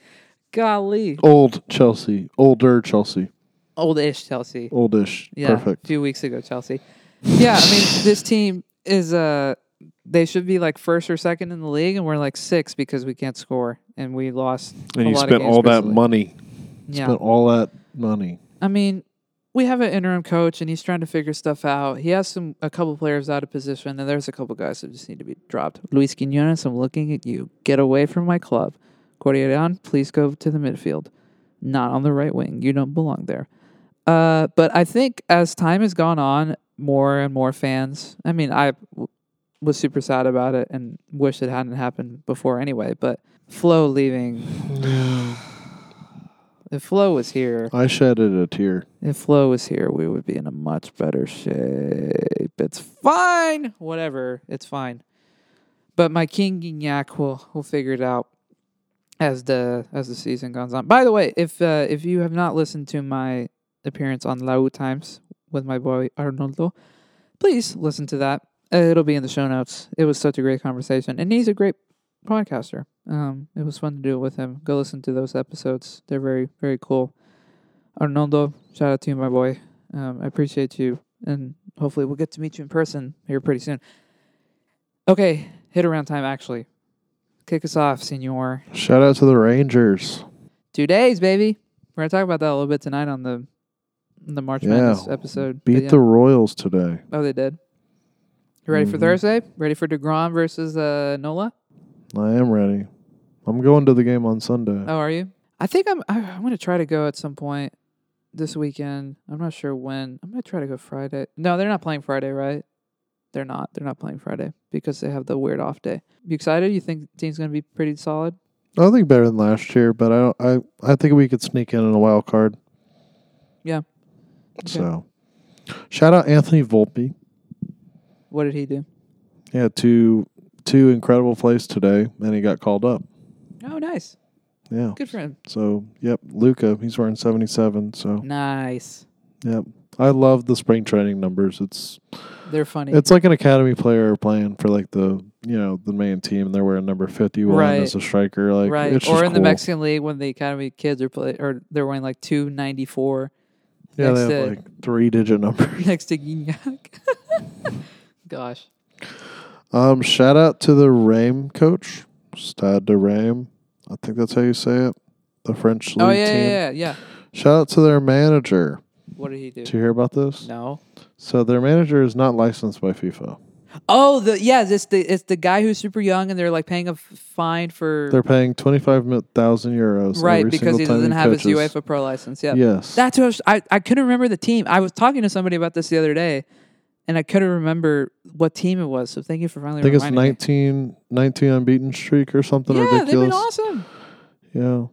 [SPEAKER 1] Golly,
[SPEAKER 2] Old Chelsea. Older Chelsea.
[SPEAKER 1] old-ish Chelsea.
[SPEAKER 2] Oldish.
[SPEAKER 1] Yeah, a
[SPEAKER 2] Perfect.
[SPEAKER 1] few weeks ago, Chelsea. Yeah, I mean, this team is uh they should be like first or second in the league, and we're like sixth because we can't score, and we lost.
[SPEAKER 2] And
[SPEAKER 1] a
[SPEAKER 2] you
[SPEAKER 1] lot of
[SPEAKER 2] spent
[SPEAKER 1] games
[SPEAKER 2] all that
[SPEAKER 1] recently.
[SPEAKER 2] money.
[SPEAKER 1] Yeah,
[SPEAKER 2] Spent all that money.
[SPEAKER 1] I mean, we have an interim coach and he's trying to figure stuff out. He has some a couple players out of position, and there's a couple guys that just need to be dropped. Luis Quinones, I'm looking at you. Get away from my club. Cordian, please go to the midfield. Not on the right wing. You don't belong there. Uh, but I think as time has gone on, more and more fans. I mean, I w- was super sad about it and wish it hadn't happened before anyway. But Flo leaving, if Flo was here,
[SPEAKER 2] I shedded a tear.
[SPEAKER 1] if Flo was here, we would be in a much better shape. It's fine. Whatever. It's fine. But my King Gignac will will figure it out as the as the season goes on. By the way, if uh, if you have not listened to my appearance on Lau Times with my boy Arnoldo, please listen to that. Uh, It'll be in the show notes. It was such a great conversation, and he's a great podcaster. Um, it was fun to do it with him. Go listen to those episodes; they're very very cool. Arnoldo, shout out to you, my boy. Um, I appreciate you, and hopefully we'll get to meet you in person here pretty soon. Okay, hit around time actually. Kick us off, Senor
[SPEAKER 2] Shout out to the Rangers.
[SPEAKER 1] two days, baby. We're gonna talk about that a little bit tonight on the on the March
[SPEAKER 2] Yeah.
[SPEAKER 1] Madness episode. but
[SPEAKER 2] Beat
[SPEAKER 1] yeah.
[SPEAKER 2] the Royals today.
[SPEAKER 1] oh, they did. You ready for
[SPEAKER 2] Mhm.
[SPEAKER 1] Thursday? Ready for DeGrom versus uh, Nola?
[SPEAKER 2] I am ready. I'm going to the game on Sunday.
[SPEAKER 1] Oh, are you? I think I'm. I, I'm gonna try to go at some point this weekend. I'm not sure when. I'm gonna try to go Friday. No, they're not playing Friday, right? They're not. They're not playing Friday because they have the weird off day. You excited? You think the team's gonna be pretty solid?
[SPEAKER 2] I think better than last year, but I don't, I I think we could sneak in in a wild card.
[SPEAKER 1] Yeah.
[SPEAKER 2] So, shout out Anthony Volpe.
[SPEAKER 1] What did he do?
[SPEAKER 2] Yeah, two two incredible plays today, and he got called up.
[SPEAKER 1] Oh, nice.
[SPEAKER 2] Yeah.
[SPEAKER 1] Good for him.
[SPEAKER 2] So, yep, Luca, he's wearing 77. So,
[SPEAKER 1] Nice.
[SPEAKER 2] yep, I love the spring training numbers. It's
[SPEAKER 1] They're funny.
[SPEAKER 2] it's like an academy player playing for like the you know the main team. and They're wearing number 51
[SPEAKER 1] Right.
[SPEAKER 2] as a striker. Like,
[SPEAKER 1] right.
[SPEAKER 2] it's
[SPEAKER 1] or in
[SPEAKER 2] just
[SPEAKER 1] the
[SPEAKER 2] cool.
[SPEAKER 1] Mexican League when the Academy kids are play or they're wearing like two ninety four
[SPEAKER 2] Yeah,
[SPEAKER 1] next
[SPEAKER 2] they have
[SPEAKER 1] to-
[SPEAKER 2] like three digit numbers.
[SPEAKER 1] next to Guignac. Gosh.
[SPEAKER 2] Um, shout out to the Rame coach, Stade de Rame. I think that's how you say it. The French league
[SPEAKER 1] Oh yeah,
[SPEAKER 2] team.
[SPEAKER 1] yeah, yeah, yeah.
[SPEAKER 2] Shout out to their manager.
[SPEAKER 1] What did he do?
[SPEAKER 2] Did you hear about this?
[SPEAKER 1] No.
[SPEAKER 2] So their manager is not licensed by FIFA.
[SPEAKER 1] Oh, the yeah, it's the it's the guy who's super young and they're like paying a f- fine for
[SPEAKER 2] They're paying twenty five thousand euros.
[SPEAKER 1] right
[SPEAKER 2] every
[SPEAKER 1] because
[SPEAKER 2] single
[SPEAKER 1] he
[SPEAKER 2] time
[SPEAKER 1] doesn't have his
[SPEAKER 2] coaches.
[SPEAKER 1] UEFA pro license. Yeah.
[SPEAKER 2] Yes.
[SPEAKER 1] That's what I, was, I I couldn't remember the team. I was talking to somebody about this the other day, and I couldn't remember what team it was. So thank you for finally
[SPEAKER 2] I think it's
[SPEAKER 1] reminding me.
[SPEAKER 2] 19, 19 unbeaten streak or something
[SPEAKER 1] yeah, they've been
[SPEAKER 2] ridiculous.
[SPEAKER 1] awesome.
[SPEAKER 2] Yeah,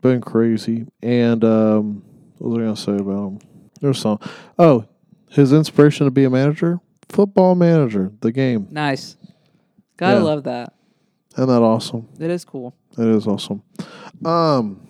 [SPEAKER 2] been crazy. And um, what was I gonna say about him? There's some. Oh, his inspiration to be a manager, football manager, the game.
[SPEAKER 1] Nice. Gotta
[SPEAKER 2] Yeah.
[SPEAKER 1] love that.
[SPEAKER 2] Isn't that awesome?
[SPEAKER 1] That is cool.
[SPEAKER 2] That is awesome. Um,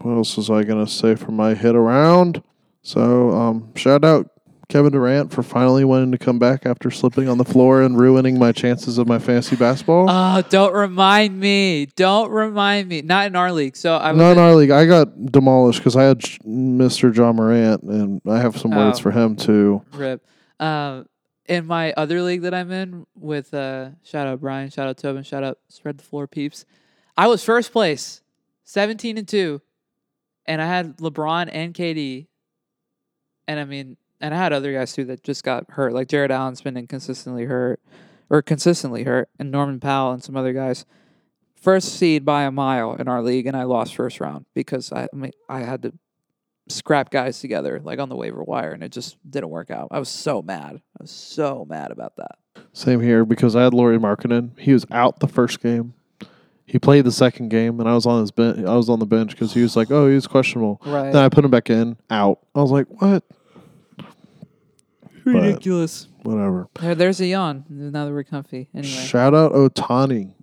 [SPEAKER 2] what else was I gonna say for my hit around? So, um, shout out Kevin Durant for finally wanting to come back after slipping on the floor and ruining my chances of my fantasy basketball.
[SPEAKER 1] Oh, don't remind me. Don't remind me. Not in our league. So I was
[SPEAKER 2] Not
[SPEAKER 1] in-
[SPEAKER 2] in our league. I got demolished because I had J- Mr. John Morant, and I have some words
[SPEAKER 1] Oh.
[SPEAKER 2] for him too.
[SPEAKER 1] Rip. Um, in my other league that I'm in with uh, shout out Brian, shout out Tobin, shout out Spread the Floor Peeps. I was first place, 17 and 2, and I had LeBron and KD. And I mean, and I had other guys too that just got hurt. Like Jared Allen's been inconsistently hurt or consistently hurt, and Norman Powell and some other guys. First seed by a mile in our league, and I lost first round because I, I mean I had to scrap guys together like on the waiver wire and it just didn't work out. I was so mad. I was so mad about that.
[SPEAKER 2] Same here because I had Laurie Markkinen. He was out the first game. He played the second game, and I was on his ben- I was on the bench because he was like, "Oh, he was questionable."
[SPEAKER 1] Right.
[SPEAKER 2] Then I put him back in, out. I was like, "What?
[SPEAKER 1] Ridiculous.
[SPEAKER 2] Whatever."
[SPEAKER 1] There, there's a yawn now that we're comfy. Anyway.
[SPEAKER 2] Shout out Otani.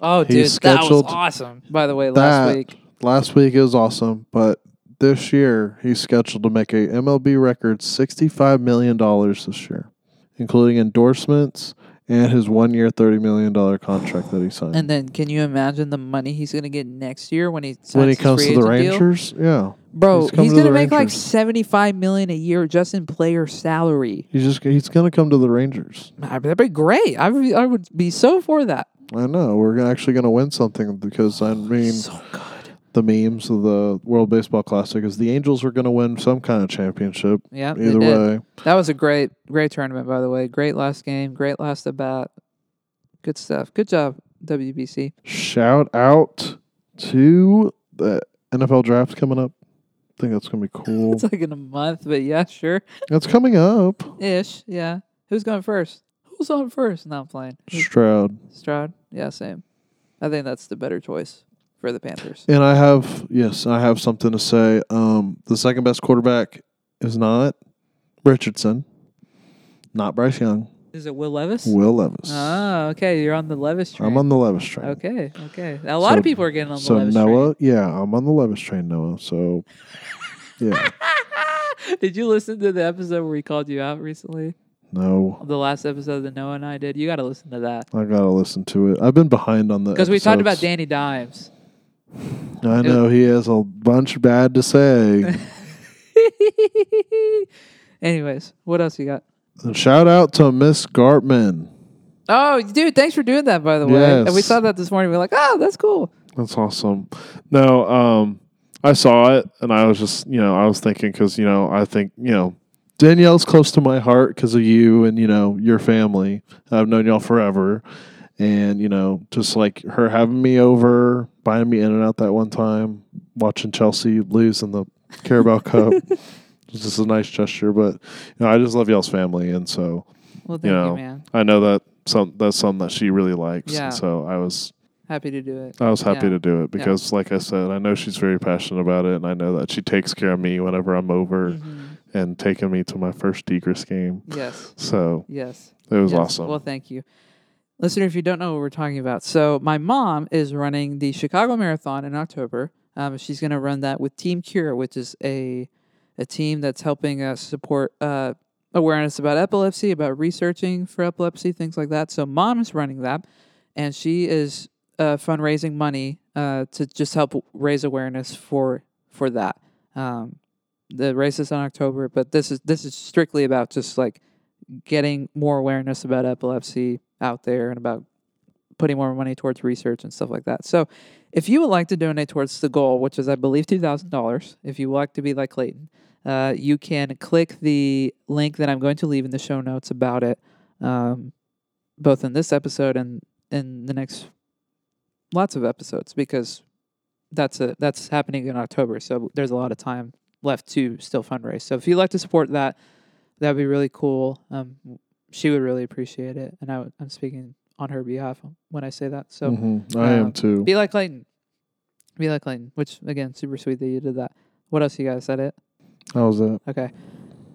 [SPEAKER 1] Oh
[SPEAKER 2] He
[SPEAKER 1] dude, that was
[SPEAKER 2] scheduled
[SPEAKER 1] awesome. By the way, last
[SPEAKER 2] that-
[SPEAKER 1] week.
[SPEAKER 2] Last week it was awesome, but this year he's scheduled to make a MLB record sixty-five million dollars this year, including endorsements and his one-year thirty million dollar contract that he signed.
[SPEAKER 1] And then can you imagine the money he's gonna get next year when he signs
[SPEAKER 2] when he
[SPEAKER 1] his
[SPEAKER 2] comes
[SPEAKER 1] free
[SPEAKER 2] to the
[SPEAKER 1] agent deal?
[SPEAKER 2] Rangers, yeah,
[SPEAKER 1] Bro,
[SPEAKER 2] he's
[SPEAKER 1] he's,
[SPEAKER 2] coming to
[SPEAKER 1] gonna
[SPEAKER 2] the
[SPEAKER 1] make like
[SPEAKER 2] Rangers.
[SPEAKER 1] seventy five million a year just in player salary.
[SPEAKER 2] he's just he's gonna come to the Rangers.
[SPEAKER 1] I- That'd be great. I would, I would be so for that.
[SPEAKER 2] I know we're actually gonna win something because I mean
[SPEAKER 1] So good.
[SPEAKER 2] the memes of the World Baseball Classic is the Angels are gonna win some kind of championship.
[SPEAKER 1] Yeah. they
[SPEAKER 2] Either
[SPEAKER 1] did.
[SPEAKER 2] way,
[SPEAKER 1] That was a great, great tournament, by the way. Great last game, great last at bat. Good stuff. Good job, WBC.
[SPEAKER 2] shout out to the NFL draft coming up. I think that's gonna be cool.
[SPEAKER 1] It's like in a month, but yeah, sure.
[SPEAKER 2] That's coming up.
[SPEAKER 1] Ish. Yeah. Who's going first? Who's on first? Not playing. Who's-
[SPEAKER 2] Stroud.
[SPEAKER 1] Stroud? Yeah, same. I think that's the better choice for the Panthers.
[SPEAKER 2] And I have yes, I have something to say. Um, the second best quarterback is not Richardson, not Bryce Young,
[SPEAKER 1] Is it Will Levis?
[SPEAKER 2] Will Levis.
[SPEAKER 1] Oh, okay. You're on the Levis train.
[SPEAKER 2] I'm on the Levis train.
[SPEAKER 1] Okay, okay. A lot
[SPEAKER 2] So-
[SPEAKER 1] of people are getting on the
[SPEAKER 2] So
[SPEAKER 1] Levis
[SPEAKER 2] Noah, yeah, I'm on the Levis train, Noah. So yeah,
[SPEAKER 1] train. Did you listen to the episode where we called you out recently?
[SPEAKER 2] no,
[SPEAKER 1] The last episode that Noah and I did. You got to listen to that.
[SPEAKER 2] I gotta listen to it. I've been behind on the
[SPEAKER 1] Because we talked about
[SPEAKER 2] episodes.
[SPEAKER 1] Danny Dimes.
[SPEAKER 2] I know he has a bunch bad to say.
[SPEAKER 1] Anyways, what else you got?
[SPEAKER 2] And Shout out to Miss Gartman.
[SPEAKER 1] Oh, dude, thanks for doing that, by the way. And we
[SPEAKER 2] Yes.
[SPEAKER 1] saw that this morning. We are like, oh, that's cool.
[SPEAKER 2] That's awesome. No, um, I saw it and I was just, you know, I was thinking because, you know, I think, you know, Danielle's close to my heart because of you and you know your family. I've known y'all forever, and you know just like her having me over, buying me in and out that one time, watching Chelsea lose in the Carabao Cup. It's just a nice gesture, but you know I just love y'all's family, and so
[SPEAKER 1] Well, thank
[SPEAKER 2] You
[SPEAKER 1] you,
[SPEAKER 2] know.
[SPEAKER 1] man.
[SPEAKER 2] I know that some that's something that she really likes.
[SPEAKER 1] Yeah.
[SPEAKER 2] So I was
[SPEAKER 1] Happy to do it.
[SPEAKER 2] I was happy
[SPEAKER 1] Yeah.
[SPEAKER 2] to do it
[SPEAKER 1] Yeah.
[SPEAKER 2] because, like I said, I know she's very passionate about it, and I know that she takes care of me whenever I'm over
[SPEAKER 1] Mhm.
[SPEAKER 2] and taking me to my first Tigris game.
[SPEAKER 1] Yes.
[SPEAKER 2] So
[SPEAKER 1] Yes.
[SPEAKER 2] it was
[SPEAKER 1] Yes.
[SPEAKER 2] awesome.
[SPEAKER 1] Well, thank you. Listener, if you don't know what we're talking about, so my mom is running the Chicago Marathon in October. Um, she's going to run that with Team Cure, which is a a team that's helping us support uh, awareness about epilepsy, about researching for epilepsy, things like that. So mom is running that, and she is uh, fundraising money uh, to just help raise awareness for for that. Um, the race is in October, but this is this is strictly about just like getting more awareness about epilepsy out there and about putting more money towards research and stuff like that. So, if you would like to donate towards the goal, which is I believe two thousand dollars, if you would like to be like Clayton, uh, you can click the link that I'm going to leave in the show notes about it, um, both in this episode and in the next lots of episodes because that's a that's happening in October. So there's a lot of time left to still fundraise. So if you'd like to support that, That'd be really cool. Um, w- she would really appreciate it, and I w- I'm speaking on her behalf when I say that. So
[SPEAKER 2] Mhm. I
[SPEAKER 1] um,
[SPEAKER 2] am too.
[SPEAKER 1] be like Clayton, be like Clayton. Which again, super sweet that you did that. What else you guys said it?
[SPEAKER 2] How was that?
[SPEAKER 1] Okay.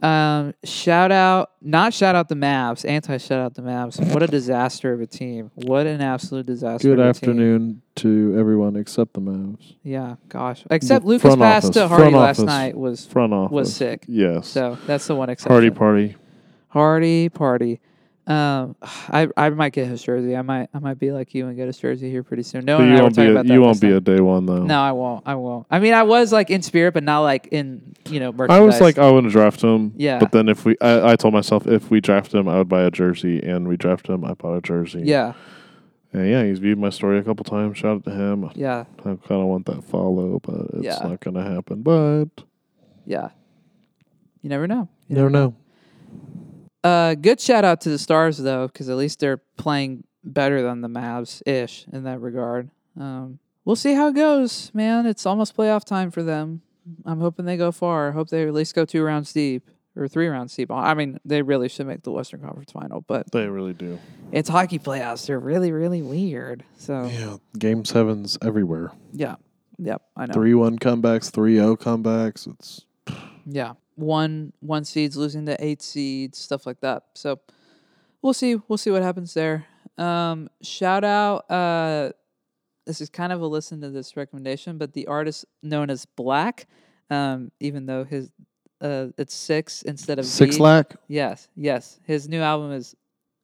[SPEAKER 1] Um, shout out, not shout out the Mavs, anti shout out the Mavs. What a disaster of a team. What an absolute disaster.
[SPEAKER 2] Good
[SPEAKER 1] of a team.
[SPEAKER 2] afternoon to everyone except the Mavs
[SPEAKER 1] Yeah, gosh. Except
[SPEAKER 2] The
[SPEAKER 1] Lucas
[SPEAKER 2] front
[SPEAKER 1] Pass
[SPEAKER 2] office,
[SPEAKER 1] to Hardy
[SPEAKER 2] front
[SPEAKER 1] last
[SPEAKER 2] office.
[SPEAKER 1] night was
[SPEAKER 2] front office.
[SPEAKER 1] was sick.
[SPEAKER 2] Yes.
[SPEAKER 1] So that's the one exception.
[SPEAKER 2] Party party.
[SPEAKER 1] Hardy party. Um, I I might get his jersey. I might I might be like you and get his jersey here pretty soon. No, one
[SPEAKER 2] but
[SPEAKER 1] and
[SPEAKER 2] you
[SPEAKER 1] I were
[SPEAKER 2] won't be.
[SPEAKER 1] talking
[SPEAKER 2] A,
[SPEAKER 1] about that
[SPEAKER 2] you
[SPEAKER 1] last
[SPEAKER 2] won't be
[SPEAKER 1] night.
[SPEAKER 2] a day one though.
[SPEAKER 1] No, I won't. I won't. I mean, I was like in spirit, but not like in you know merchandise.
[SPEAKER 2] I was like, I want to draft him.
[SPEAKER 1] Yeah.
[SPEAKER 2] But then if we, I, I told myself if we draft him, I would buy a jersey, and we draft him. I bought a jersey.
[SPEAKER 1] yeah,
[SPEAKER 2] And yeah, he's viewed my story a couple times. Shout out to him.
[SPEAKER 1] yeah,
[SPEAKER 2] I kind of want that follow, but it's
[SPEAKER 1] Yeah.
[SPEAKER 2] not going to happen. But
[SPEAKER 1] yeah. You never know.
[SPEAKER 2] you never know.
[SPEAKER 1] Uh, good shout out to the Stars though, because at least they're playing better than the Mavs ish in that regard. Um, we'll see how it goes, man. It's almost playoff time for them. I'm hoping they go far. I hope they at least go two rounds deep or three rounds deep. I mean, they really should make the Western Conference final, but
[SPEAKER 2] They really do.
[SPEAKER 1] it's hockey playoffs. They're really, really weird. So
[SPEAKER 2] Yeah. Game sevens everywhere.
[SPEAKER 1] yeah, yep, I know.
[SPEAKER 2] 3 1 comebacks, 3 0 comebacks. It's
[SPEAKER 1] Yeah. One one seeds losing to eight seeds, stuff like that. So we'll see. We'll see what happens there. Um shout out uh this is kind of a listen to this recommendation, but the artist known as Black, um, even though his uh it's six instead of
[SPEAKER 2] six
[SPEAKER 1] V.
[SPEAKER 2] lakh.
[SPEAKER 1] Yes, yes. His new album is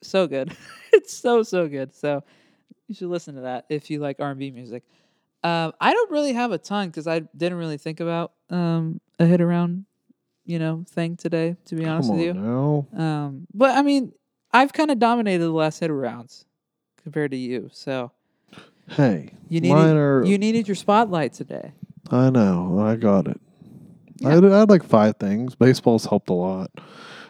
[SPEAKER 1] so good. it's so so good. So you should listen to that if you like R and B music. Um, I don't really have a ton because I didn't really think about um, a hit around, you know, thing today. To be honest
[SPEAKER 2] Come on
[SPEAKER 1] with you,
[SPEAKER 2] now.
[SPEAKER 1] um, but I mean, I've kind of dominated the last hit arounds compared to you. So
[SPEAKER 2] Hey,
[SPEAKER 1] you
[SPEAKER 2] mine
[SPEAKER 1] needed
[SPEAKER 2] are.
[SPEAKER 1] you needed your spotlight today.
[SPEAKER 2] I know. I got it. I,
[SPEAKER 1] Yeah.
[SPEAKER 2] had, I had like five things. Baseball's helped a lot.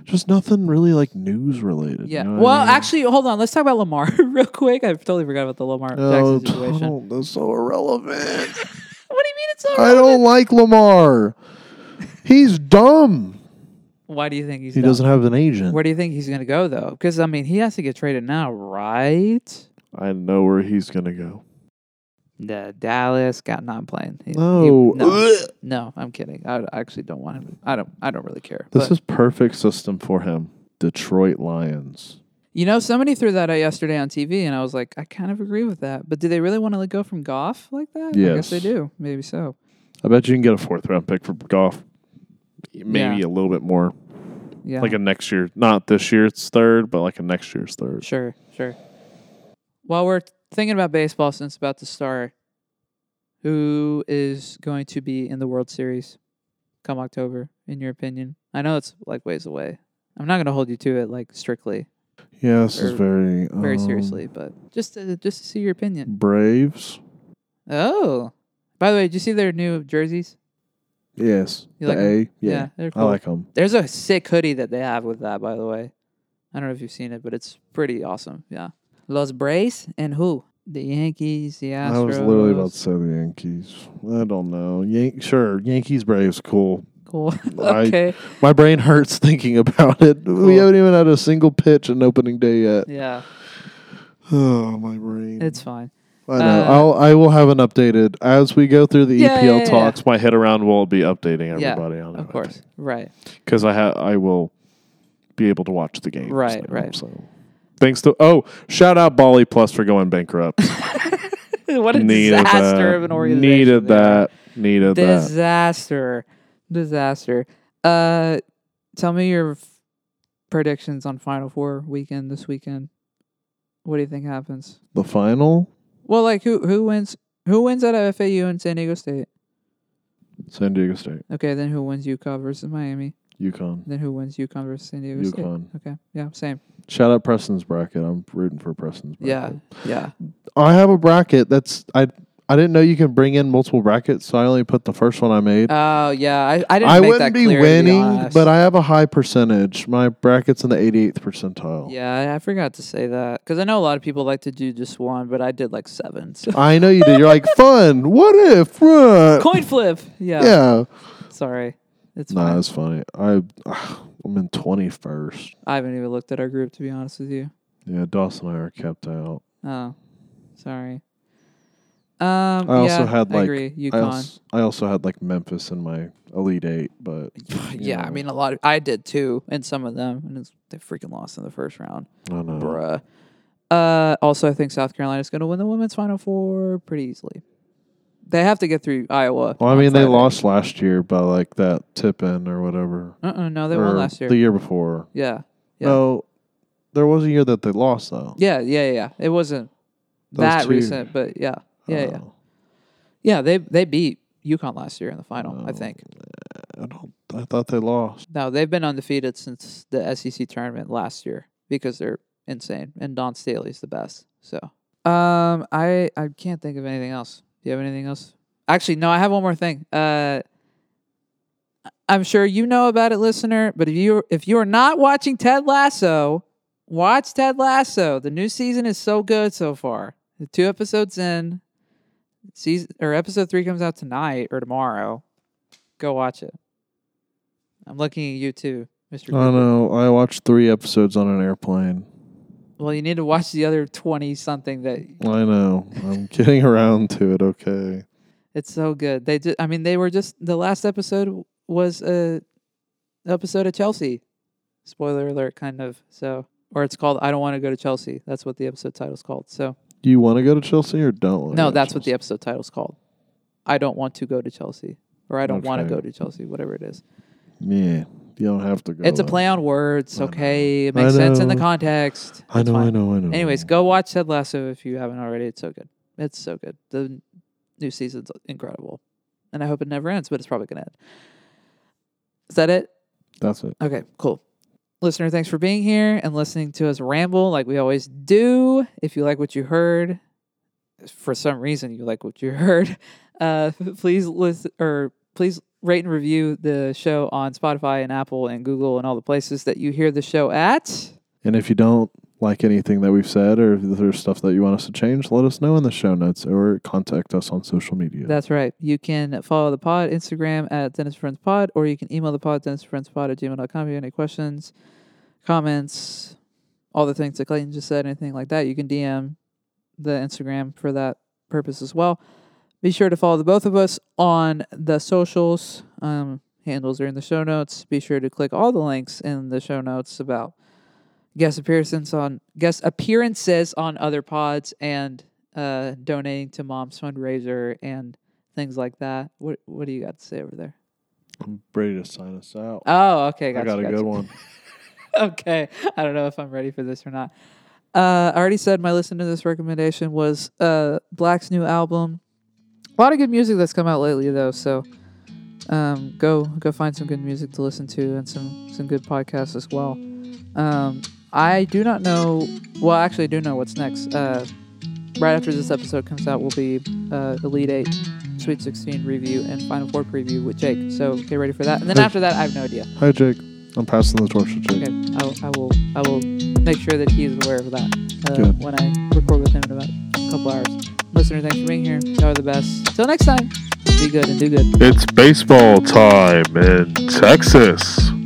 [SPEAKER 2] Just nothing really like news related.
[SPEAKER 1] Yeah.
[SPEAKER 2] you know what I
[SPEAKER 1] well,
[SPEAKER 2] mean?
[SPEAKER 1] actually, hold on. Let's talk about Lamar real quick. I totally forgot about the Lamar
[SPEAKER 2] No,
[SPEAKER 1] Jackson situation.
[SPEAKER 2] don't- that's so irrelevant.
[SPEAKER 1] What do you mean it's so
[SPEAKER 2] I don't like Lamar. He's dumb.
[SPEAKER 1] Why do you think he's?
[SPEAKER 2] He
[SPEAKER 1] done?
[SPEAKER 2] doesn't have an agent.
[SPEAKER 1] Where do you think he's gonna go though? Because I mean, he has to get traded now, right?
[SPEAKER 2] I know where he's gonna go.
[SPEAKER 1] The Dallas got not playing. He- he-
[SPEAKER 2] No.
[SPEAKER 1] no,
[SPEAKER 2] Ugh.
[SPEAKER 1] No, I'm kidding. I I actually don't want him. I don't. I don't really care.
[SPEAKER 2] This
[SPEAKER 1] But,
[SPEAKER 2] is perfect system for him. Detroit Lions.
[SPEAKER 1] you know, somebody threw that out yesterday on TV, and I was like, I kind of agree with that. But do they really want to let go from Goff like that? I guess they
[SPEAKER 2] Yes.
[SPEAKER 1] do. Maybe so.
[SPEAKER 2] I bet you can get a fourth round pick for golf. Maybe
[SPEAKER 1] Yeah.
[SPEAKER 2] a little bit more.
[SPEAKER 1] Yeah.
[SPEAKER 2] Like a next year. Not this year's third, but like a next year's third.
[SPEAKER 1] Sure, sure. While we're thinking about baseball since it's about to start, who is going to be in the World Series come October, in your opinion? I know it's like ways away. I'm not going to hold you to it like strictly,
[SPEAKER 2] Yeah, this
[SPEAKER 1] Or
[SPEAKER 2] is very
[SPEAKER 1] very
[SPEAKER 2] um,
[SPEAKER 1] seriously, but just to, just to see your opinion.
[SPEAKER 2] Braves.
[SPEAKER 1] Oh, by the way, did you see their new jerseys?
[SPEAKER 2] Yes.
[SPEAKER 1] You
[SPEAKER 2] the
[SPEAKER 1] like 'em?
[SPEAKER 2] A.
[SPEAKER 1] Yeah, Oh.
[SPEAKER 2] Yeah.
[SPEAKER 1] they're cool.
[SPEAKER 2] I like them.
[SPEAKER 1] There's a sick hoodie that they have with that, by the way. I don't know if you've seen it, but it's pretty awesome. Yeah. Los Braves and who? The Yankees, the Astros.
[SPEAKER 2] I was literally about to say the Yankees. I don't know. Yan- sure, Yankees Braves cool.
[SPEAKER 1] Cool.
[SPEAKER 2] I-
[SPEAKER 1] okay.
[SPEAKER 2] My brain hurts thinking about it.
[SPEAKER 1] Cool.
[SPEAKER 2] We haven't even had a single pitch in opening day yet.
[SPEAKER 1] Yeah,
[SPEAKER 2] Oh, my brain.
[SPEAKER 1] it's fine.
[SPEAKER 2] I know.
[SPEAKER 1] uh,
[SPEAKER 2] I'll I will have an updated as we go through the
[SPEAKER 1] Yeah,
[SPEAKER 2] EPL
[SPEAKER 1] yeah, yeah,
[SPEAKER 2] talks. My head around will be updating
[SPEAKER 1] Yeah,
[SPEAKER 2] everybody on it.
[SPEAKER 1] Of course. Right.
[SPEAKER 2] because I ha- I will be able to watch the game.
[SPEAKER 1] Right, right.
[SPEAKER 2] So thanks to oh, shout out Bali Plus for going bankrupt.
[SPEAKER 1] what a
[SPEAKER 2] needed
[SPEAKER 1] disaster
[SPEAKER 2] that.
[SPEAKER 1] of an organization.
[SPEAKER 2] Needed
[SPEAKER 1] they are.
[SPEAKER 2] that. Needed that.
[SPEAKER 1] Disaster. Disaster. Uh tell me your f- predictions on Final Four weekend this weekend. What do you think happens?
[SPEAKER 2] The final
[SPEAKER 1] Well, like who who wins who wins out of FAU and San Diego State?
[SPEAKER 2] San Diego State,
[SPEAKER 1] Okay, then who wins UConn versus Miami?
[SPEAKER 2] UConn,
[SPEAKER 1] Then who wins UConn versus San Diego State?
[SPEAKER 2] UConn.
[SPEAKER 1] Okay. Yeah, same.
[SPEAKER 2] Shout out Preston's bracket. I'm rooting for Preston's
[SPEAKER 1] Yeah.
[SPEAKER 2] bracket.
[SPEAKER 1] Yeah.
[SPEAKER 2] I have a bracket that's I I didn't know you can bring in multiple brackets, so I only put the first one I made.
[SPEAKER 1] Oh, yeah. I, I didn't
[SPEAKER 2] I
[SPEAKER 1] make that
[SPEAKER 2] wouldn't be
[SPEAKER 1] clear, to
[SPEAKER 2] winning,
[SPEAKER 1] honest.
[SPEAKER 2] but I have a high percentage. My bracket's in the 88th percentile.
[SPEAKER 1] Yeah, I forgot to say that because I know a lot of people like to do just one, but I did like seven. So.
[SPEAKER 2] I know you did. You're like, fun. What if? What?
[SPEAKER 1] Coin flip. Yeah.
[SPEAKER 2] Uh, yeah.
[SPEAKER 1] Sorry. It's
[SPEAKER 2] No,
[SPEAKER 1] fine.
[SPEAKER 2] that's funny. I I'm in 21st.
[SPEAKER 1] I haven't even looked at our group to be honest with you.
[SPEAKER 2] Yeah, Dawson and I are kept out.
[SPEAKER 1] Oh, sorry. Um,
[SPEAKER 2] I also
[SPEAKER 1] yeah,
[SPEAKER 2] had,
[SPEAKER 1] I
[SPEAKER 2] like-
[SPEAKER 1] agree. UConn.
[SPEAKER 2] I also, I also had like Memphis in my elite eight, but you
[SPEAKER 1] yeah, I
[SPEAKER 2] know,
[SPEAKER 1] mean a lot. Of, I did too, and some of them, and it's, they freaking lost in the first round,
[SPEAKER 2] I don't know.
[SPEAKER 1] bruh. Uh, also, I think South Carolina's going to win the women's Final Four pretty easily. They have to get through Iowa.
[SPEAKER 2] Well, I
[SPEAKER 1] on
[SPEAKER 2] mean, they
[SPEAKER 1] Friday.
[SPEAKER 2] lost last year by like that tip in or whatever.
[SPEAKER 1] Uh-uh, no, they
[SPEAKER 2] Or
[SPEAKER 1] won last year.
[SPEAKER 2] The year before.
[SPEAKER 1] yeah, Yeah.
[SPEAKER 2] No, there was a year that they lost though.
[SPEAKER 1] yeah, yeah, yeah. It wasn't
[SPEAKER 2] Those
[SPEAKER 1] that
[SPEAKER 2] two.
[SPEAKER 1] recent, but yeah, yeah, yeah,
[SPEAKER 2] Oh,
[SPEAKER 1] yeah. They they beat UConn last year in the final, I
[SPEAKER 2] Oh.
[SPEAKER 1] think.
[SPEAKER 2] I don't. I thought they lost.
[SPEAKER 1] No, they've been undefeated since the SEC tournament last year because they're insane, and Don Staley's the best. So, um, I I can't think of anything else. Do you have anything else? Actually, no. I have one more thing. Uh, I'm sure you know about it, listener. But if you if you are not watching Ted Lasso, watch Ted Lasso. The new season is so good so far. The two episodes in, season or episode three comes out tonight or tomorrow. Go watch it. I'm looking at you too, Mr.
[SPEAKER 2] I don't
[SPEAKER 1] Cooper.
[SPEAKER 2] know. I watched three episodes on an airplane.
[SPEAKER 1] Well, you need to watch the other twenty something that
[SPEAKER 2] I know. I'm getting around to it. Okay.
[SPEAKER 1] it's so good. They did. I mean, they were just the last episode was a episode of Chelsea. Spoiler alert, kind of. So, or it's called "I Don't Want to Go to Chelsea." That's what the episode title's called. So,
[SPEAKER 2] Do you want to go to Chelsea or don't? wanna go
[SPEAKER 1] no,
[SPEAKER 2] to
[SPEAKER 1] that's what the
[SPEAKER 2] Chelsea?
[SPEAKER 1] episode title's called. I don't want to go to Chelsea, or I don't want to
[SPEAKER 2] Okay.
[SPEAKER 1] go to Chelsea, whatever it is.
[SPEAKER 2] yeah. You don't have to go.
[SPEAKER 1] it's a
[SPEAKER 2] though.
[SPEAKER 1] play on words.
[SPEAKER 2] I know.
[SPEAKER 1] Okay, it
[SPEAKER 2] I
[SPEAKER 1] makes sense in the
[SPEAKER 2] know.
[SPEAKER 1] context.
[SPEAKER 2] I
[SPEAKER 1] It's
[SPEAKER 2] know. I
[SPEAKER 1] fine.
[SPEAKER 2] know. I know.
[SPEAKER 1] Anyways, go watch Ted Lasso if you haven't already. It's so good. It's so good. The n- new season's incredible. And I hope it never ends, but it's probably going to end. Is that it?
[SPEAKER 2] That's it.
[SPEAKER 1] Okay, cool. Listener, thanks for being here and listening to us ramble like we always do. If you like what you heard, if for some reason you like what you heard, uh, please listen or please rate and review the show on Spotify and Apple and Google and all the places that you hear the show at.
[SPEAKER 2] And if you don't like anything that we've said or if there's stuff that you want us to change, let us know in the show notes or contact us on social media.
[SPEAKER 1] That's right. You can follow the pod Instagram at Dennis Friends Pod, or you can email the pod Dennis Friends Pod at gmail.com if you have any questions, comments, all the things that Clayton just said, anything like that. You can DM the Instagram for that purpose as well. Be sure to follow the both of us on the socials. Um, handles are in the show notes. Be sure to click all the links in the show notes about guest appearances on guest appearances on other pods and uh, donating to mom's fundraiser and things like that. What what do you got to say over there?
[SPEAKER 2] I'm ready to sign us out.
[SPEAKER 1] Oh, okay, gotcha,
[SPEAKER 2] I got a
[SPEAKER 1] gotcha.
[SPEAKER 2] good one.
[SPEAKER 1] okay. I don't know if I'm ready for this or not. Uh, I already said my listen to this recommendation was uh, Black's new album. A lot of good music that's come out lately, though. So um, go go find some good music to listen to and some some good podcasts as well. Um, I do not know. Well, actually, I do know what's next. Uh, right after this episode comes out, will be uh, Elite Eight Sweet 16 review and Final Four preview with Jake. So get ready for that. And then
[SPEAKER 2] Hey.
[SPEAKER 1] after that, I have no idea.
[SPEAKER 2] Hi, Jake. I'm passing the torch to Jake.
[SPEAKER 1] Okay, I, will- I will I will make sure that he is aware of that uh,
[SPEAKER 2] Good.
[SPEAKER 1] when I record with him in about a couple hours. Listener, thanks for being here. Y'all are the best. Till next time, be good and do good.
[SPEAKER 3] It's baseball time in Texas.